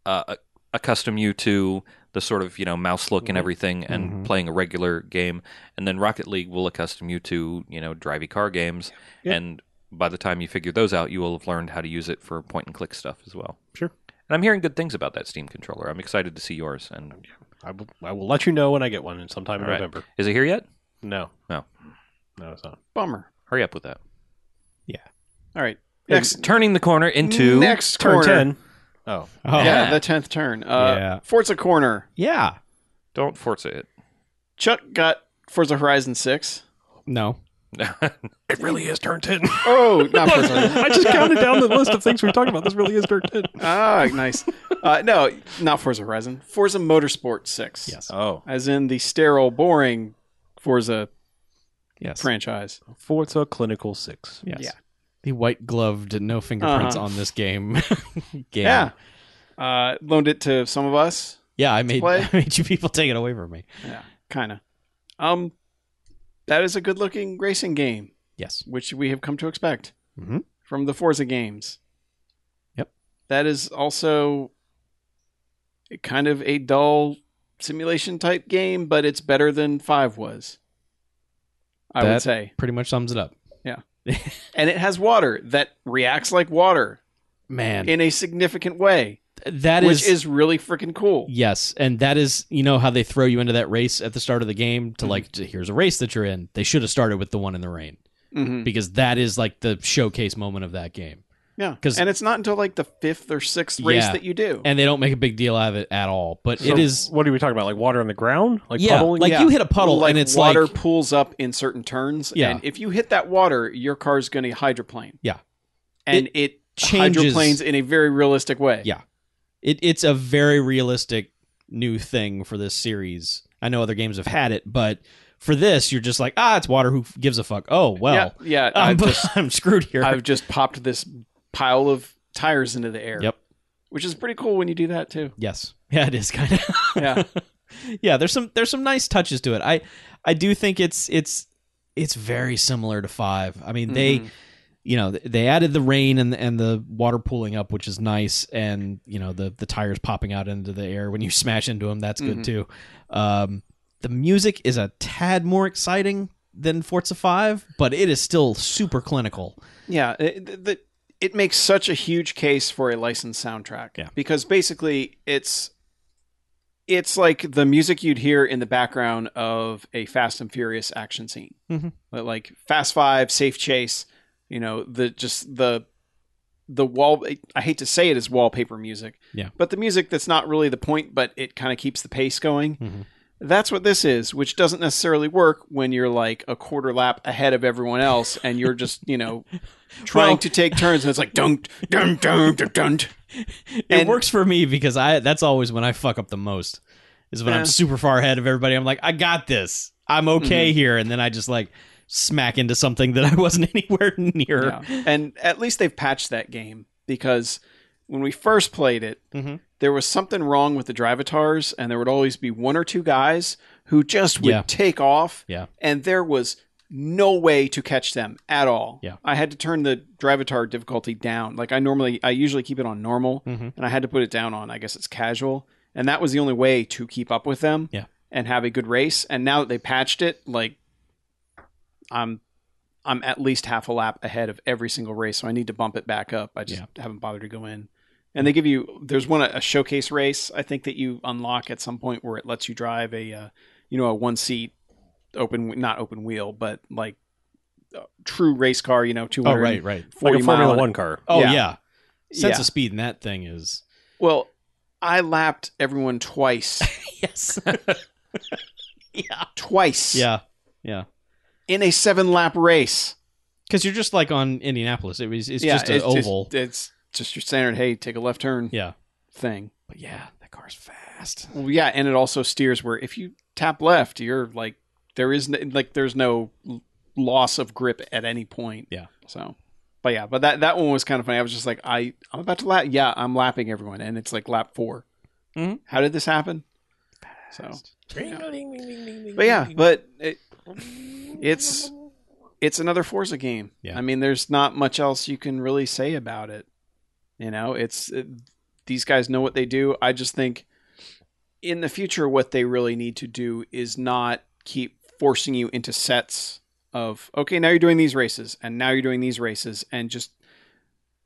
uh, accustom you to the sort of you know mouse look and
Mhm.
everything, and
Mhm.
playing a regular game, and then Rocket League will accustom you to you know drivey car games,
Yeah.
and by the time you figure those out, you will have learned how to use it for point and click stuff as well.
Sure.
And I'm hearing good things about that Steam controller. I'm excited to see yours. And
I will, I will let you know when I get one, sometime in
All right.
November.
is it here yet?
No,
No.
no, it's not.
Bummer.
Hurry up with that.
All right. Next
turning the corner into
next
Turn
corner.
ten. Oh,
Oh.
Yeah,
Yeah.
Yeah.
the tenth turn. Uh,
Yeah.
Forza Corner.
Don't force it. *laughs*
Chuck got Forza Horizon Six.
No.
it really is turn ten. *laughs*
Oh, not Forza.
*laughs*
I just counted down the list of things we talked about. This really is turn ten.
*laughs* ah, nice. Uh, no, not Forza Horizon. Forza Motorsport Six.
Yes.
Oh,
As in the sterile, boring Forza
Yes.
franchise.
Forza Clinical Six.
Yes.
Yeah.
The white gloved, no fingerprints
Uh-huh.
on this game. *laughs* game.
Yeah. Uh, loaned it to some of us.
Yeah, I made, *laughs*
play.
I made you people take it away from me.
Yeah, kind of. Um, that is a good-looking racing game,
Yes.
which we have come to expect
Mhm.
from the Forza games.
Yep.
That is also a kind of a dull simulation type game, but it's better than Five was. I would
That-
say,
Pretty much sums it up.
and it has water that reacts like water
Man.
in a significant way.
that
which is, really freaking cool.
Yes, and that is you know how they throw you into that race at the start of the game
Mm-hmm.
to like to, here's a race that you're in. They should have started with the one in the rain
Mhm.
because that is like the showcase moment of that game,
Yeah,
'Cause-
and it's not until like the fifth or sixth race
Yeah.
that you do.
and they don't make a big deal out of it at all. But
So
it is
What are we talking about? Like water on the ground? Like
yeah,
puddling?
like
Yeah.
you hit a puddle
like
and it's
water
like
pools up in certain turns.
Yeah.
and if you hit that water, your car's going to hydroplane.
Yeah.
and it,
changes.
hydroplanes in a very realistic way.
Yeah. It it's a very realistic new thing for this series. I know other games have had it, but for this, you're just like ah, it's water. Who gives a fuck? Oh well,
yeah, yeah
I'm, *laughs*
I've, just,
I'm screwed here.
I've just popped this pile of tires into the air.
Yep.
which is pretty cool when you do that
*laughs*
too.
Yes. Yeah, it is kind of.
Yeah.
*laughs* yeah, there's some there's some nice touches to it. I I do think it's it's it's very similar to 5. I mean, they
Mhm.
you know, they added the rain and and the water pooling up, which is nice and, you know, the the tires popping out into the air when you *laughs* smash into them, that's good
Mhm.
too. Um the music is a tad more exciting than Forza 5, but it is still super clinical.
Yeah, it, th- th- it makes such a huge case for a licensed soundtrack.
Yeah.
because basically it's it's like the music you'd hear in the background of a Fast and Furious action scene,
Mhm.
but like Fast Five, Safe Chase. You know, the just the the wall. I hate to say it is wallpaper music.
Yeah.
but the music that's not really the point, but it kind of keeps the pace going.
Mhm.
That's what this is, which doesn't necessarily work when you're like a quarter lap ahead of everyone else and you're just, you know,
*laughs*
trying
Well-
to take turns and it's like dun dun dun dun dun.
It
And-
works for me because I that's always when I fuck up the most. Is when
Yeah.
I'm super far ahead of everybody. I'm like, I got this. I'm okay here, and then I just like smack into something that *laughs* I wasn't anywhere near.
Yeah. And at least they've patched that game because when we first played it,
Mhm.
there was something wrong with the drivatars, and there would always be one or two guys who just would
Yeah.
take off,
Yeah.
and there was no way to catch them at all.
Yeah.
I had to turn the drivatar difficulty down. Like I normally, I usually keep it on normal,
Mhm.
and I had to put it down on, I guess it's casual, and that was the only way to keep up with them.
Yeah.
And have a good race. And now that they patched it, like I'm I'm at least half a lap ahead of every single race, so I need to bump it back up. I just haven't bothered to go in. And they give you there's one a showcase race I think that you unlock at some point where it lets you drive a uh, you know a one seat open not open wheel but like uh, true race car you know two
Oh
hundred
right, right.
like a Formula
mile,
One car.
Oh
Yeah.
yeah. Sense
Yeah.
of speed in that thing is
Well, I lapped everyone twice,
*laughs* *laughs* yes. yeah.
twice
Yeah.
in a seven lap race.
Because you're just like on Indianapolis. It was it's just an oval.
it's just your standard hey, take a left turn
yeah.
thing.
But yeah, that car's fast.
Well, yeah, and it also steers where if you tap left, you're like there is no, like there's no l- loss of grip at any point.
Yeah.
So, but yeah, but that that one was kind of funny. I was just like, I I'm about to lap. Yeah, I'm lapping everyone, and it's like lap 4
Mhm.
How did this happen? So, yeah. but yeah, but it, it's it's another Forza game.
Yeah.
I mean, there's not much else you can really say about it. You know, it's it, these guys know what they do. I just think in the future, what they really need to do is not keep forcing you into sets of okay, now you're doing these races, and now you're doing these races, and just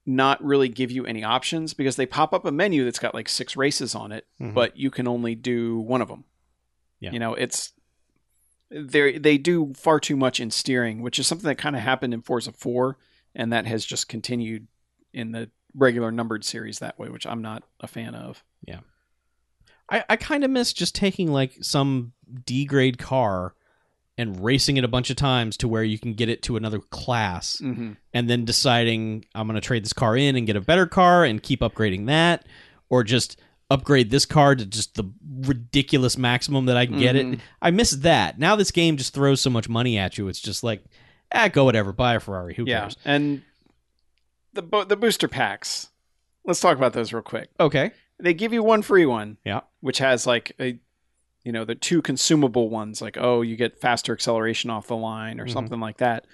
not really give you any options because they pop up a menu that's got like six races on it,
Mhm.
but you can only do one of them.
Yeah.
You know, it's they they do far too much in steering, which is something that kind of happened in Forza 4 and that has just continued in the regular numbered series that way, which I'm not a fan of.
I, I kind of miss just taking like some D grade car and racing it a bunch of times to where you can get it to another class
Mm-hmm.
and then deciding I'm going to trade this car in and get a better car and keep upgrading that or just upgrade this car to just the ridiculous maximum that I can get it.
Mhm.
I miss that. Now this game just throws so much money at you. It's just like, ah, go whatever, buy a Ferrari. Who
Yeah,
cares?
and the bo- the booster packs. Let's talk about those real quick.
Okay.
They give you one free one.
Yeah.
which has like a, you know, the two consumable ones. Like oh, you get faster acceleration off the line or
Mhm.
something like that.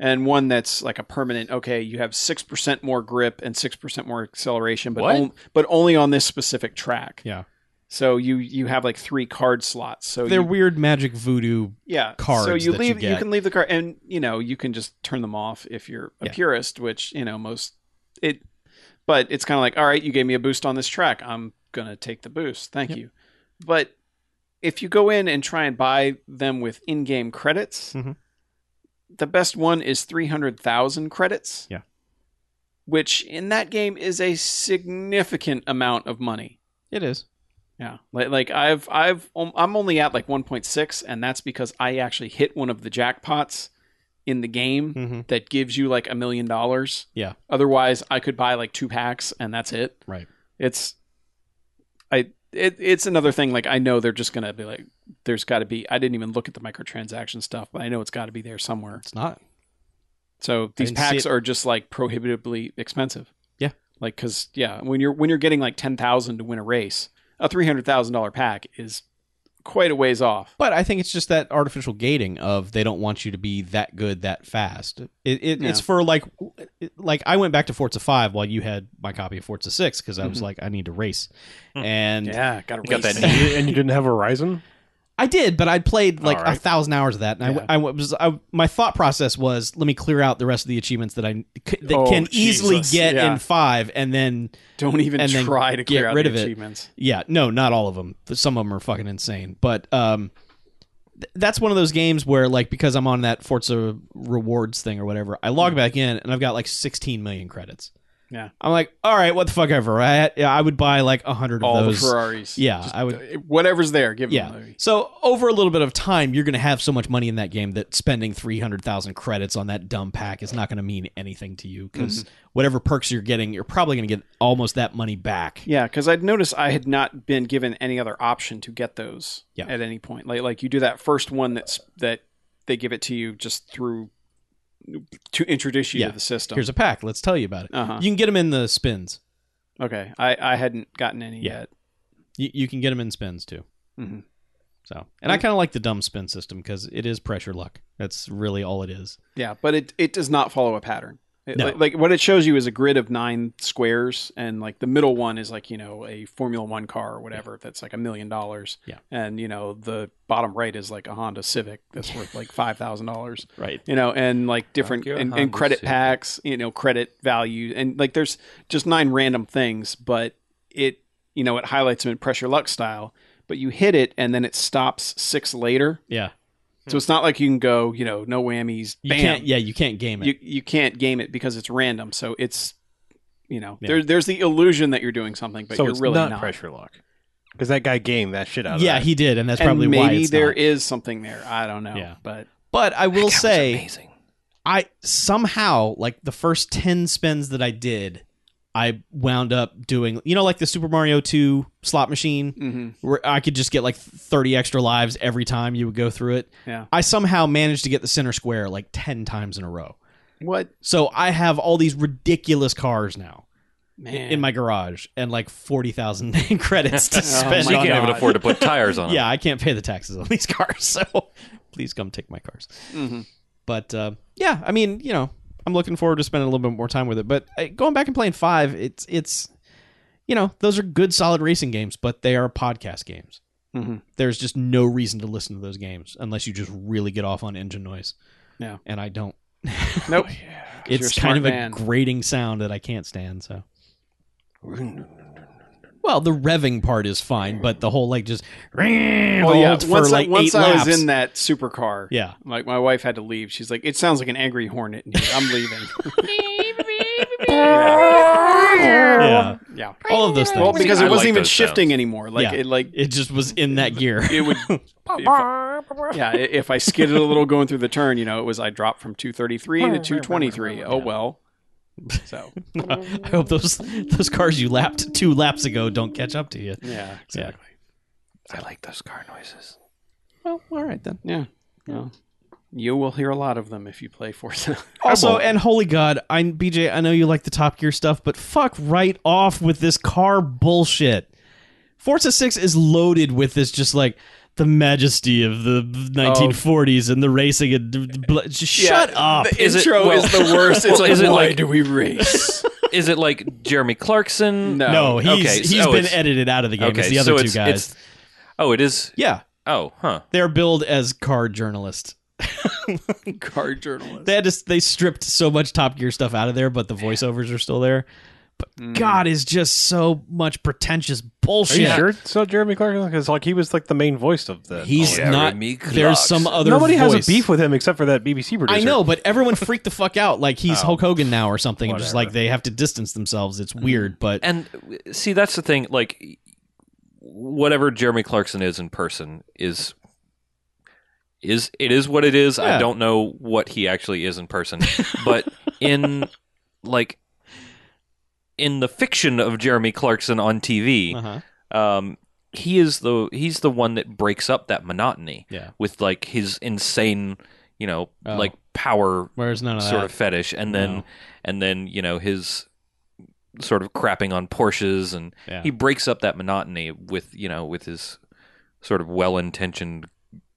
And one that's like a permanent. Okay, you have six percent more grip and six percent more acceleration, but
What?
on- but only on this specific track.
Yeah.
So you you have like three card slots. So
They're
you-
weird magic voodoo.
yeah so
cards
you
that you
leave you,
get.
can leave the car and you know you can just turn them off if you're a
Yeah.
purist which you know most it But it's kind of like, all right, you gave me a boost on this track. I'm gonna take the boost. Thank
Yep.
you. But if you go in and try and buy them with in-game credits,
Mm-hmm.
Mhm.
the best one is three hundred thousand credits.
Yeah.
Which in that game is a significant amount of money.
It is.
Yeah, like like I've I've um, I'm only at like 1.6, and that's because I actually hit one of the jackpots in the game
Mm-hmm.
that gives you like a million dollars.
Yeah.
Otherwise, I could buy like two packs, and that's it.
Right.
It's I it, it's another thing. Like I know they're just gonna be like, there's got to be. I didn't even look at the microtransaction stuff, but I know it's got to be there somewhere.
It's not.
So these
didn't see
packs
it.
are just like prohibitively expensive.
Yeah.
Like cuz yeah, when you're when you're getting like 10,000 to win a race, a $300,000 pack is quite a ways off.
But I think it's just that artificial gating of they don't want you to be that good that fast. It, it, It's
Yeah.
for like, like I went back to Forza Five while you had my copy of Forza Six because I was
Mhm.
like, I need to race,
Hmm.
and
Yeah, got to
You got that
and, you, and you didn't have Horizon.
I did, but I played like
All
a
right.
thousand hours of that, and
Yeah.
I, I was I, my thought process was let me clear out the rest of the achievements that I c- that
Oh,
can easily
Jesus.
get
Yeah.
in five, and then
*laughs* Don't even
and then
try to
get
clear out
rid
the
of it.
achievements.
yeah, no, not all of them. Some of them are fucking insane, but um, th- that's one of those games where like because I'm on that Forza rewards thing or whatever, I log back in and I've got like 16 million credits.
Yeah.
I'm like, all right, what the fuck ever. I had, yeah, I would buy like a hundred
All
of those.
the Ferraris.
yeah, I would.
Whatever's there, give
Yeah.
them.
So over a little bit of time, you're going to have so much money in that game that spending 300,000 credits on that dumb pack is not going to mean anything to you because
Mm-hmm.
whatever perks you're getting, you're probably going to get almost that money back.
Yeah, because I'd noticed I had not been given any other option to get those
Yeah.
at any point. Like like you do that first one that's that they give it to you just through to introduce you
Yeah.
to the system.
Here's a pack. Let's tell you about it.
uh-huh.
You can get them in the spins.
Okay, I, I hadn't gotten any
Yeah.
yet.
You, you can get them in spins too. Mm-hmm.
Mhm.
So, and I kind of like the dumb spin system because it is pressure luck. That's really all it is.
Yeah, but it it does not follow a pattern. It-
No.
like, like, what it shows you is a grid of nine squares, and like the middle one is like you know a Formula One car or whatever that's like a million dollars.
Yeah.
and you know the bottom right is like a Honda Civic that's worth like five thousand dollars.
Right.
You know, and like different
your
and, and
Honda
credit
Civic.
packs. You know, credit value and like there's just nine random things, but it you know it highlights them in pressure luck style. But you hit it, and then it stops six later.
Yeah.
So it's not like you can go, you know, no whammies,
You
bam.
can't, yeah, you can't game it.
you, you can't game it because it's random. So it's, you know,
Yeah.
there, there's the illusion that you're doing something, but
so
you're
it's
really
not,
not.
pressure lock because that guy gamed that shit out. of
yeah,
that.
he did. And that's
and
probably
maybe
why it's
there is
not.
something there. I don't know.
Yeah.
But
But I will say.
amazing.
I somehow like the first 10 spins that I did, I wound up doing, you know, like the Super Mario 2 slot machine
hmm
where I could just get like 30 extra lives every time you would go through it.
Yeah.
I somehow managed to get the center square like 10 times in a row.
what,
So I have all these ridiculous cars now
man?
in my garage and like *laughs* 40,000
*laughs*
*laughs*
credits to
Oh
spend
we
on
can't
God.
even afford to *laughs* put tires on. 'em.
yeah, I can't pay the taxes on *laughs* these cars. So please come take my cars.
Mhm.
*laughs* But uh, yeah, I mean, you know, I'm looking forward to spending a little bit more time with it. But uh, going back and playing five, it's it's, you know, those are good solid racing games, but they are podcast games.
Mhm.
There's just no reason to listen to those games unless you just really get off on engine noise.
Yeah.
and I don't.
Nope. you're a
it's
smart
kind of
man.
a grating sound that I can't stand. So. Well, the revving part is fine, but the whole like just
Well, Oh, yeah.
for
Once,
like
I, once
eight
I
laps.
was in that supercar,
yeah,
like my wife had to leave. She's like, it sounds like an angry hornet in here. I'm
*laughs*
leaving.
yeah,
yeah.
all of those things.
Well, because it
I like
wasn't even
those
shifting
sounds.
anymore. Like,
Yeah.
it, like,
it just was in that gear. *laughs*
it would if I- *laughs* yeah i- if i skidded a little going through the turn you know it was i dropped from 233 to 223 oh well so
I hope those those cars you lapped two laps ago don't catch up to you.
yeah exactly
I like those car noises.
Well, all right then.
yeah, Well, you will hear a lot of them if you play *laughs* forza
Also, and holy God, I BJ, I know you like the Top Gear stuff, but fuck right off with this car bullshit. Forza Six is loaded with this, just like the majesty of the 1940s and the racing and d- d- bl- just shut up.
the
Is it-
intro
well-
is the *laughs* worst it's
well,
like
is it
why
like-
do we *laughs* race
Is it like Jeremy Clarkson?
No.
no, he's
okay,
he's
so
been
it's-
edited out of the game.
Okay,
it's the other
so
two
it's-
guys.
it's- oh, it is.
yeah,
Oh, huh.
they're billed as car journalists.
car journalist
they had to they stripped so much Top Gear stuff out of there, but the voiceovers are still there.
Mm.
God is just so much pretentious
Are you
bullshit.
sure it's not Jeremy Clarkson? Because like he was like the main voice of the. Oh,
He's not. There's some other.
Nobody
voice.
has a beef with him except for that BBC
I
producer.
know, but everyone freaked the fuck out. Like he's
Oh.
Hulk Hogan now or something. and Just
Whatever.
like they have to distance themselves.
Mm.
It's weird, but
And uh, see, that's the thing. Like, whatever Jeremy Clarkson is in person is is it is what it is.
Yeah.
I don't know what he actually is in person, but
*laughs*
in like in the fiction of Jeremy Clarkson on TV,
uh-huh.
um, he is the he's the one that breaks up that monotony
Yeah.
with like his insane, you know,
Oh. Uh,
like power
where's none of
sort
that?
of fetish, and then
No.
and then you know his sort of crapping on Porsches, and
Yeah.
he breaks up that monotony with you know with his sort of well-intentioned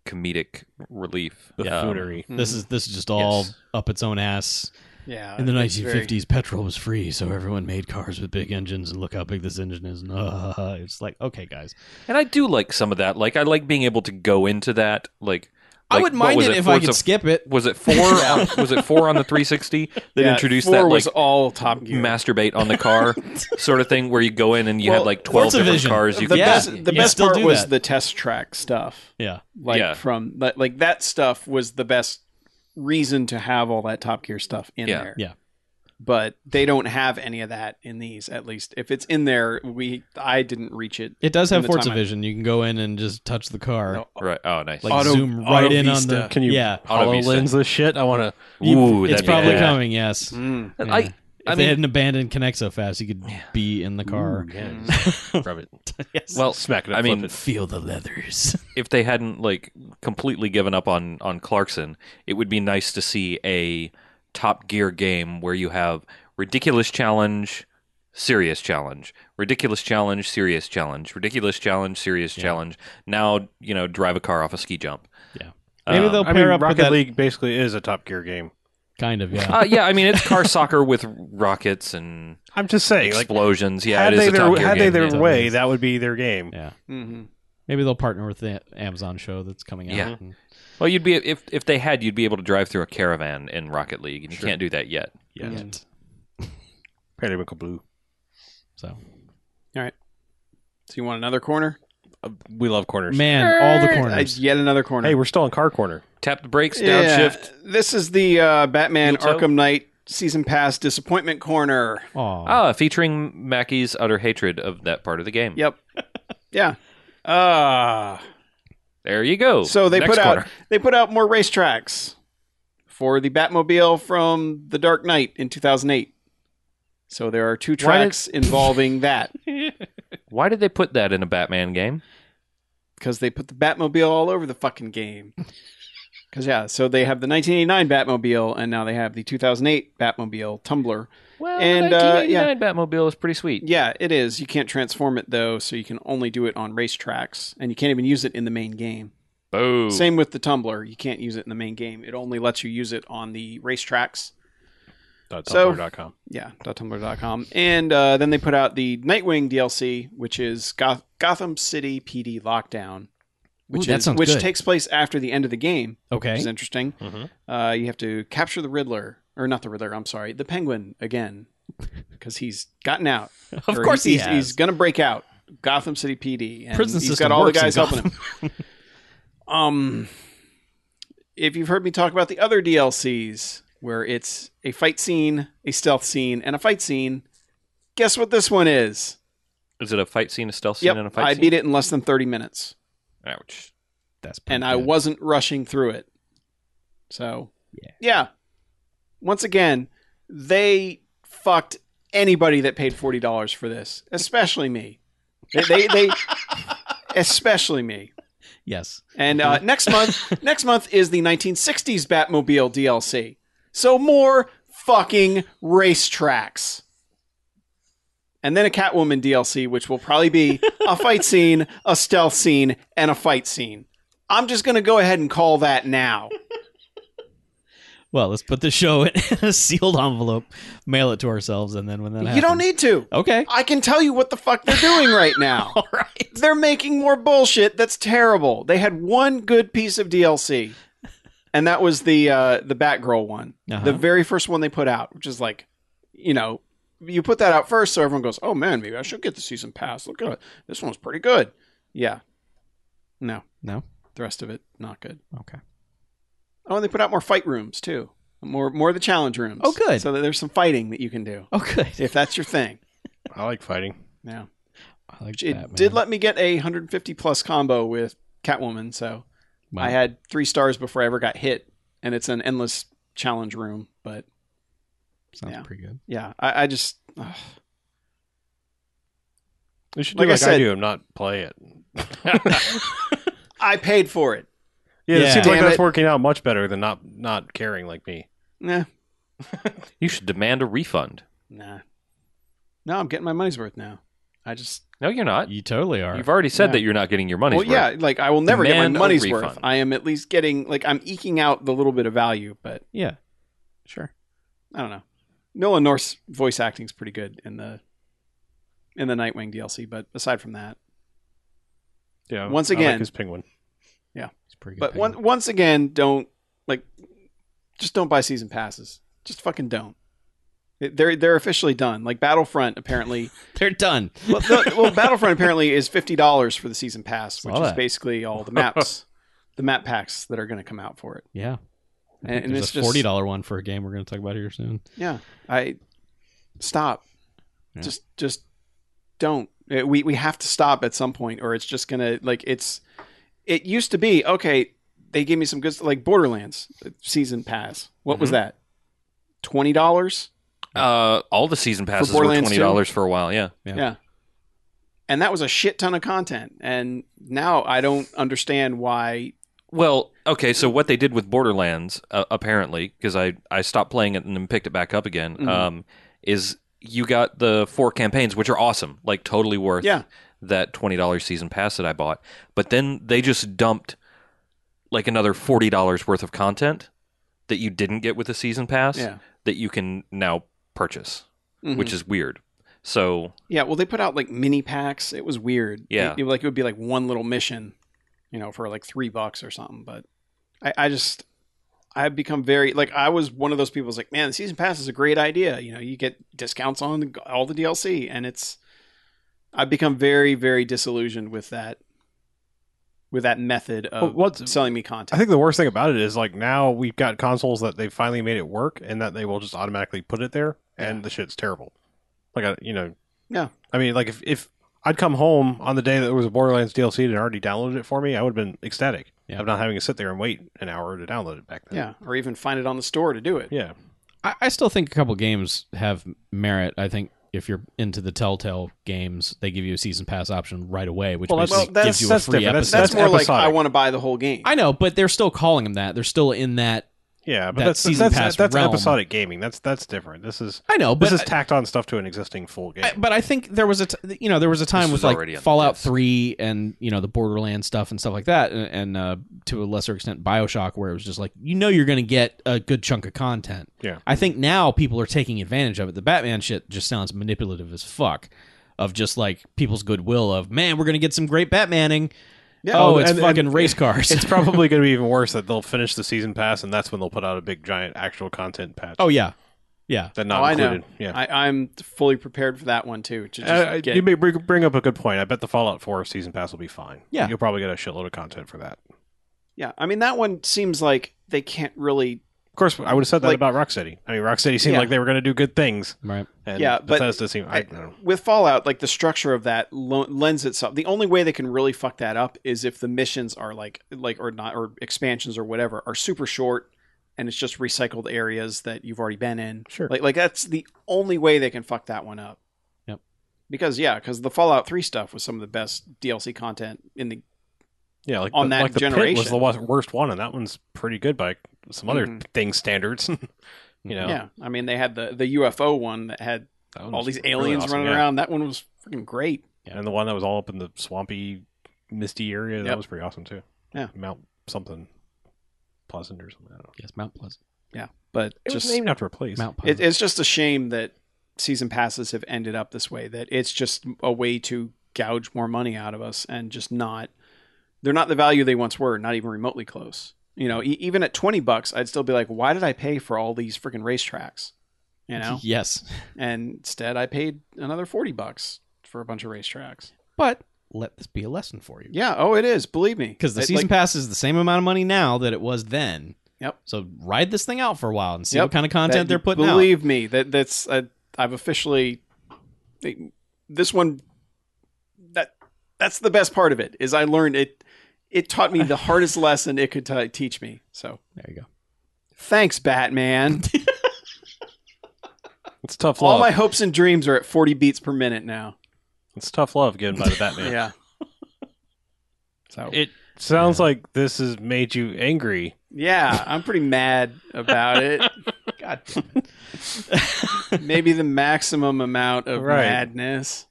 comedic relief.
The
Um,
foodery.
this is this is just all
Yes.
up its own ass.
Hmm. yeah.
In the
Uh, it's very-
1950s, petrol was free, so everyone made cars with big engines, and look how big this engine is. *laughs* And, uh, it's like, okay, guys,
and I do like some of that. Like I like being able to go into that. Like,
I
like,
wouldn't
what
mind
was
it, if I
Forza-
could skip it.
Was it
*laughs*
four? on, was it four on the 360 that
yeah,
introduced
four
that like
was all Top Gear.
masturbate on the
*laughs*
car sort of thing, where you go in and you
Well,
had like 12
Forza
different
Vision.
cars. You
the
could
Yeah.
just-
best, the
you
best
still
part
do
was
that.
the test track stuff.
Yeah,
Like
Yeah.
from like, like that stuff was the best reason to have all that Top Gear stuff in
Yeah.
there.
Yeah.
But they don't have any of that in these. At least if it's in there, we I didn't reach it.
it does
In
have
the
Forza
time I-
Vision. You can go in and just touch the car,
No.
right. Oh, nice.
like
Auto-
zoom
Auto
right in on
Vista.
the.
Can you
yeah,
Auto Vista.
HoloLens this shit? I *laughs* want to.
Ooh,
it's
that'd be
probably
cool.
coming. Yes,
Mm.
Yeah.
I,
if
I
they
mean,
hadn't abandoned Connect so fast, you could be in the car.
*laughs* Rub it.
yes.
well,
Smack it. Up,
I mean,
flip it.
feel the leathers. *laughs*
if they hadn't like completely given up on on Clarkson, it would be nice to see a Top Gear game where you have ridiculous challenge, serious challenge, ridiculous challenge, serious challenge, ridiculous challenge, serious
Yeah.
challenge. Now you know, drive a car off a ski jump.
Yeah.
Maybe
Maybe
um,
they'll
I
pair
mean,
up with
Rocket
that
League basically is a Top Gear game.
kind of. Yeah,
uh, yeah, I mean it's car soccer with rockets and
I'm just saying, like,
explosions. yeah,
had
it is
they
a Top
their
Gear
had they
game,
their
yeah.
way, that would be their game.
yeah.
Mhm.
Maybe they'll partner with the Amazon show that's coming out.
Yeah.
and-
Well, you'd be if if they had, you'd be able to drive through a caravan in Rocket League, and you can't do that yet.
yet.
Mm.
Periwinkle Blue.
So
So you want another corner?
Uh, we love corners.
man, all the
I,
corners.
yet another corner.
Hey, we're still in car corner.
Tap the brakes,
Yeah.
downshift.
This is the uh, Batman
Heel toe.
Arkham Knight season pass disappointment
*laughs*
corner.
Aw.
Ah, featuring Mackey's utter hatred of that part of the game.
Yep. yeah. Uh,
Ah.
There you go.
so they
Next
put out
corner.
they put out more racetracks for the Batmobile from The Dark Knight in 2008. So there are two
Why did-
tracks involving that
Why did they put that in a Batman game?
because they put the Batmobile all over the fucking game. Because yeah, so they have the 1989 Batmobile and now they have the 2008 Batmobile Tumbler.
Well,
the And, uh, yeah.
Batmobile is pretty sweet.
Yeah, it is. You can't transform it though, so you can only do it on racetracks, and you can't even use it in the main game.
Boom.
Same with the tumbler. You can't use it in the main game. It only lets you use it on the racetracks. So-
Tumblr.com.
Yeah, .tumblr.com. And uh, then they put out the Nightwing DLC, which is Goth- Gotham City PD Lockdown, which
Ooh, that
is
sounds
which
good.
takes place after the end of the game, which
okay.
is interesting.
Mhm.
Uh, you have to capture the Riddler, or not the Riddler. I'm sorry, the Penguin
*laughs*
again, because he's gotten out.
Of
Or
course he
he's,
has.
He's gonna break out. Gotham City PD. And
Prison
he's
system
got all the
works in
guys helping him.
*laughs*
um, if you've heard me talk about the other DLCs, where it's a fight scene, a stealth scene, and a fight scene, guess what this one is?
Is it a fight scene, a stealth scene,
Yep,
and a fight
I
scene?
beat it in less than thirty minutes,
Ouch.
That's pretty
and I
good.
wasn't rushing through it. So
Yeah.
yeah. Once again, they fucked anybody that paid forty dollars for this, especially me. They, they, they especially me.
yes.
And uh,
Mm-hmm.
next
*laughs*
month, next month is the 1960s Batmobile DLC. So more fucking racetracks. And then a Catwoman DLC, which will probably be
*laughs*
a fight scene, a stealth scene, and a fight scene. I'm just going to go ahead and call that now.
Well, let's put the show in *laughs* a sealed envelope, mail it to ourselves, and then when that
You don't
happens-
need to.
Okay.
I can tell you what the fuck they're doing right now.
*laughs* All right.
They're making more bullshit that's terrible. They had one good piece of DLC, and that was the uh, the Batgirl one,
Uh-huh.
the very first one they put out, which is like, you know, you put that out first, so everyone goes, "Oh man, maybe I should get the season pass. Look at it. This one's pretty good." Yeah. No.
No?
The rest of it not good.
Okay.
Oh, and they put out more fight rooms too. More more of the challenge rooms.
Oh, good.
So that there's some fighting that you can do
Oh,
*laughs*
good.
if that's your thing.
I like fighting.
Yeah.
I like
It
that,
did
man.
let me get a 150 plus combo with Catwoman, so
Wow.
I had three stars before I ever got hit, and it's an endless challenge room. But
Sounds
yeah.
pretty good.
yeah, I, I just ugh.
You should do
Like
like,
I
I,
said-
do and not play it.
I paid for it.
Yeah,
Yeah.
it seems like
Damn
that's
it.
working out much better than not not caring like me.
Nah,
You should demand a refund.
nah. No, I'm getting my money's worth now. I just
No, you're not.
You totally are.
You've already said
Yeah.
that you're not getting your money's
well,
worth.
yeah, like I will never get my
Demand a
money's
refund.
worth. I am at least getting like I'm eking out the little bit of value, but
yeah. Sure.
I don't know. Nolan North's voice acting is pretty good in the in the Nightwing DLC, but aside from that,
Yeah.
Once
I like
again-
his penguin.
It's pretty good.
but
pickup.
one, once again, don't like just don't buy season passes. Just fucking don't. They're they're officially done. Like Battlefront apparently
They're done.
well, the, well, Battlefront apparently is fifty dollars for the season pass, which
Saw
is
that.
basically all the maps, the map packs that are going to come out for it.
Yeah.
I think And
there's
there's it's
a
just-
forty dollar one for a game we're going to talk about here soon.
Yeah, I stop.
Yeah.
Just just don't. Uh, We we have to stop at some point, or it's just gonna like it's. It used to be okay. They gave me some good st- like Borderlands season pass. What was
Mhm.
that? Twenty dollars,
Uh, all the season passes were
Borderlands
twenty dollars for a while. Yeah.
and that was a shit ton of content. And now I don't understand why.
Well, okay. So what they did with Borderlands, uh, apparently, because I I stopped playing it and then picked it back up again,
Mhm.
um, is you got the four campaigns, which are awesome, like totally worth
Yeah.
that twenty dollars season pass that I bought. But then they just dumped like another forty dollars worth of content that you didn't get with the season pass
Yeah.
that you can now purchase,
Mhm.
which is weird. So
Yeah, well, they put out like mini packs. It was weird.
Yeah.
It- it- like it would be like one little mission, you know, for like three bucks or something. But I, I just, I've become very like I was one of those people. who's like, man, the season pass is a great idea. You know, you get discounts on the, all the DLC, and it's. I've become very, very disillusioned with that, with that method of
Well, what's-
selling me
I
content.
think the worst thing about it is like now we've got consoles that they finally made it work and that they will just automatically put it there and the shit's terrible. Like I, you know,
Yeah.
I mean, like if if I'd come home on the day that there was a Borderlands DLC and already downloaded it for me, I would have been ecstatic
Yeah.
of not having to sit there and wait an hour to download it back then.
yeah, or even find it on the store to do it.
Yeah.
I, I still think a couple games have merit. I think if you're into the Telltale games, they give you a season pass option right away, which
Well, that's-
basically
well, that's-
gives you a
that's
free
different.
episode.
That's,
That's
more like
episodic.
I want to buy the whole game.
I know, but they're still calling them that. They're still in that.
Yeah, but
That
that's
season
that's,
pass
that's
realm.
episodic gaming. That's that's different. This is
I know, but
this is tacked on stuff to an existing full game.
I, but I think there was a t- you know there was a time
This
with
was already
like
on
Fallout
this.
Three and you know the Borderlands stuff and stuff like that, and, and uh, to a lesser extent Bioshock, where it was just like you know you're going to get a good chunk of content.
Yeah.
I think now people are taking advantage of it. The Batman shit just sounds manipulative as fuck. Of just like people's goodwill of man, we're going to get some great Batmaning.
Yeah.
oh,
Oh,
it's
and- and-
fucking race cars.
it's probably going to be even worse that they'll finish the season pass and that's when they'll put out a big giant actual content patch.
*laughs* oh yeah, yeah.
that
Oh,
not
I know.
included. Yeah.
I, I'm fully prepared for that one too. To just
Uh,
get
you may bring, bring up a good point. I bet the Fallout 4 season pass will be fine.
Yeah.
you'll probably get a shitload of content for that.
Yeah, I mean that one seems like they can't really.
Of course, I would have said that
Like-
about Rocksteady. I mean, Rocksteady seemed
Yeah.
like they were going to do good things,
Right.
and
Yeah, but-
Bethesda seemed. I, don't know.
With Fallout, like the structure of that lo- lends itself. The only way they can really fuck that up is if the missions are like like or not or expansions or whatever are super short, and it's just recycled areas that you've already been in.
Sure.
Like like that's the only way they can fuck that one up.
Yep.
Because yeah, because the Fallout Three stuff was some of the best DLC content in the.
Yeah, like
on
the,
that
like the pit was
generation.
the wa- worst one, and that one's pretty good by some other
Mhm.
thing standards. *laughs*
Mm-hmm.
you know,
Yeah, I mean they had the the UFO one that had
that one
all
was
these
really
aliens
awesome,
running
yeah.
around. That one was freaking great.
and the one that was all up in the swampy, misty area
Yep.
that was pretty awesome too.
Yeah.
Mount something, Pleasant or something. I don't know.
Yes, Mount Pleasant.
But
It
just
was named after a place.
Mount Pleasant.
It, it's just a shame that season passes have ended up this way. That it's just a way to gouge more money out of us, and just not. They're not the value they once were. Not even remotely close. You know, e- even at twenty bucks, I'd still be like, "Why did I pay for all these freaking racetracks?" you know.
*laughs* Yes.
and instead, I paid another forty bucks for a bunch of racetracks.
But let this be a lesson for you.
Yeah. Oh, it is. Believe me,
Because
It,
the
like,
season pass is the same amount of money now that it was then.
Yep.
So ride this thing out for a while and see
Yep.
what kind of
that
content
you
they're putting out.
believe me, that that's uh, I've officially this one that that's the best part of it is I learned it. It taught me the
*laughs*
hardest lesson it could t- teach me. So
There you go.
thanks,
*laughs*
Batman.
It's tough
All
love.
my hopes and dreams are at forty beats per minute now.
It's tough love
*laughs*
given by the
*laughs*
Batman.
Yeah. So
It sounds like this has made you angry.
yeah, I'm pretty mad about
*laughs*
it.
God.
Maybe the maximum amount of
Right.
madness.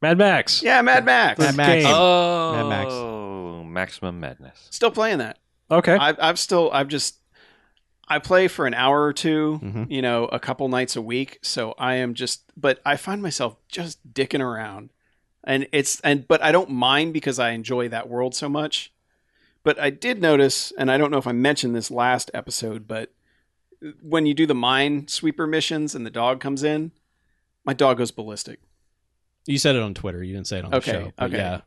Mad Max.
Yeah, Mad Max.
Mad
This
Max.
game.
Oh,
Mad Max.
Maximum Madness.
Still playing that.
Okay.
I've, I've still I've just I play for an hour or 2
Mm-hmm.
Mhm.
you know, a couple nights a week. So I am just, but I find myself just dicking around, and it's and but I don't mind because I enjoy that world so much. But I did notice, and I don't know if I mentioned this last episode, but when you do the mine sweeper missions and the dog comes in, my dog goes ballistic.
You said it on Twitter. You didn't say it on
Okay,
the show. but
okay.
Yeah.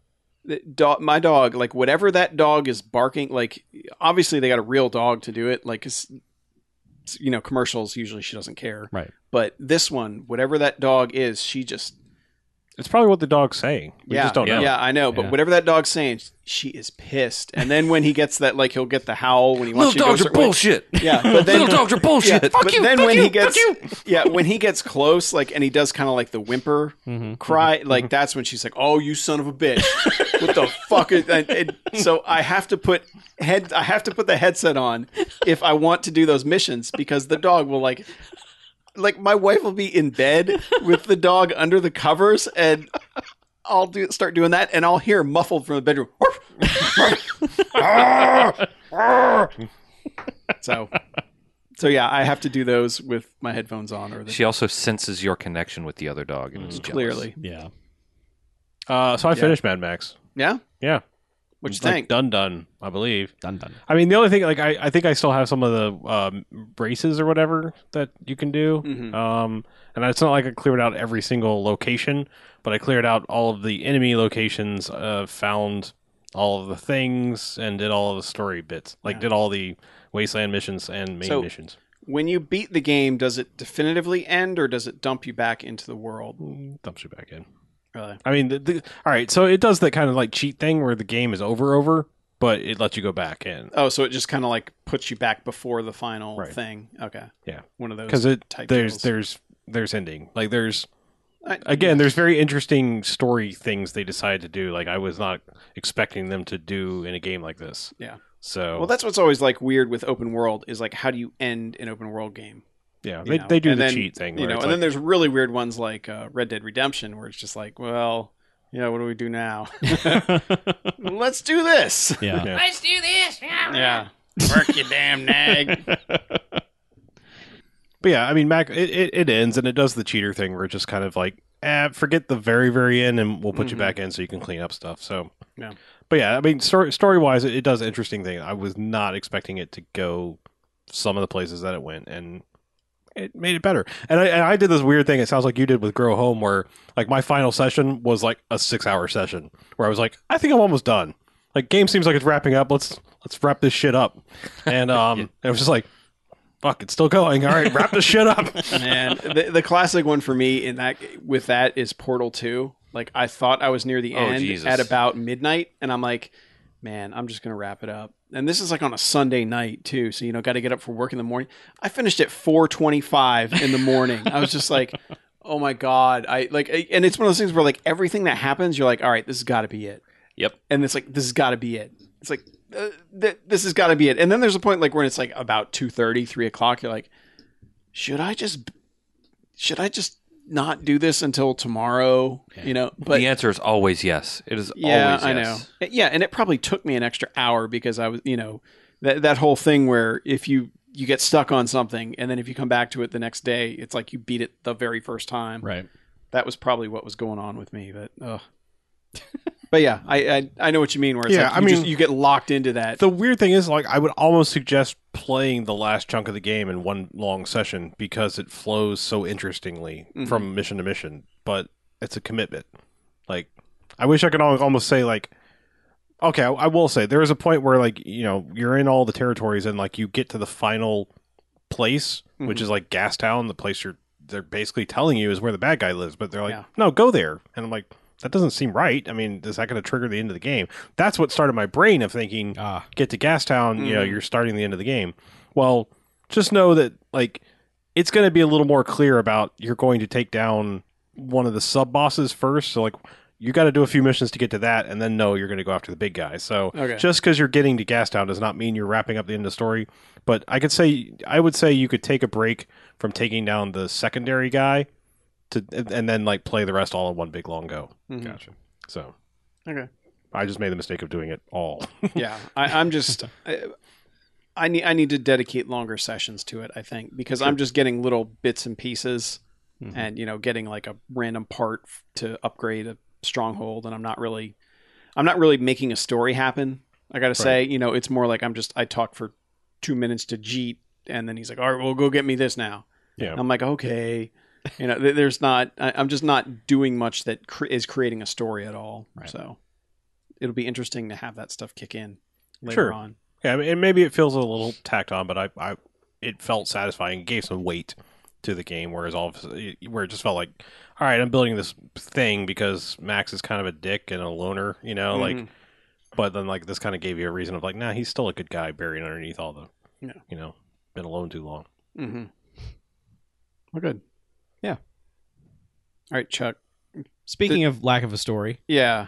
the dog, my dog, like whatever that dog is barking, like obviously they got a real dog to do it. Like, 'cause, you know, commercials usually she doesn't care,
Right.
But this one, whatever that dog is, she just
It's probably what the dog's saying. We
yeah,
just don't
yeah,
know. *laughs*
I know, but
Yeah.
whatever that dog's saying, she is pissed. And then when he gets that, like he'll get the howl when he wants you to go a certain way.
bullshit.
Yeah, but *laughs* then
dogs are
yeah,
bullshit.
but then when he gets yeah, when he gets close, like, and he does kind of like the whimper
Mhm.
cry, like that's when she's like, "Oh, you son of a bitch! *laughs* what the fuck?" Is, and, and so I have to put head, I have to put the headset on if I want to do those missions because the dog will like, like my wife will be in bed with the dog under the covers and. I'll do start doing that, and I'll hear muffled from the bedroom. *laughs*
Ah!
so, so yeah, I have to do those with my headphones on, or the
She also senses your connection with the other dog and is jealous.
Mm, clearly.
Yeah.
Uh, so I
Yeah.
finished Mad Max.
Yeah.
Yeah.
What you
Like,
think?
Done, done. I believe.
Done, done.
I mean, the only thing, like, I, I think I still have some of the um, braces or whatever that you can do.
Mhm.
Um, and it's not like I cleared out every single location, but I cleared out all of the enemy locations, uh, found all of the things, and did all of the story bits. Like,
Yeah.
did all the wasteland missions and main
So-
missions.
When you beat the game, does it definitively end, or does it dump you back into the world?
Mm, Dumps you back in.
Really?
I mean, the, the, all right. So it does that kind of like cheat thing where the game is over, over, but it lets you go back in
Oh, so it just kind of like puts you back before the final
Right.
thing. Okay.
Yeah.
One of those.
because it
type
there's
deals.
there's there's ending like there's
I-
again there's very interesting story things they decide to do. Like I was not expecting them to do in a game like this.
Yeah.
So
Well, that's what's always like weird with open world is like how do you end an open world game?
yeah,
you
they,
know,
they do the
and then,
cheat thing.
you
where
know, and
it's
then
like,
there's really weird ones like uh, Red Dead Redemption where it's just like, well, yeah, what do we do
*laughs*
now? Let's do this.
Yeah.
Yeah.
Let's do this.
Yeah. Work your damn nag.
but yeah, I mean, Mac, it, it, it ends and it does the cheater thing where it's just kind of like, eh, forget the very very end, and we'll put you
Mhm.
back in so you can clean up stuff. So
Yeah.
but yeah, I mean, story story wise, it, it does interesting thing. I was not expecting it to go some of the places that it went, and it made it better. And I, and I did this weird thing. It sounds like you did with Grow Home, where like my final session was like a six hour session, where I was like, I think I'm almost done. Like game seems like it's wrapping up. Let's let's wrap this shit up. And um, it was just like, fuck, it's still going. All right, wrap this shit up.
Man, *laughs* the, the classic one for me in that with that is Portal Two. Like I thought I was near the
Oh,
end
Jesus.
at about midnight, and I'm like, man, I'm just gonna wrap it up. And this is like on a Sunday night too, so you know, got to get up for work in the morning. I finished at 4:25 in the morning. I was just like, *laughs* oh my god, I like, and it's one of those things where like everything that happens, you're like, all right, this has got to be it
Yep.
and it's like this has got to be it it's like uh, th- this has got to be it and then there's a point like when it's like about 2.30 3 o'clock you're like should i just should i just not do this until tomorrow you know but
the answer is always yes. It is
yeah
always yes.
i know It- yeah and it probably took me an extra hour because i was you know that, that whole thing where if you you get stuck on something and then if you come back to it the next day it's like you beat it the very first time
Right.
that was probably what was going on with me but ugh. But yeah, I I, I know what you mean. Where it's
Yeah,
like
I
you just-
mean-
you get locked into that.
The weird thing is, like, I would almost suggest playing the last chunk of the game in one long session because it flows so interestingly
Mhm.
from mission to mission. But it's a commitment. Like, I wish I could al- almost say like, okay, I, I will say there is a point where like you know you're in all the territories and like you get to the final place, which
Mhm.
is like Gastown, the place you're they're basically telling you is where the bad guy lives, but they're like,
Yeah.
no, go there, and I'm like. That doesn't seem right. I mean, is that going to trigger the end of the game? That's what started my brain of thinking,
Ah,
get to Gastown, you know,
Mhm.
you're starting the end of the game. Well, just know that like it's going to be a little more clear about you're going to take down one of the sub bosses first. So like you got to do a few missions to get to that, and then know you're going to go after the big guy. So
Okay.
just because you're getting to Gastown does not mean you're wrapping up the end of the story. But I could say I would say you could take a break from taking down the secondary guy to, and and then like play the rest all in one big long go.
Mhm.
Gotcha. So
Okay.
I just made the mistake of doing it all. *laughs*
yeah, I, I'm just. I, I need I need to dedicate longer sessions to it. I think because I'm just getting little bits and pieces,
Mhm.
and you know, getting like a random part f- to upgrade a stronghold, and I'm not really, I'm not really making a story happen. I got to say, you know, it's more like I'm just I talk for two minutes to Jeet, and then he's like, "All right, well, go get me this now."
yeah.
And I'm like, "Okay." You know, th- there's not. I, I'm just not doing much that cre- is creating a story at all.
Right.
So, it'll be interesting to have that stuff kick in later
Sure.
on.
Yeah, I mean, and maybe it feels a little tacked on, but I, I, it felt satisfying. It gave some weight to the game, whereas all of a- where it just felt like, all right, I'm building this thing because Max is kind of a dick and a loner, you know, like.
Mhm.
But then, like, this kind of gave you a reason of like, nah, he's still a good guy buried underneath all the,
Yeah.
you know, been alone too long.
Mm-hmm. Well, good. Yeah. All right, Chuck.
speaking of lack of a story.
Yeah.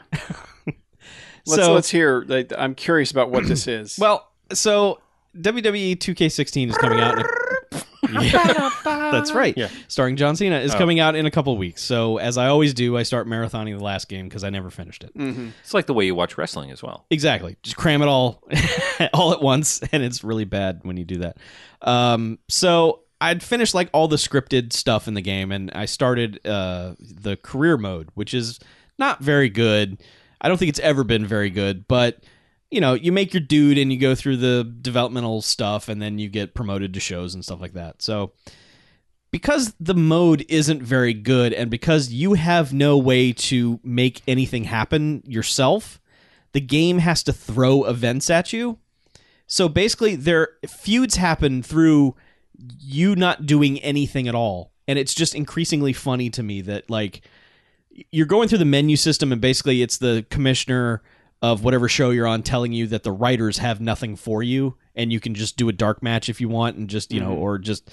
Let's,
so
let's hear. Like, I'm curious about what
*clears throat*
this is.
well, so E WWE 2K16 is coming out. In
*laughs*
a, Yeah, that's right.
Yeah.
Starring John Cena is
Oh.
coming out in a couple weeks. So as I always do, I start marathoning the last game because I never finished it.
mm-hmm.
It's like the way you watch wrestling as well.
Exactly. Just cram it all *laughs* all at once and it's really bad when you do that. Um so I'd finished like all the scripted stuff in the game and I started uh the career mode, which is not very good. I don't think it's ever been very good, but you know, you make your dude and you go through the developmental stuff and then you get promoted to shows and stuff like that. So because the mode isn't very good and because you have no way to make anything happen yourself, the game has to throw events at you. So basically, their feuds happen through you not doing anything at all. And it's just increasingly funny to me that, like, you're going through the menu system, and basically, it's the commissioner of whatever show you're on telling you that the writers have nothing for you, and you can just do a dark match if you want, and just, you know,
Mhm.
or just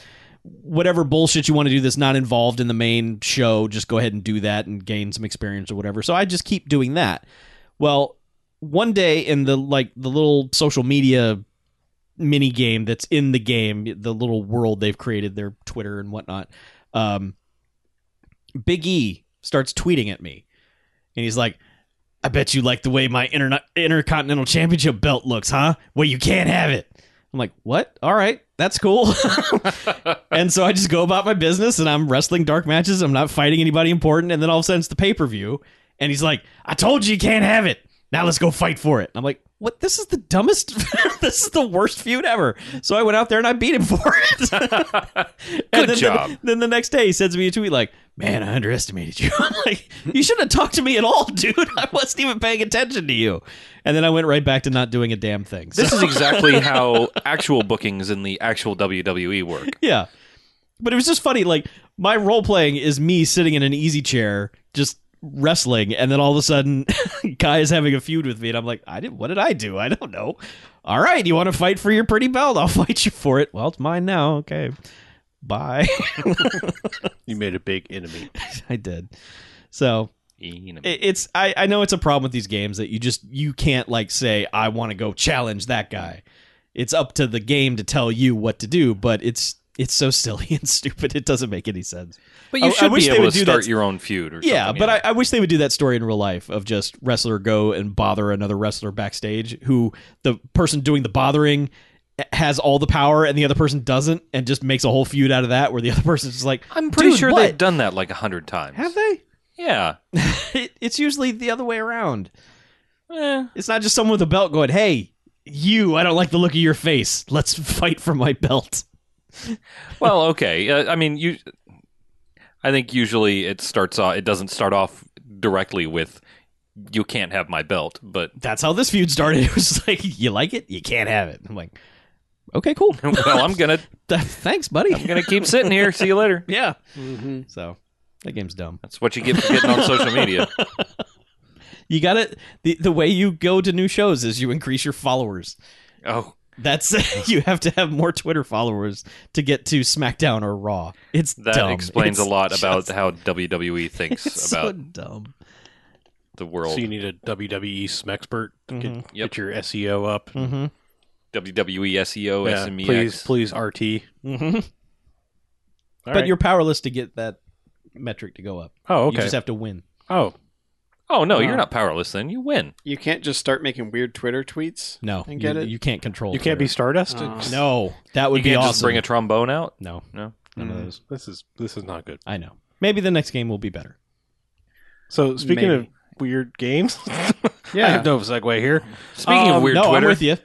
whatever bullshit you want to do that's not involved in the main show, just go ahead and do that and gain some experience or whatever. So I just keep doing that. Well, one day in the like the little social media mini game that's in the game, the little world they've created, their Twitter and whatnot, um, Big E starts tweeting at me, and he's like. I bet you like the way my interna- intercontinental championship belt looks, huh? Well, you can't have it. I'm like, what? All right, that's cool.
*laughs*
and so I just go about my business and I'm wrestling dark matches. I'm not fighting anybody important. And then all of a sudden it's the pay per view. And he's like, I told you you can't have it. Now let's go fight for it. And I'm like, what? This is the dumbest. *laughs* this is the worst feud ever. So I went out there and I beat him for it. *laughs*
Good
and then
job.
The, *laughs* then the next day he sends me a tweet like, man, I underestimated you. *laughs* I'm like, you shouldn't have talked to me at all, dude. *laughs* I wasn't even paying attention to you. And then I went right back to not doing a damn thing. So-
This is exactly how actual bookings in the actual WWE work.
yeah. But it was just funny. Like my role playing is me sitting in an easy chair, just wrestling, and then all of a sudden, *laughs* guy is having a feud with me, and I'm like, I did. What did I do? I don't know. All right, you want to fight for your pretty belt? I'll *laughs* fight you for it. Well, it's mine now. Okay, bye. *laughs*
You made a big
*laughs*
enemy.
I did. So it- it's I, I know it's a problem with these games that you just you can't like say I want to go challenge that guy. It's up to the game to tell you what to do, but it's it's so *laughs* silly and stupid. It doesn't make any sense.
But
I- I
you should
wish
be
they
able
would
to
do
start
that-
your own feud or
Yeah,
something,
but
you
I, I wish they would do that story in real life of just wrestler go and bother another wrestler backstage who the person doing the bothering has all the power and the other person doesn't and just makes a whole feud out of that where the other *laughs* person's just like
I'm pretty
"Dude,
sure
what?" *laughs*
they've done that like a hundred times.
have they
Yeah.
it, it's usually the other way around.
Eh,
It's not just someone with a belt going, "Hey, you, I don't like the look of your face. Let's fight for my belt."
well, okay. Uh, I mean, you. I think usually it starts off. It doesn't start off directly with "you can't have my belt," but *laughs*
That's how this feud started. *laughs* It was just like, "You like it? You can't have it." I'm like, "Okay, cool. *laughs*
well, I'm gonna
Thanks, buddy."
I'm gonna keep sitting here. See you later.
yeah.
Mm-hmm.
So that game's dumb.
That's what you get for getting on social media.
You got it. The the way you go to new shows is you increase your followers.
Oh,
That's *laughs* you have to have more Twitter followers to get to SmackDown or Raw. It's
that
dumb.
explains
It's
a lot about
just- *laughs*
how WWE thinks
it's so
about
dumb.
the world.
So you need a WWE smexpert to
Mm-hmm.
get,
Mhm.
Yep.
get your SEO up.
Mm-hmm.
WWE
Oh,
SEO
Yeah,
E
SMEX.
please, please RT.
Mm-hmm.
All
but
right.
you're powerless to get that metric to go up.
oh
You
okay.
just have to win.
oh,
Oh no,
Uh,
you're
Wow.
not powerless. Then you win.
You can't just start making weird Twitter tweets.
No,
And
you,
get it?
you can't control.
you can't be
Twitter.
Stardust.
Oh.
No, that would
you
be
can't
awesome.
just bring a trombone out.
no,
No.
none of
Mm.
those.
This is this is not good.
I know. Maybe the next game will be better.
So speaking
Maybe.
of weird games, *laughs* I
Yeah.
have no segue here.
Speaking of
Um,
weird
no,
Twitter,
I'm
*laughs*
with you.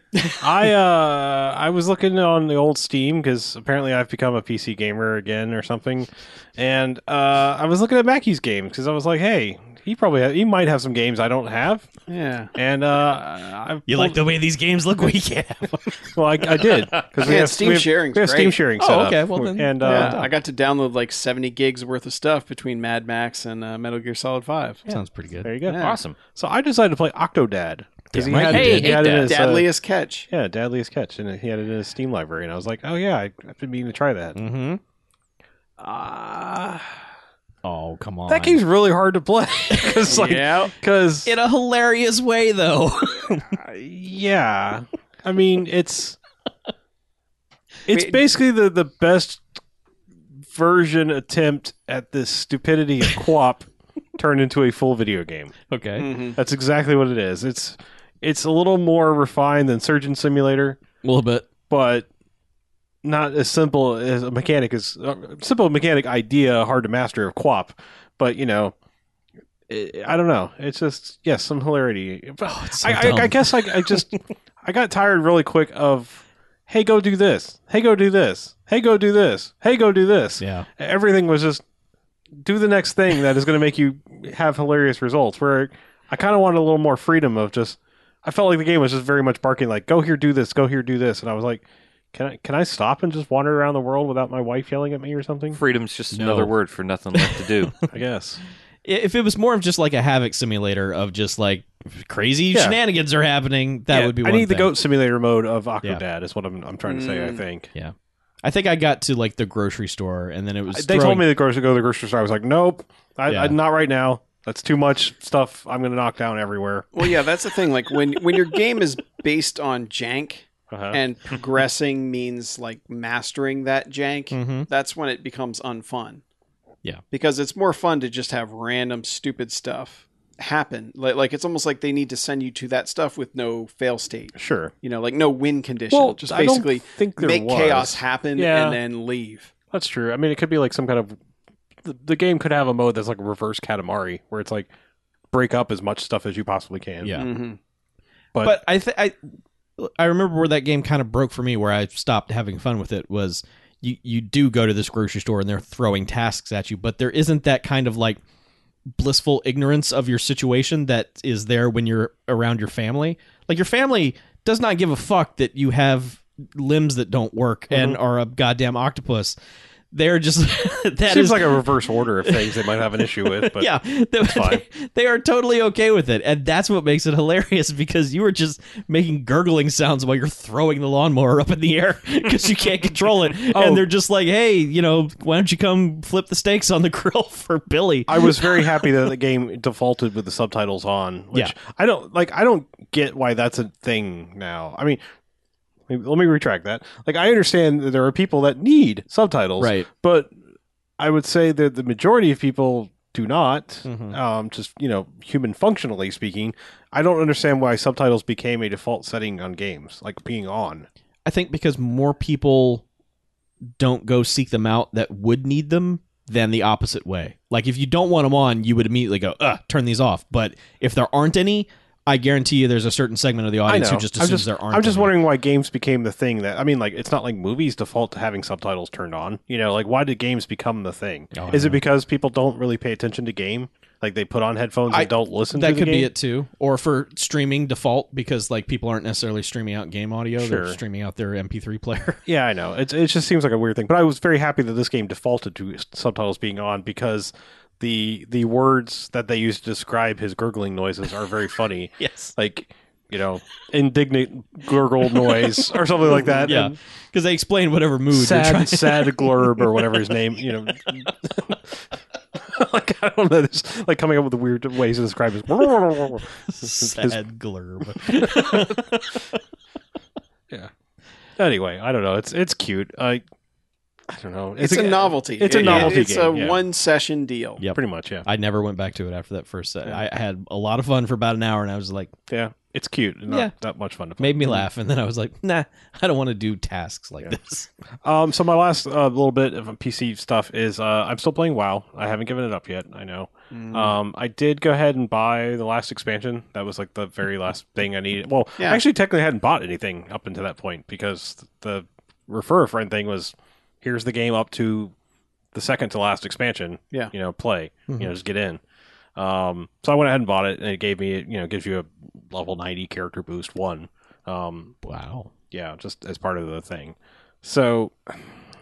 I uh I was looking on the old Steam because apparently I've become a PC gamer again or something, and uh, I was looking at Mackey's games because I was like, hey, he probably ha- he might have some games I don't have,
Yeah.
and uh, I've
You like the way these games look? We can.
*laughs* well I, I did because we
Yeah,
have
Steam
we have,
sharing's
we have Steam
great.
sharing.
Oh,
set up.
okay, well then-
and
Yeah,
uh,
I got to download like 70 gigs worth of stuff between Mad Max and uh, Metal Gear Solid 5.
Sounds pretty good.
there you go.
Yeah.
awesome.
So I decided to play Octodad because
Damn
he
right
had
you
it-
did.
he had it
Hey,
as, uh,
Deadliest Catch.
yeah Dadliest Catch and he had it in his Steam library, and I was like, oh yeah, I, I've been meaning to try that.
Mm-hmm.
Ah.
Oh come on.
That game's really hard to play *laughs* because like
yeah.
because
in a hilarious way though. *laughs*
yeah, I mean it's it's
Wait.
basically the the best version attempt at this stupidity of co-op turned into a full video game.
okay.
Mhm.
That's exactly what it is. It's it's a little more refined than Surgeon Simulator,
A little bit.
but not as simple as a mechanic is uh, simple mechanic idea hard to master of quap but you know i i don't know it's just yes some hilarity But
Oh, it's so
I, I,
dumb.
I guess I, I
*laughs*
just i got tired really quick of hey go do this hey go do this hey go do this hey go do this
Yeah.
everything was just do the next thing that is going to make you have hilarious results where i kind of wanted a little more freedom of just i felt like the game was just very much barking like go here do this go here do this and i was like can i can i stop and just wander around the world without my wife yelling at me or
*laughs*
something
Freedom's just
No.
another word for nothing left to
*laughs*
do.
i guess
If it was more of just like a havoc simulator of just like crazy
Yeah.
shenanigans are happening, that
Yeah,
would be.
i
One
need the
thing.
goat simulator mode of
Yeah.
aquadad is what i'm, I'm trying to say i
Mm.
think
I think I got to like the grocery store, and then it was.
they
throwing-
told me to go to go to the grocery store i was like nope I,
Yeah.
I, not right now that's too much stuff i'm going to knock down everywhere
Well, yeah, that's the thing. Like when when your game is based on jank
Uh-huh.
and progressing means like mastering that jank,
Mhm.
that's when it becomes unfun.
Yeah.
Because it's more fun to just have random stupid stuff happen. Like, like it's almost like they need to send you to that stuff with no fail state.
sure
You know, like no win condition. just
I don't
basically
think there
make
was.
chaos happen
Yeah.
and then leave.
That's true. I mean, it could be like some kind of the, the game could have a mode that's like a reverse Katamari, where it's like break up as much stuff as you possibly can.
Yeah.
Mhm.
but-
but I th- I I remember where that game kind of broke for me, where I stopped having fun with it was. You, you do go to this grocery store and they're throwing tasks at you, but there isn't that kind of like blissful ignorance of your situation that is there when you're around your family. Like your family does not give a fuck that you have limbs that don't work and
Mm-hmm.
are a goddamn octopus. They're just *laughs* that
Seems
is
like a reverse order of things they might have an issue
*laughs*
with. But
yeah, they,
fine.
they- they are totally okay with it, and that's what makes it hilarious because you were just making gurgling sounds while you're throwing the lawnmower up in the air *laughs* because you can't control it,
*laughs* Oh.
and they're just like, "Hey, you know, why don't you come flip the steaks on the *laughs* grill for Billy?"
I was very happy that the game defaulted with the subtitles on. Which I don't like. I don't get why that's a thing now. I mean. maybe- Let me retract that. Like, I understand that there are people that need subtitles, but I would say that the majority of people do not.
Mhm.
Um, just you know, human functionally speaking, I don't understand why subtitles became a default setting on games, like being on.
I think because more people don't go seek them out that would need them than the opposite way. Like if you don't want them on, you would immediately go, "Ugh, turn these off." But if there aren't any, I guarantee you, there's a certain segment of the
I
audience
know.
who just
I'm
assumes
just,
there aren't.
I'm just
any.
wondering why games became the thing that I mean, like it's not like movies default to having subtitles turned on. You know, like why did games become the thing?
Oh, I
Is
don't
it
know.
because people don't really pay attention to game? Like they put on headphones
I-
and don't listen. to
that
the
could be
game?
it too, or for streaming default because like people aren't necessarily streaming out game audio; they're
Sure.
streaming out their MP3 player.
*laughs* Yeah, I know. It it just seems like a weird thing, but I was very happy that this game defaulted to subtitles being on because the the words that they use to describe his gurgling noises are very funny.
yes,
like you know, indignant gurgle noise or something like that.
*laughs* yeah,
and
because they explain whatever mood you're trying.
*laughs* sad sad glurb or whatever his
*laughs*
name. You know, like I don't know. There's like coming up with weird ways to describe his.
sad glurb.
anyway, I don't know. It's it's cute. I I don't know.
It's, a, novelty.
it's a
It-
novelty
It's
game,
a
yeah.
one session deal.
Yep.
Pretty much, yeah,
I never went back to it after that first set. I had a lot of fun for about an hour, and I was like,
yeah. It's cute. and Not,
Yeah.
not much fun to play.
made me laugh, and then I was like, nah, I don't want to do tasks like
*laughs*
this.
Um, so my last uh, little bit of PC stuff is uh, I'm still playing WoW. I haven't given it up yet. I know.
Mm.
Um, I did go ahead and buy the last expansion. That was like the very last thing I needed. Well,
Yeah.
I actually technically hadn't bought anything up until that point because the refer a friend thing was here's the game up to the second to last expansion.
Yeah. Mm-hmm.
You know, play. You know, just get in. Um, so I went ahead and bought it, and it gave me you know it gives you a level 90 character boost one. Um,
Wow.
yeah, just as part of the thing. So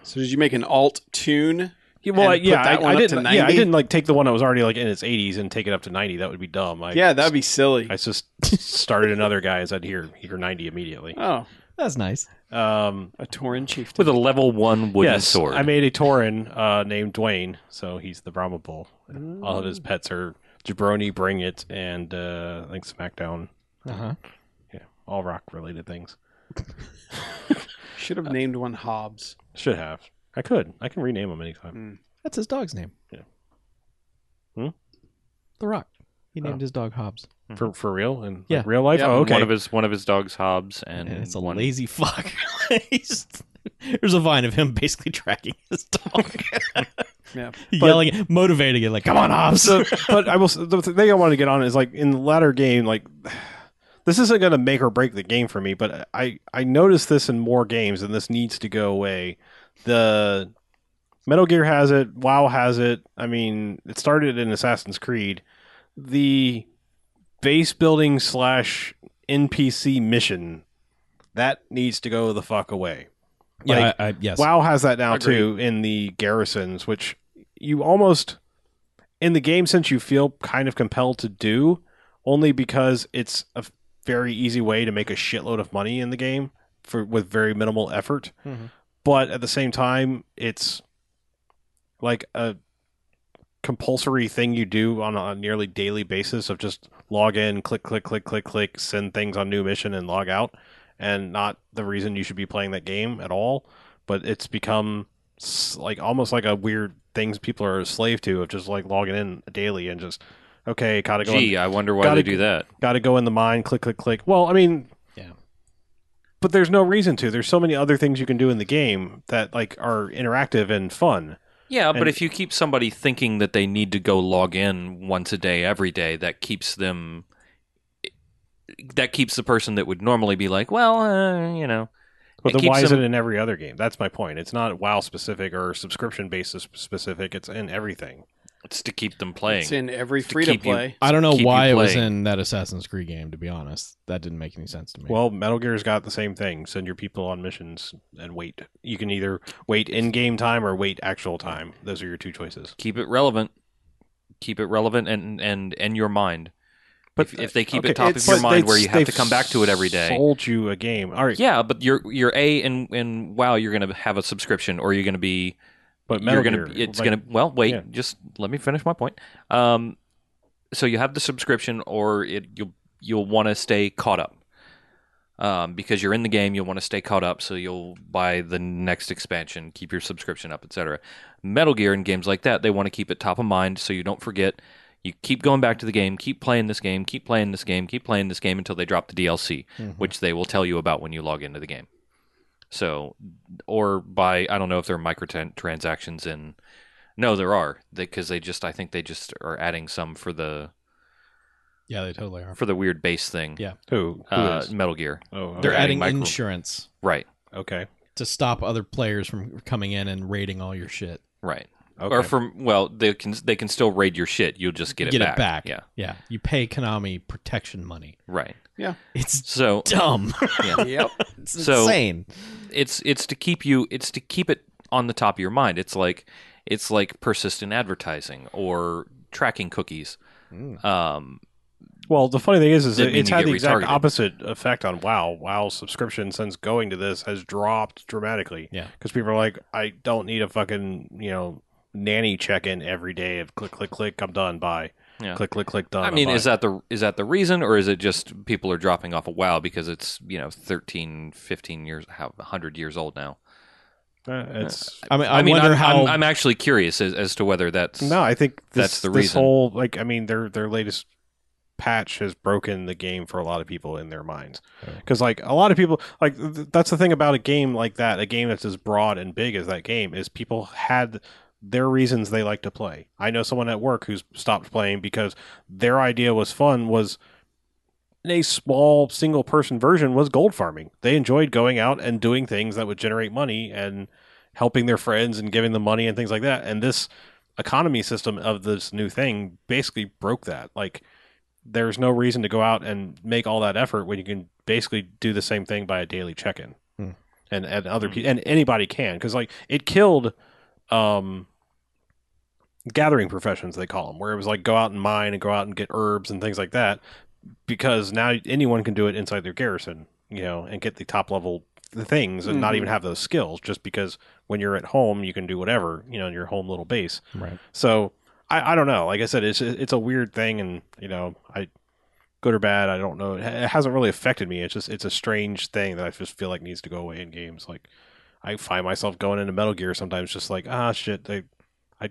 So did you make an alt tune?
Yeah, well,
and
I,
put
yeah,
that
I,
one
I
up to
didn't. Yeah, I
90?
didn't like take the one that was already like in its 80s and take it up to 90. That would be dumb. I,
yeah, that'd be silly.
I just started another guy as I'd hear hear 90 immediately.
oh,
That's nice.
Um,
a Torin chieftain.
*laughs* with a level one wooden
yes,
sword.
I made a Tauren uh, named Dwayne, so he's the Brahma Bull.
Mm.
All of his pets are Jabroni, Bring It, and uh, I think SmackDown.
Uh-huh.
Yeah, all rock related things.
Should have named one Hobbs.
Should have. I could. I can rename them anytime.
That's his dog's name.
Yeah. Hmm?
The Rock. He
named
named his dog Hobbs.
For for real and
Mm. Yeah.
real life.
Yeah,
oh, okay.
One of his one of his dogs, Hobbs, and,
And it's a
one,
lazy fuck. *laughs* He's- There's a vine of him basically tracking
*laughs*
his dog, *laughs*
Yeah.
yelling, motivating it, *laughs* like, "Come on, Hobbs!"
So, but I will. s- The thing I wanted to get on is like in the latter game, like this isn't going to make or break the game for me. But I I noticed this in more games, and this needs to go away. The Metal Gear has it. WoW has it. I mean, it started in Assassin's Creed. The base building slash NPC mission that needs to go the fuck away.
yeah,
like,
I, I, yes.
WoW has that now
Agreed.
too in the garrisons, which you almost in the game since you feel kind of compelled to do only because it's a very easy way to make a shitload of money in the game for with very minimal effort.
Mhm.
But at the same time, it's like a compulsory thing you do on a nearly daily basis of just log in, click, click, click, click, click, send things on new mission and log out, and not the reason you should be playing that game at all. But it's become s- like almost like a weird things people are a slave to of just like logging in daily and just okay, gotta go.
Gee, I wonder why
Gotta
they
g-
do that.
Got to go in the mine, click, click, click. Well, I mean,
Yeah.
But there's no reason to. There's so many other things you can do in the game that like are interactive and fun.
Yeah, but
And-
if you keep somebody thinking that they need to go log in once a day every day, that keeps them that keeps the person that would normally be like, well, uh, you know,
But
It
then
keeps
why is
them-
it in every other game? That's my point. It's not WoW specific or subscription basis specific. It's in everything.
it's to keep them playing.
It's in every
to
free to
keep you-
*laughs*
play.
I don't know
keep you
why it was
playing.
in that Assassin's Creed game. To be honest, that didn't make any sense to me.
Well, Metal Gear's got the same thing. Send your people on missions and wait. You can either wait in game time or wait actual time. Those are your two choices.
keep it relevant. Keep it relevant and and and your mind. But if, if they keep
Okay,
it top of
it's-
your
but
mind
they've-
where you have to
they've
come back to it every day.
Sold you a game. All right.
yeah, but you're you're a and and wow, you're going to have a subscription or you're going to be
But Metal
you're gonna
Gear,
it's
like-
gonna well wait
yeah.
just let me finish my point um so you have the subscription or it you'll you'll want to stay caught up um because you're in the game you'll want to stay caught up so you'll buy the next expansion keep your subscription up etc metal gear and games like that they want to keep it top of mind so you don't forget you keep going back to the game keep playing this game keep playing this game keep playing this game until they drop the dlc
Mm-hmm.
which they will tell you about when you log into the game so or by I don't know if there are microtransactions in. No, there are because they, just I think they just are adding some for the
Yeah, they totally are.
for the weird bass thing.
Yeah.
Who? who
Uh,
is?
Metal Gear.
Oh, okay.
They're adding
micro-
insurance
Right.
okay.
to stop other players from coming in and raiding all your shit.
Right.
Okay.
Or from well, they can they can still raid your shit. You'll just get it
Get
back.
it back.
Yeah.
Yeah. You pay Konami protection money.
Right.
It's
So
dumb. *laughs*
yep.
It's
So-
insane.
it's it's to keep you it's to keep it on the top of your mind. It's like it's like persistent advertising or tracking cookies. Um,
Well, the funny thing is, is
Didn't
it,
mean
it's
you
had
get
the exact
retargeted.
opposite effect on WoW. WoW subscription since going to this has dropped dramatically.
Yeah.
because people are like, I don't need a fucking you know nanny check in every day of click click click. I'm done. Bye.
Yeah.
Click click click. Done.
I
I'm
mean,
bye.
is that the is that the reason, or is it just people are dropping off a WoW because it's you know 13, 15 years, how hundred years old now?
Uh, it's
I mean, I,
mean,
wonder
I'm,
how.
I'm, I'm actually curious as, as to whether that's
no. I think this,
that's the
this
reason.
whole like. I mean, their their latest patch has broken the game for a lot of people in their minds because like a lot of people like th- that's the thing about a game like that a game that's as broad and big as that game is people had their reasons they like to play i know someone at work who's stopped playing because their idea was fun was in a small single person version was gold farming they enjoyed going out and doing things that would generate money and helping their friends and giving them money and things like that and this economy system of this new thing basically broke that like there's no reason to go out and make all that effort when you can basically do the same thing by a daily check-in
Hmm.
and and other people and anybody can because like it killed um gathering professions they call them where it was like go out and mine and go out and get herbs and things like that because now anyone can do it inside their garrison you know and get the top level things and not
Mhm.
even have those skills just because when you're at home you can do whatever you know in your home little base
right.
so I, I don't know. Like I said, it's it's a weird thing, and you know, I good or bad, I don't know. It, ha- it hasn't really affected me. It's just it's a strange thing that I just feel like needs to go away in games. Like I find myself going into Metal Gear sometimes, just like ah shit, they I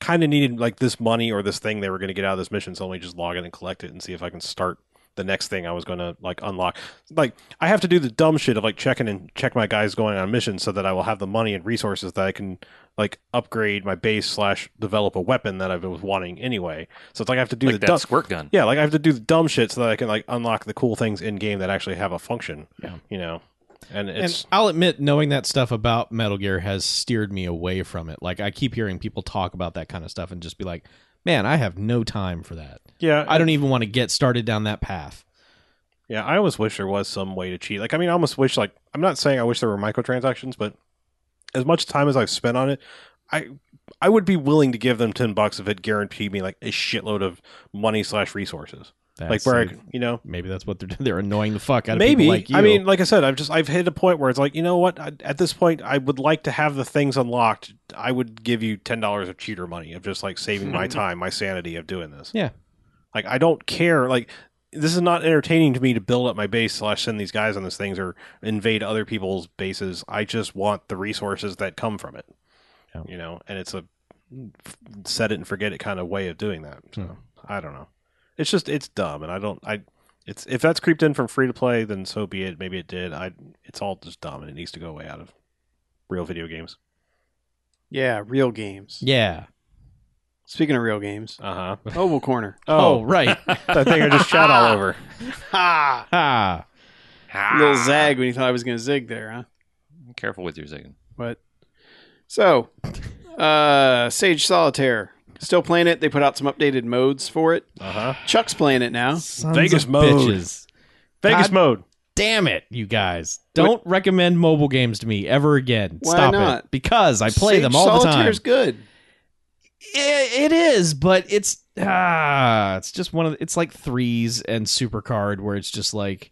kind of needed like this money or this thing they were going to get out of this mission, so let me just log in and collect it and see if I can start the next thing I was going to like unlock. Like I have to do the dumb shit of like checking and check my guys going on missions so that I will have the money and resources that I can like upgrade my base slash develop a weapon that I was wanting anyway. So it's like I have to do
like
the
that
dumb
squirt gun.
yeah, like I have to do the dumb shit so that I can like unlock the cool things in game that actually have a function.
Yeah.
You know, and it's
And I'll admit, knowing that stuff about Metal Gear has steered me away from it. Like, I keep hearing people talk about that kind of stuff and just be like, man, I have no time for that.
yeah,
I don't even want to get started down that path.
Yeah, I almost wish there was some way to cheat. Like, I mean, I almost wish, like, I'm not saying I wish there were microtransactions, but as much time as I've spent on it, I I would be willing to give them ten bucks if it guaranteed me like a shitload of money slash resources. like,
That's-
where I, could- you know,
maybe that's what they're *laughs* doing. They're annoying the fuck out of
maybe.
people like you.
I mean, like I said, I've just I've hit a point where it's like, you know what? I, at this point, I would like to have the things unlocked. I would give you ten dollars of cheater money of just like
*laughs*
saving my time, my sanity of doing this.
Yeah.
Like I don't care. Like this is not entertaining to me to build up my base slash send these guys on these things or invade other people's bases. I just want the resources that come from it.
Yeah.
You know, and it's a set it and forget it kind of way of doing that. So
Hmm.
I don't know. It's just it's dumb, and I don't. I it's if that's creeped in from free to play, then so be it. Maybe it did. I it's all just dumb, and it needs to go away out of real video games.
Yeah, real games.
yeah.
Speaking of real
*laughs*
games,
Uh huh.
Oval Corner.
Oh,
*laughs*
right.
that thing I
*laughs*
just shot
Ah!
all over.
Ha!
ah,
Little zag when you thought I was going to zig there, huh?
Careful with your
*laughs*
zigging.
But so, uh, Sage Solitaire. Still playing it. They put out some updated modes for it.
Uh
Uh-huh.
huh.
Chuck's playing it now.
sons
Vegas
of
mode.
bitches.
Vegas
God
mode.
Damn it, you guys. Don't recommend mobile games to me ever again.
Why
Stop it.
not?
Because I play
Sage
them all the time.
Solitaire's good.
It, it is, but it's ah, it's just one of the, it's like threes and supercard where it's just like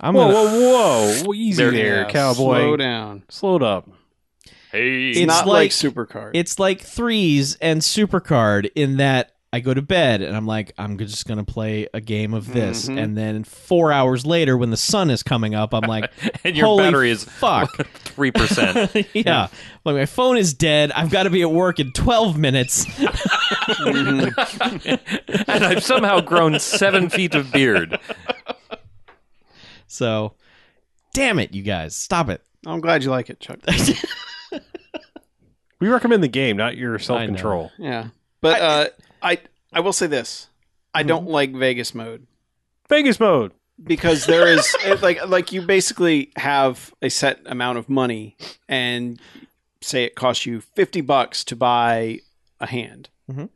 I'm
Whoa,
gonna
whoa, whoa! Easy there,
Yeah,
cowboy.
Slow down.
Slowed up.
Hey,
It's,
It's
not
like-
like, Supercard.
It's like threes and supercard in that I go to bed and I'm like, I'm just gonna play a game of this,
Mhm.
and then four hours later, when the sun is coming up, I'm like,
and your
holy
battery is
fuck.
three
*laughs*
percent.
yeah. like my phone is dead. I've got to be at work in 12 minutes.
Mhm.
and I've somehow grown seven feet of beard.
so, damn it, you guys, stop it.
I'm glad you like it, Chuck.
We recommend the game, not your self control.
Mm-hmm. Yeah, but uh, I I will say this: I don't like Vegas mode.
Vegas mode.
because there is *laughs* it- like like you basically have a set amount of money and say it costs you 50 bucks to buy a hand
Mhm.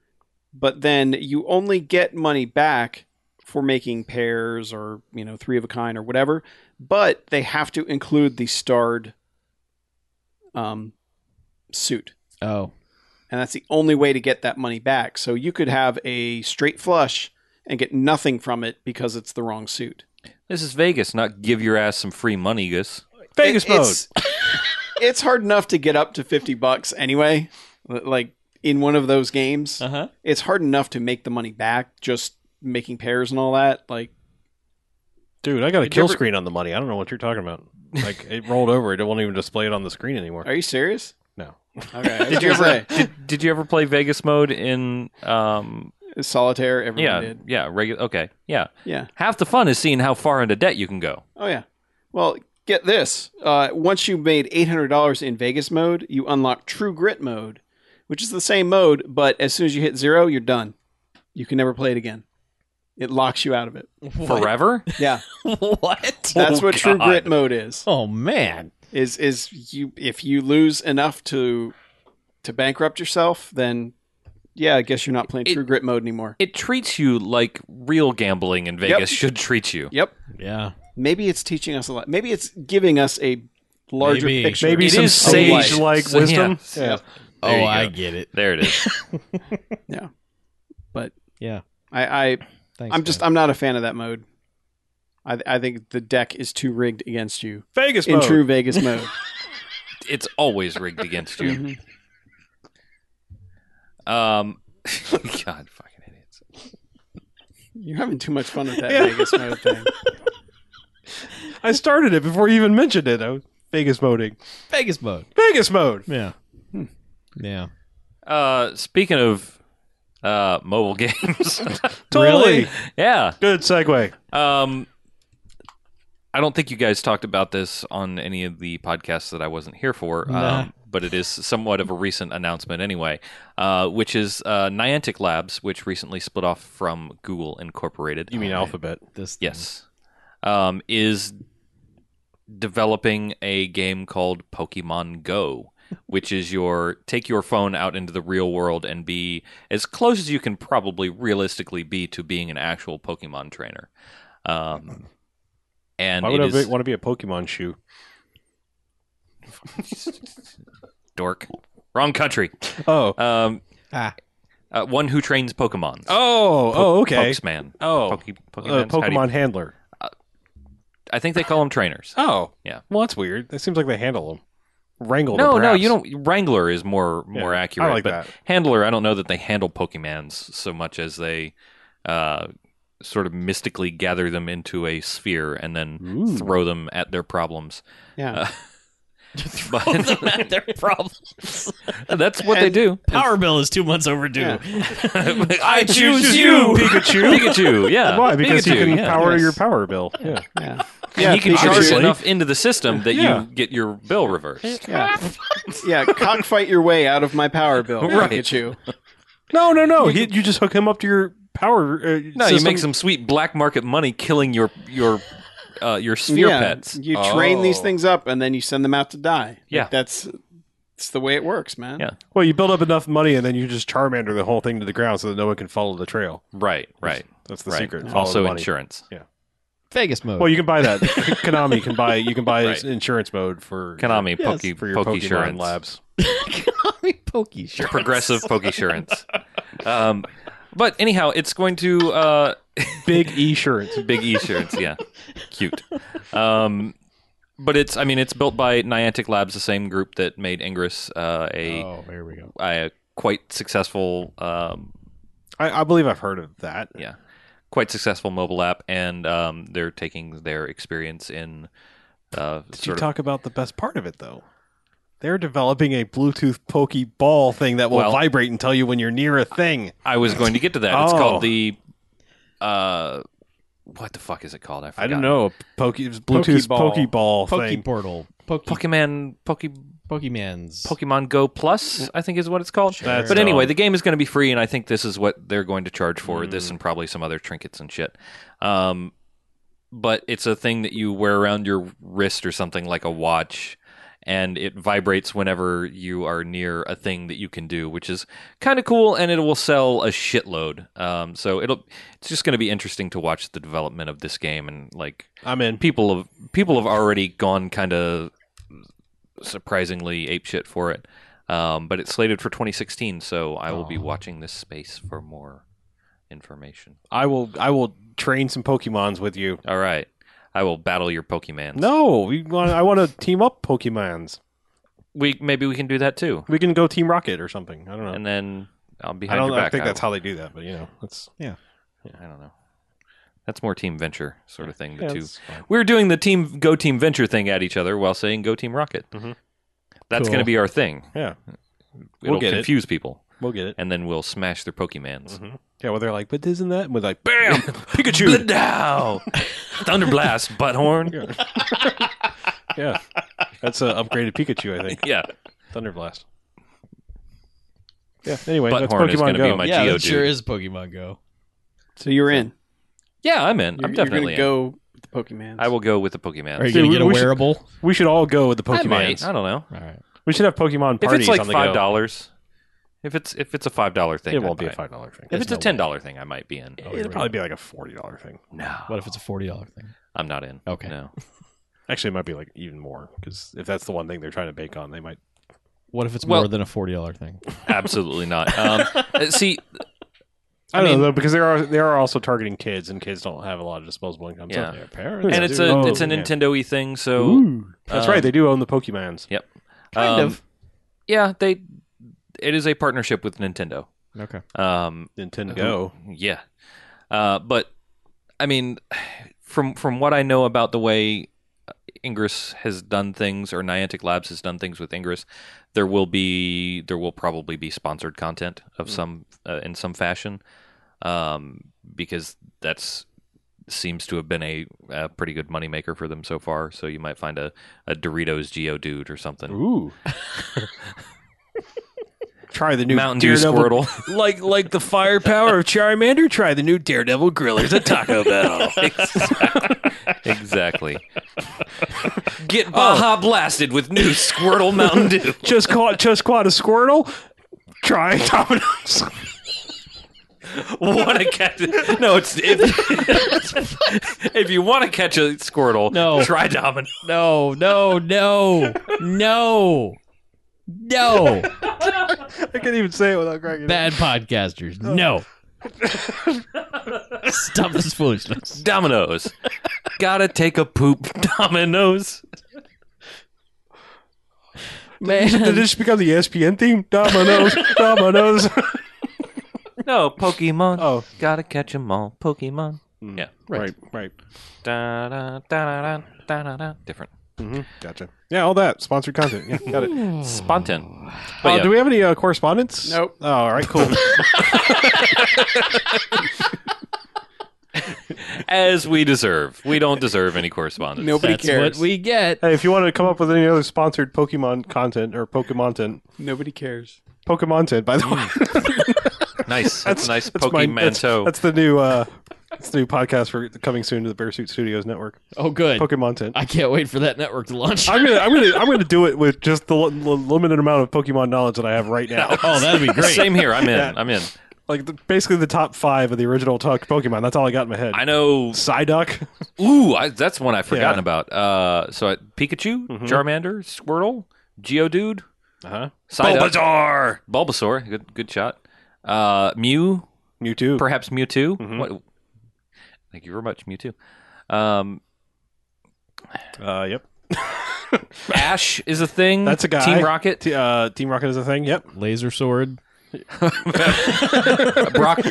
but then you only get money back for making pairs or you know three of a kind or whatever but they have to include the starred um, suit
Oh,
and that's the only way to get that money back so you could have a straight flush and get nothing from it because it's the wrong suit
This is Vegas, not give your ass some free money, Gus.
Vegas
It-
mode.
It's, *laughs* it's hard enough to get up to 50 bucks anyway, l- like in one of those games.
huh.
It's hard enough to make the money back just making pairs and all that. Like,
Dude, I got a
Did you
kill
ever-
screen on the money. I don't know what you're talking about. Like it rolled over. It won't even display it on the screen anymore.
are you serious?
No.
Okay.
*laughs* Did you ever did, did you ever play Vegas mode in um
Solitaire, everyone
yeah
did.
yeah regular okay yeah
Yeah.
half the fun is seeing how far into debt you can go.
Oh, yeah. Well, get this. Uh, once you made $800 in Vegas mode, you unlock True Grit mode, which is the same mode, but as soon as you hit zero, you're done. You can never play it again. It locks you out of it.
Forever?
Yeah.
what?
That's
Oh,
what True
God.
Grit mode is.
Oh man,
is is you if you lose enough to to bankrupt yourself, then yeah, I guess you're not playing
It-
True Grit mode anymore.
It treats you like real gambling in Vegas should treat you.
Yep.
yeah.
Maybe it's teaching us a lot. Maybe it's giving us a larger
Maybe.
picture.
Maybe
It
some
is
sage
sage.
like
So,
wisdom.
yeah.
Yeah.
There you
oh, I
go.
get it.
There it is.
I, I
Thanks,
I'm just I'm not a fan of that mode. I I think the deck is too rigged against you
Vegas
in
mode.
true
*laughs*
Vegas mode.
it's always rigged against
*laughs*
you.
mm-hmm.
Mhm.
Um *laughs* God fucking idiots.
You're having too much fun with that
Yeah.
Vegas mode
*laughs*
thing.
I started it before you even mentioned it. I was Vegas moding.
Vegas mode.
Vegas mode.
Yeah. Yeah.
Uh speaking of uh mobile games. *laughs*
Totally.
Really?
yeah.
Good segue.
Um, I don't think you guys talked about this on any of the podcasts that I wasn't here for,
Nah.
um, but it is somewhat of a recent announcement anyway, uh, which is uh, Niantic Labs, which recently split off from Google Incorporated. Um,
You mean Alphabet?
This thing.
Yes. Um, is developing a game called Pokemon Go, which is your take your phone out into the real world and be as close as you can probably realistically be to being an actual Pokemon trainer. Um, and
Why would I
it is
want to be a Pokemon shoe?
dork. Wrong country.
Oh.
Um,
Ah.
uh, one who trains Pokemon.
Oh. oh. Okay.
Pokesman.
Oh.
Poke- Pokemans? How
Uh,
do you-
Pokemon handler.
I think they call them trainers.
Oh.
Yeah.
Well, that's weird. That seems like they handle them. Wrangle.
No,
them,
no,
perhaps.
you don't. Wrangler is more
Yeah,
more accurate.
I like
but
that.
Handler, I don't know that they handle Pokemans so much as they uh, sort of mystically gather them into a sphere and then
Ooh.
throw them at their
*laughs*
problems.
Yeah.
Uh,
Both
but
of them
*laughs*
had their problems.
that's what they
And-
*laughs*
do.
Power bill is two months overdue.
*laughs* I
choose
*laughs*
you,
Pikachu. Pikachu, yeah.
Why? Because
Pikachu,
you can
yeah.
power
Yes.
your power bill. Yeah.
yeah.
And
Yeah,
he can charge
Obviously.
enough into the system that
Yeah.
you get your bill reversed.
Yeah. yeah, cockfight your way out of my power
*laughs*
bill,
Right.
Pikachu.
No, no, no. You, you just hook him up to your power. Uh,
No, you
system.
make some sweet black market money killing your your uh, your sphere pets.
You train these
Oh.
things up and then you send them out to die. Like,
Yeah.
that's it's the way it works, man.
Yeah.
Well, you build up enough money, and then you just Charmander the whole thing to the ground, so that no one can follow the trail.
Right, right.
That's the
right.
secret. Follow
Also
the money.
insurance.
Vegas mode. *laughs*
Well, you can
*laughs*
buy that. Konami can buy. You can buy
Right.
insurance mode for
Konami,
Yes.
Poke,
for your Pokemon
Pokesurance.
Labs.
Konami Pokey
*laughs*
shirt.
Progressive Pokesurance. um, but anyhow, it's going to uh,
Big e-surance.
Big E shirts, yeah, cute. Um, but it's, I mean, it's built by Niantic Labs, the same group that made Ingress, uh, a,
Oh, here we go.
a quite successful, um,
*laughs* I, I believe I've heard of that.
yeah, quite successful mobile app, and um, they're taking their experience in. Uh,
Did you
sort of-
talk about the best part of it though? They're developing a Bluetooth Pokeball thing that will
Well-
vibrate and tell you when you're near a thing.
I was going to get to that. It's
Oh.
called the. Uh, what the fuck is it called? I forgot.
I don't know. Poke, it was Bluetooth
Pokeball.
Pokeball,
Poke
thing.
portal. Poke
Pokemon, Poke,
Pokemon's.
Pokemon Go Plus, I think is what it's called.
That's
but anyway,
dumb.
the game is going to be free, and I think this is what they're going to charge for this and probably some other trinkets and shit. Um, but it's a thing that you wear around your wrist or something like a watch and it vibrates whenever you are near a thing that you can do which is kind of cool and it will sell a shitload um, so it'll it's just going to be interesting to watch the development of this game and like
I'm in.
people have people have already gone kind of surprisingly apeshit for it. Um, but it's slated for 2016, so I will be
Aw.
watching this space for more information.
I will. I will train some Pokemons with you.
All right, I will battle your Pokemans.
No, we want. I want to team up Pokemons.
we maybe we can do that too,
We can go Team Rocket or something. I don't know.
and then I'll be
I
behind
don't.
your
I
back.
think that's how they do that. But you know, that's
I don't know. That's more team venture sort of thing. The
yeah,
two
it's fine.
we were doing the team go team venture thing at each other while saying go team rocket.
Mhm.
That's
Cool.
going to be our thing.
Yeah. We'll
it'll
get it.
confuse people,
We'll get it.
and then we'll smash their Pokemans.
Yeah. Well, they're like, but isn't that? And we're like, *laughs* bam, Mm-hmm. Pikachu. *laughs*
Bladow! Thunderblast, butthorn.
Yeah. yeah. That's an upgraded Pikachu, I think.
Yeah,
Thunderblast. Yeah. Anyway, that's
Butthorn is
Pokemon
gonna
Go.
be my
yeah,
Geo
that sure
dude.
is Pokemon Go.
So you're in.
yeah, I'm in.
You're,
I'm definitely
you're gonna
in.
go with the Pokemon.
I will go with the Pokemon.
Are you
Dude,
gonna
we-
get a
we should-
wearable?
we should all go with the
I
Pokemon.
might. I don't know.
All right.
We should have Pokemon
If
parties
it's like
on the
five
go.
dollars, if it's if it's a five dollar thing,
It
I
won't be a
might.
five dollar thing.
If
There's
it's a
no
ten dollar thing, I might be in.
Oh, you're
It'll
right.
probably be like a forty dollar thing.
No,
What if it's a forty dollar thing?
I'm not in.
Okay.
No.
Actually, it might be like even more because if that's the one thing they're trying to bake on, they might.
What if it's
Well-
more than a forty dollar thing?
absolutely
*laughs*
not. Um, uh, see,
I, don't
mean-
know though because there are they are also targeting kids and kids don't have a lot of disposable income. so-
Yeah.
Their
Who
parents.
and
knows?
it's
Who
a
knows?
it's a
Oh, Yeah.
Nintendo y thing, so
Ooh. that's
um,
right. They do own the Pokemons.
um,
Kind of.
Yeah, they. It is a partnership with Nintendo.
Okay.
Um,
Nintendo.
Yeah, uh, but I mean, from from what I know about the way Ingress has done things, or Niantic Labs has done things with Ingress, there will be there will probably be sponsored content of some uh, in some fashion, um, because that's seems to have been a, a pretty good moneymaker for them so far. So you might find a, a Doritos Geodude or something.
Ooh. Try the new
Mountain Dew Squirtle. *laughs*
like like the firepower of Charmander. Try the new Daredevil Grillers
*laughs*
at Taco Bell.
exactly. Oh. Get Baja blasted with new Squirtle Mountain Dew.
just caught just caught a Squirtle. Try *laughs* Domino's.
want to catch? No, it's if, *laughs* if you want to catch a Squirtle,
No.
try Domino.
No, no, no, no, no.
I can't even say it without cracking. up.
Bad podcasters. *laughs* No. Stop this foolishness.
Dominoes. Gotta take a poop. Dominoes.
Did
Man.
this become the E ESPN theme? Domino's, Domino's.
No, Pokemon.
Oh,
Gotta catch 'em all. Pokemon.
Mm.
Yeah.
right, right.
Da, da, da, da, da, da, da. Different.
hmm Gotcha. Yeah, all that sponsored content. Yeah, got *laughs* it.
Spontan.
Uh,
But yeah.
Do we have any uh, correspondence?
Nope.
Oh, all right,
*laughs*
cool. *laughs*
As we deserve. We don't deserve any correspondence.
Nobody
That's
cares.
what we get.
hey, if you want to come up with any other sponsored Pokemon content or Pokemon
Nobody cares.
Pokemon, by
Mm.
the way, *laughs*
Nice. That's, a nice
my- that's,
Pokemanto. *laughs*
that's the new. Uh, it's the new podcast for coming soon to the Bear Suit Studios network.
Oh, good.
Pokemon tent.
I can't wait for that network to launch.
I'm gonna, I'm gonna, I'm gonna do it with just the l- l- limited amount of Pokemon knowledge that I have right
*laughs*
now.
Oh, that'd be great.
Same here. I'm in. I'm in.
like the, basically the top five of the original talk Pokemon. That's all I got in my head.
I know.
Psyduck.
Ooh, I, that's one I've forgotten
Yeah.
about.
Mm-hmm.
Uh, so I, Pikachu, Charmander, Squirtle, Geodude,
Uh
Uh-huh.
huh.
Psyduck, Bulbasaur. Bulbasaur. Good, good shot. Uh, Mew,
Mewtwo.
perhaps Mewtwo.
Mhm.
What, thank you very much, Mewtwo. Um,
Uh, yep.
Ash is a thing.
That's a guy.
Mm-hmm. Team Rocket.
T- uh, Team Rocket is a thing. Yep.
Laser sword.
Brock
*laughs*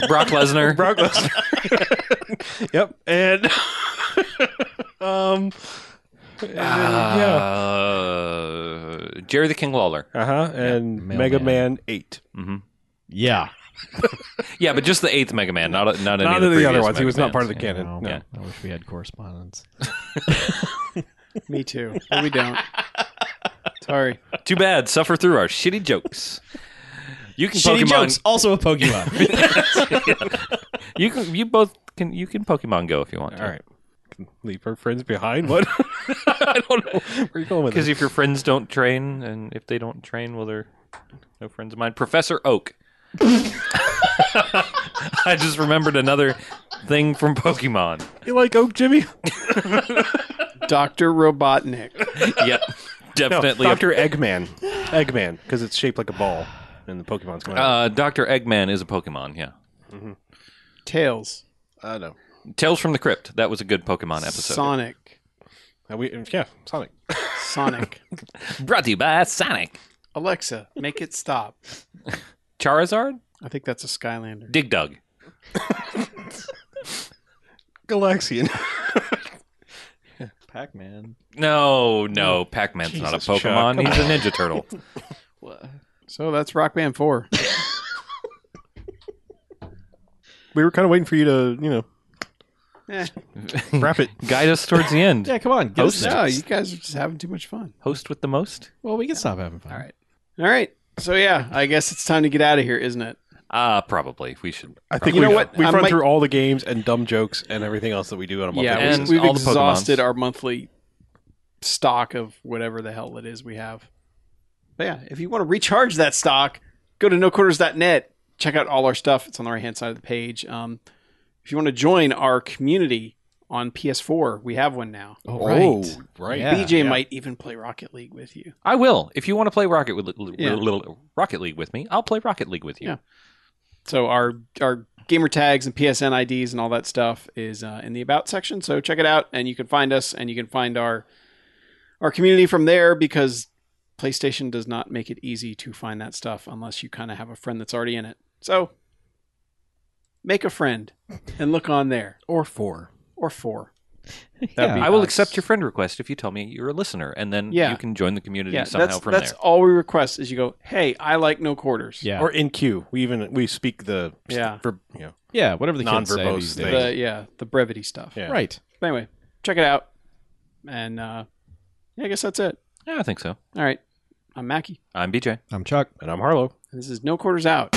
Brock Lesnar.
Brock Lesnar. yep. And *laughs* um. and,
Ah.
yeah.
Uh, Jerry the King Lawler.
Uh huh. And
Mailman.
Mega Man Eight.
Yeah.
Yeah, but just the eighth Mega Man, not not any of
Not
the,
any of the other
previous
ones. he
Mega
was not
Mans.
part of the
Yeah.
canon.
Oh,
No.
man. I wish we had correspondence.
Me too. But we don't. Sorry.
Too bad. Suffer through our shitty jokes. You can
*laughs* Shitty
Pokemon.
jokes. Also a *laughs* Pokemon.
You can. You both can. You can Pokemon Go if you want. To.
All right. leave our friends behind.
*laughs*
What? I don't know. Where are you going with
Because
this?
if your friends don't train, and if they don't train, well, they're no friends of mine. Professor Oak. *laughs* I just remembered another thing from Pokemon.
You like Oak Jimmy?
Doctor Robotnik.
Yep,
No,
*laughs* definitely. a- *laughs*
Doctor Eggman. Eggman, because it's shaped like a ball, and the Pokemon's come out.
uh, Doctor Eggman is a Pokemon. Yeah,
Tails.
I know.
Tales from the Crypt. That was a good Pokemon episode.
Sonic.
And we, yeah, Sonic.
Sonic.
Brought to you by Sonic.
Alexa, make it stop.
Charizard.
I think that's a Skylander.
Dig Dug.
Galaxian. *laughs*
Pac Man.
No, no, Pac Man's not a
Jesus, Chuck,
Pokemon.
come
He's a Ninja Turtle.
So that's Rock Band Eh, 4.
we were kind of waiting for you to, you know,
Eh,
wrap it.
Guide us towards the
*laughs*
end.
Yeah, come on. Get us
Host.
no,
next.
you guys are just having too much fun.
Host with the most.
Well, we can stop having fun.
All right. All right. So yeah, I guess it's time to get out of here, isn't it?
Ah, probably we should.
I think
You know
we've,
what?
we've
I
run
might-
through all the games and dumb jokes and everything else that we do on a monthly
Yeah,
And
basis.
we, we've
all the
exhausted
Pokemons.
our monthly stock of whatever the hell it is we have. But yeah, if you want to recharge that stock, go to noquarters.net. Check out all our stuff. It's on the right hand side of the page. Um, if you want to join our community on PS4, we have one now.
Oh, right.
right.
Yeah.
BJ might even play Rocket League with you.
I will. If you want to play Rocket with li-
Yeah.
little Rocket League with me, I'll play Rocket League with you.
Yeah. So our our gamer tags and PSN IDs and all that stuff is uh, in the about section. So check it out, and you can find us, and you can find our our community from there because PlayStation does not make it easy to find that stuff unless you kind of have a friend that's already in it. So make a friend and look on there
Or four.
or four.
Yeah.
be
I will
nice.
accept your friend request if you tell me you're a listener, and then
Yeah.
you can join the community
Yeah,
somehow
that's
from
that's
there.
all we request is you go. Hey, I like no quarters.
Yeah.
Or in queue. We even we speak the
Yeah.
Ver, you know,
yeah, whatever the kids say
Non-verbose
these
thing.
days.
the yeah the brevity stuff.
yeah.
Right.
But anyway, check it out, and uh, yeah, I guess that's it.
Yeah, I think so.
All right. I'm Mackie.
I'm BJ.
I'm Chuck.
And I'm Harlow.
This is No Quarters Out.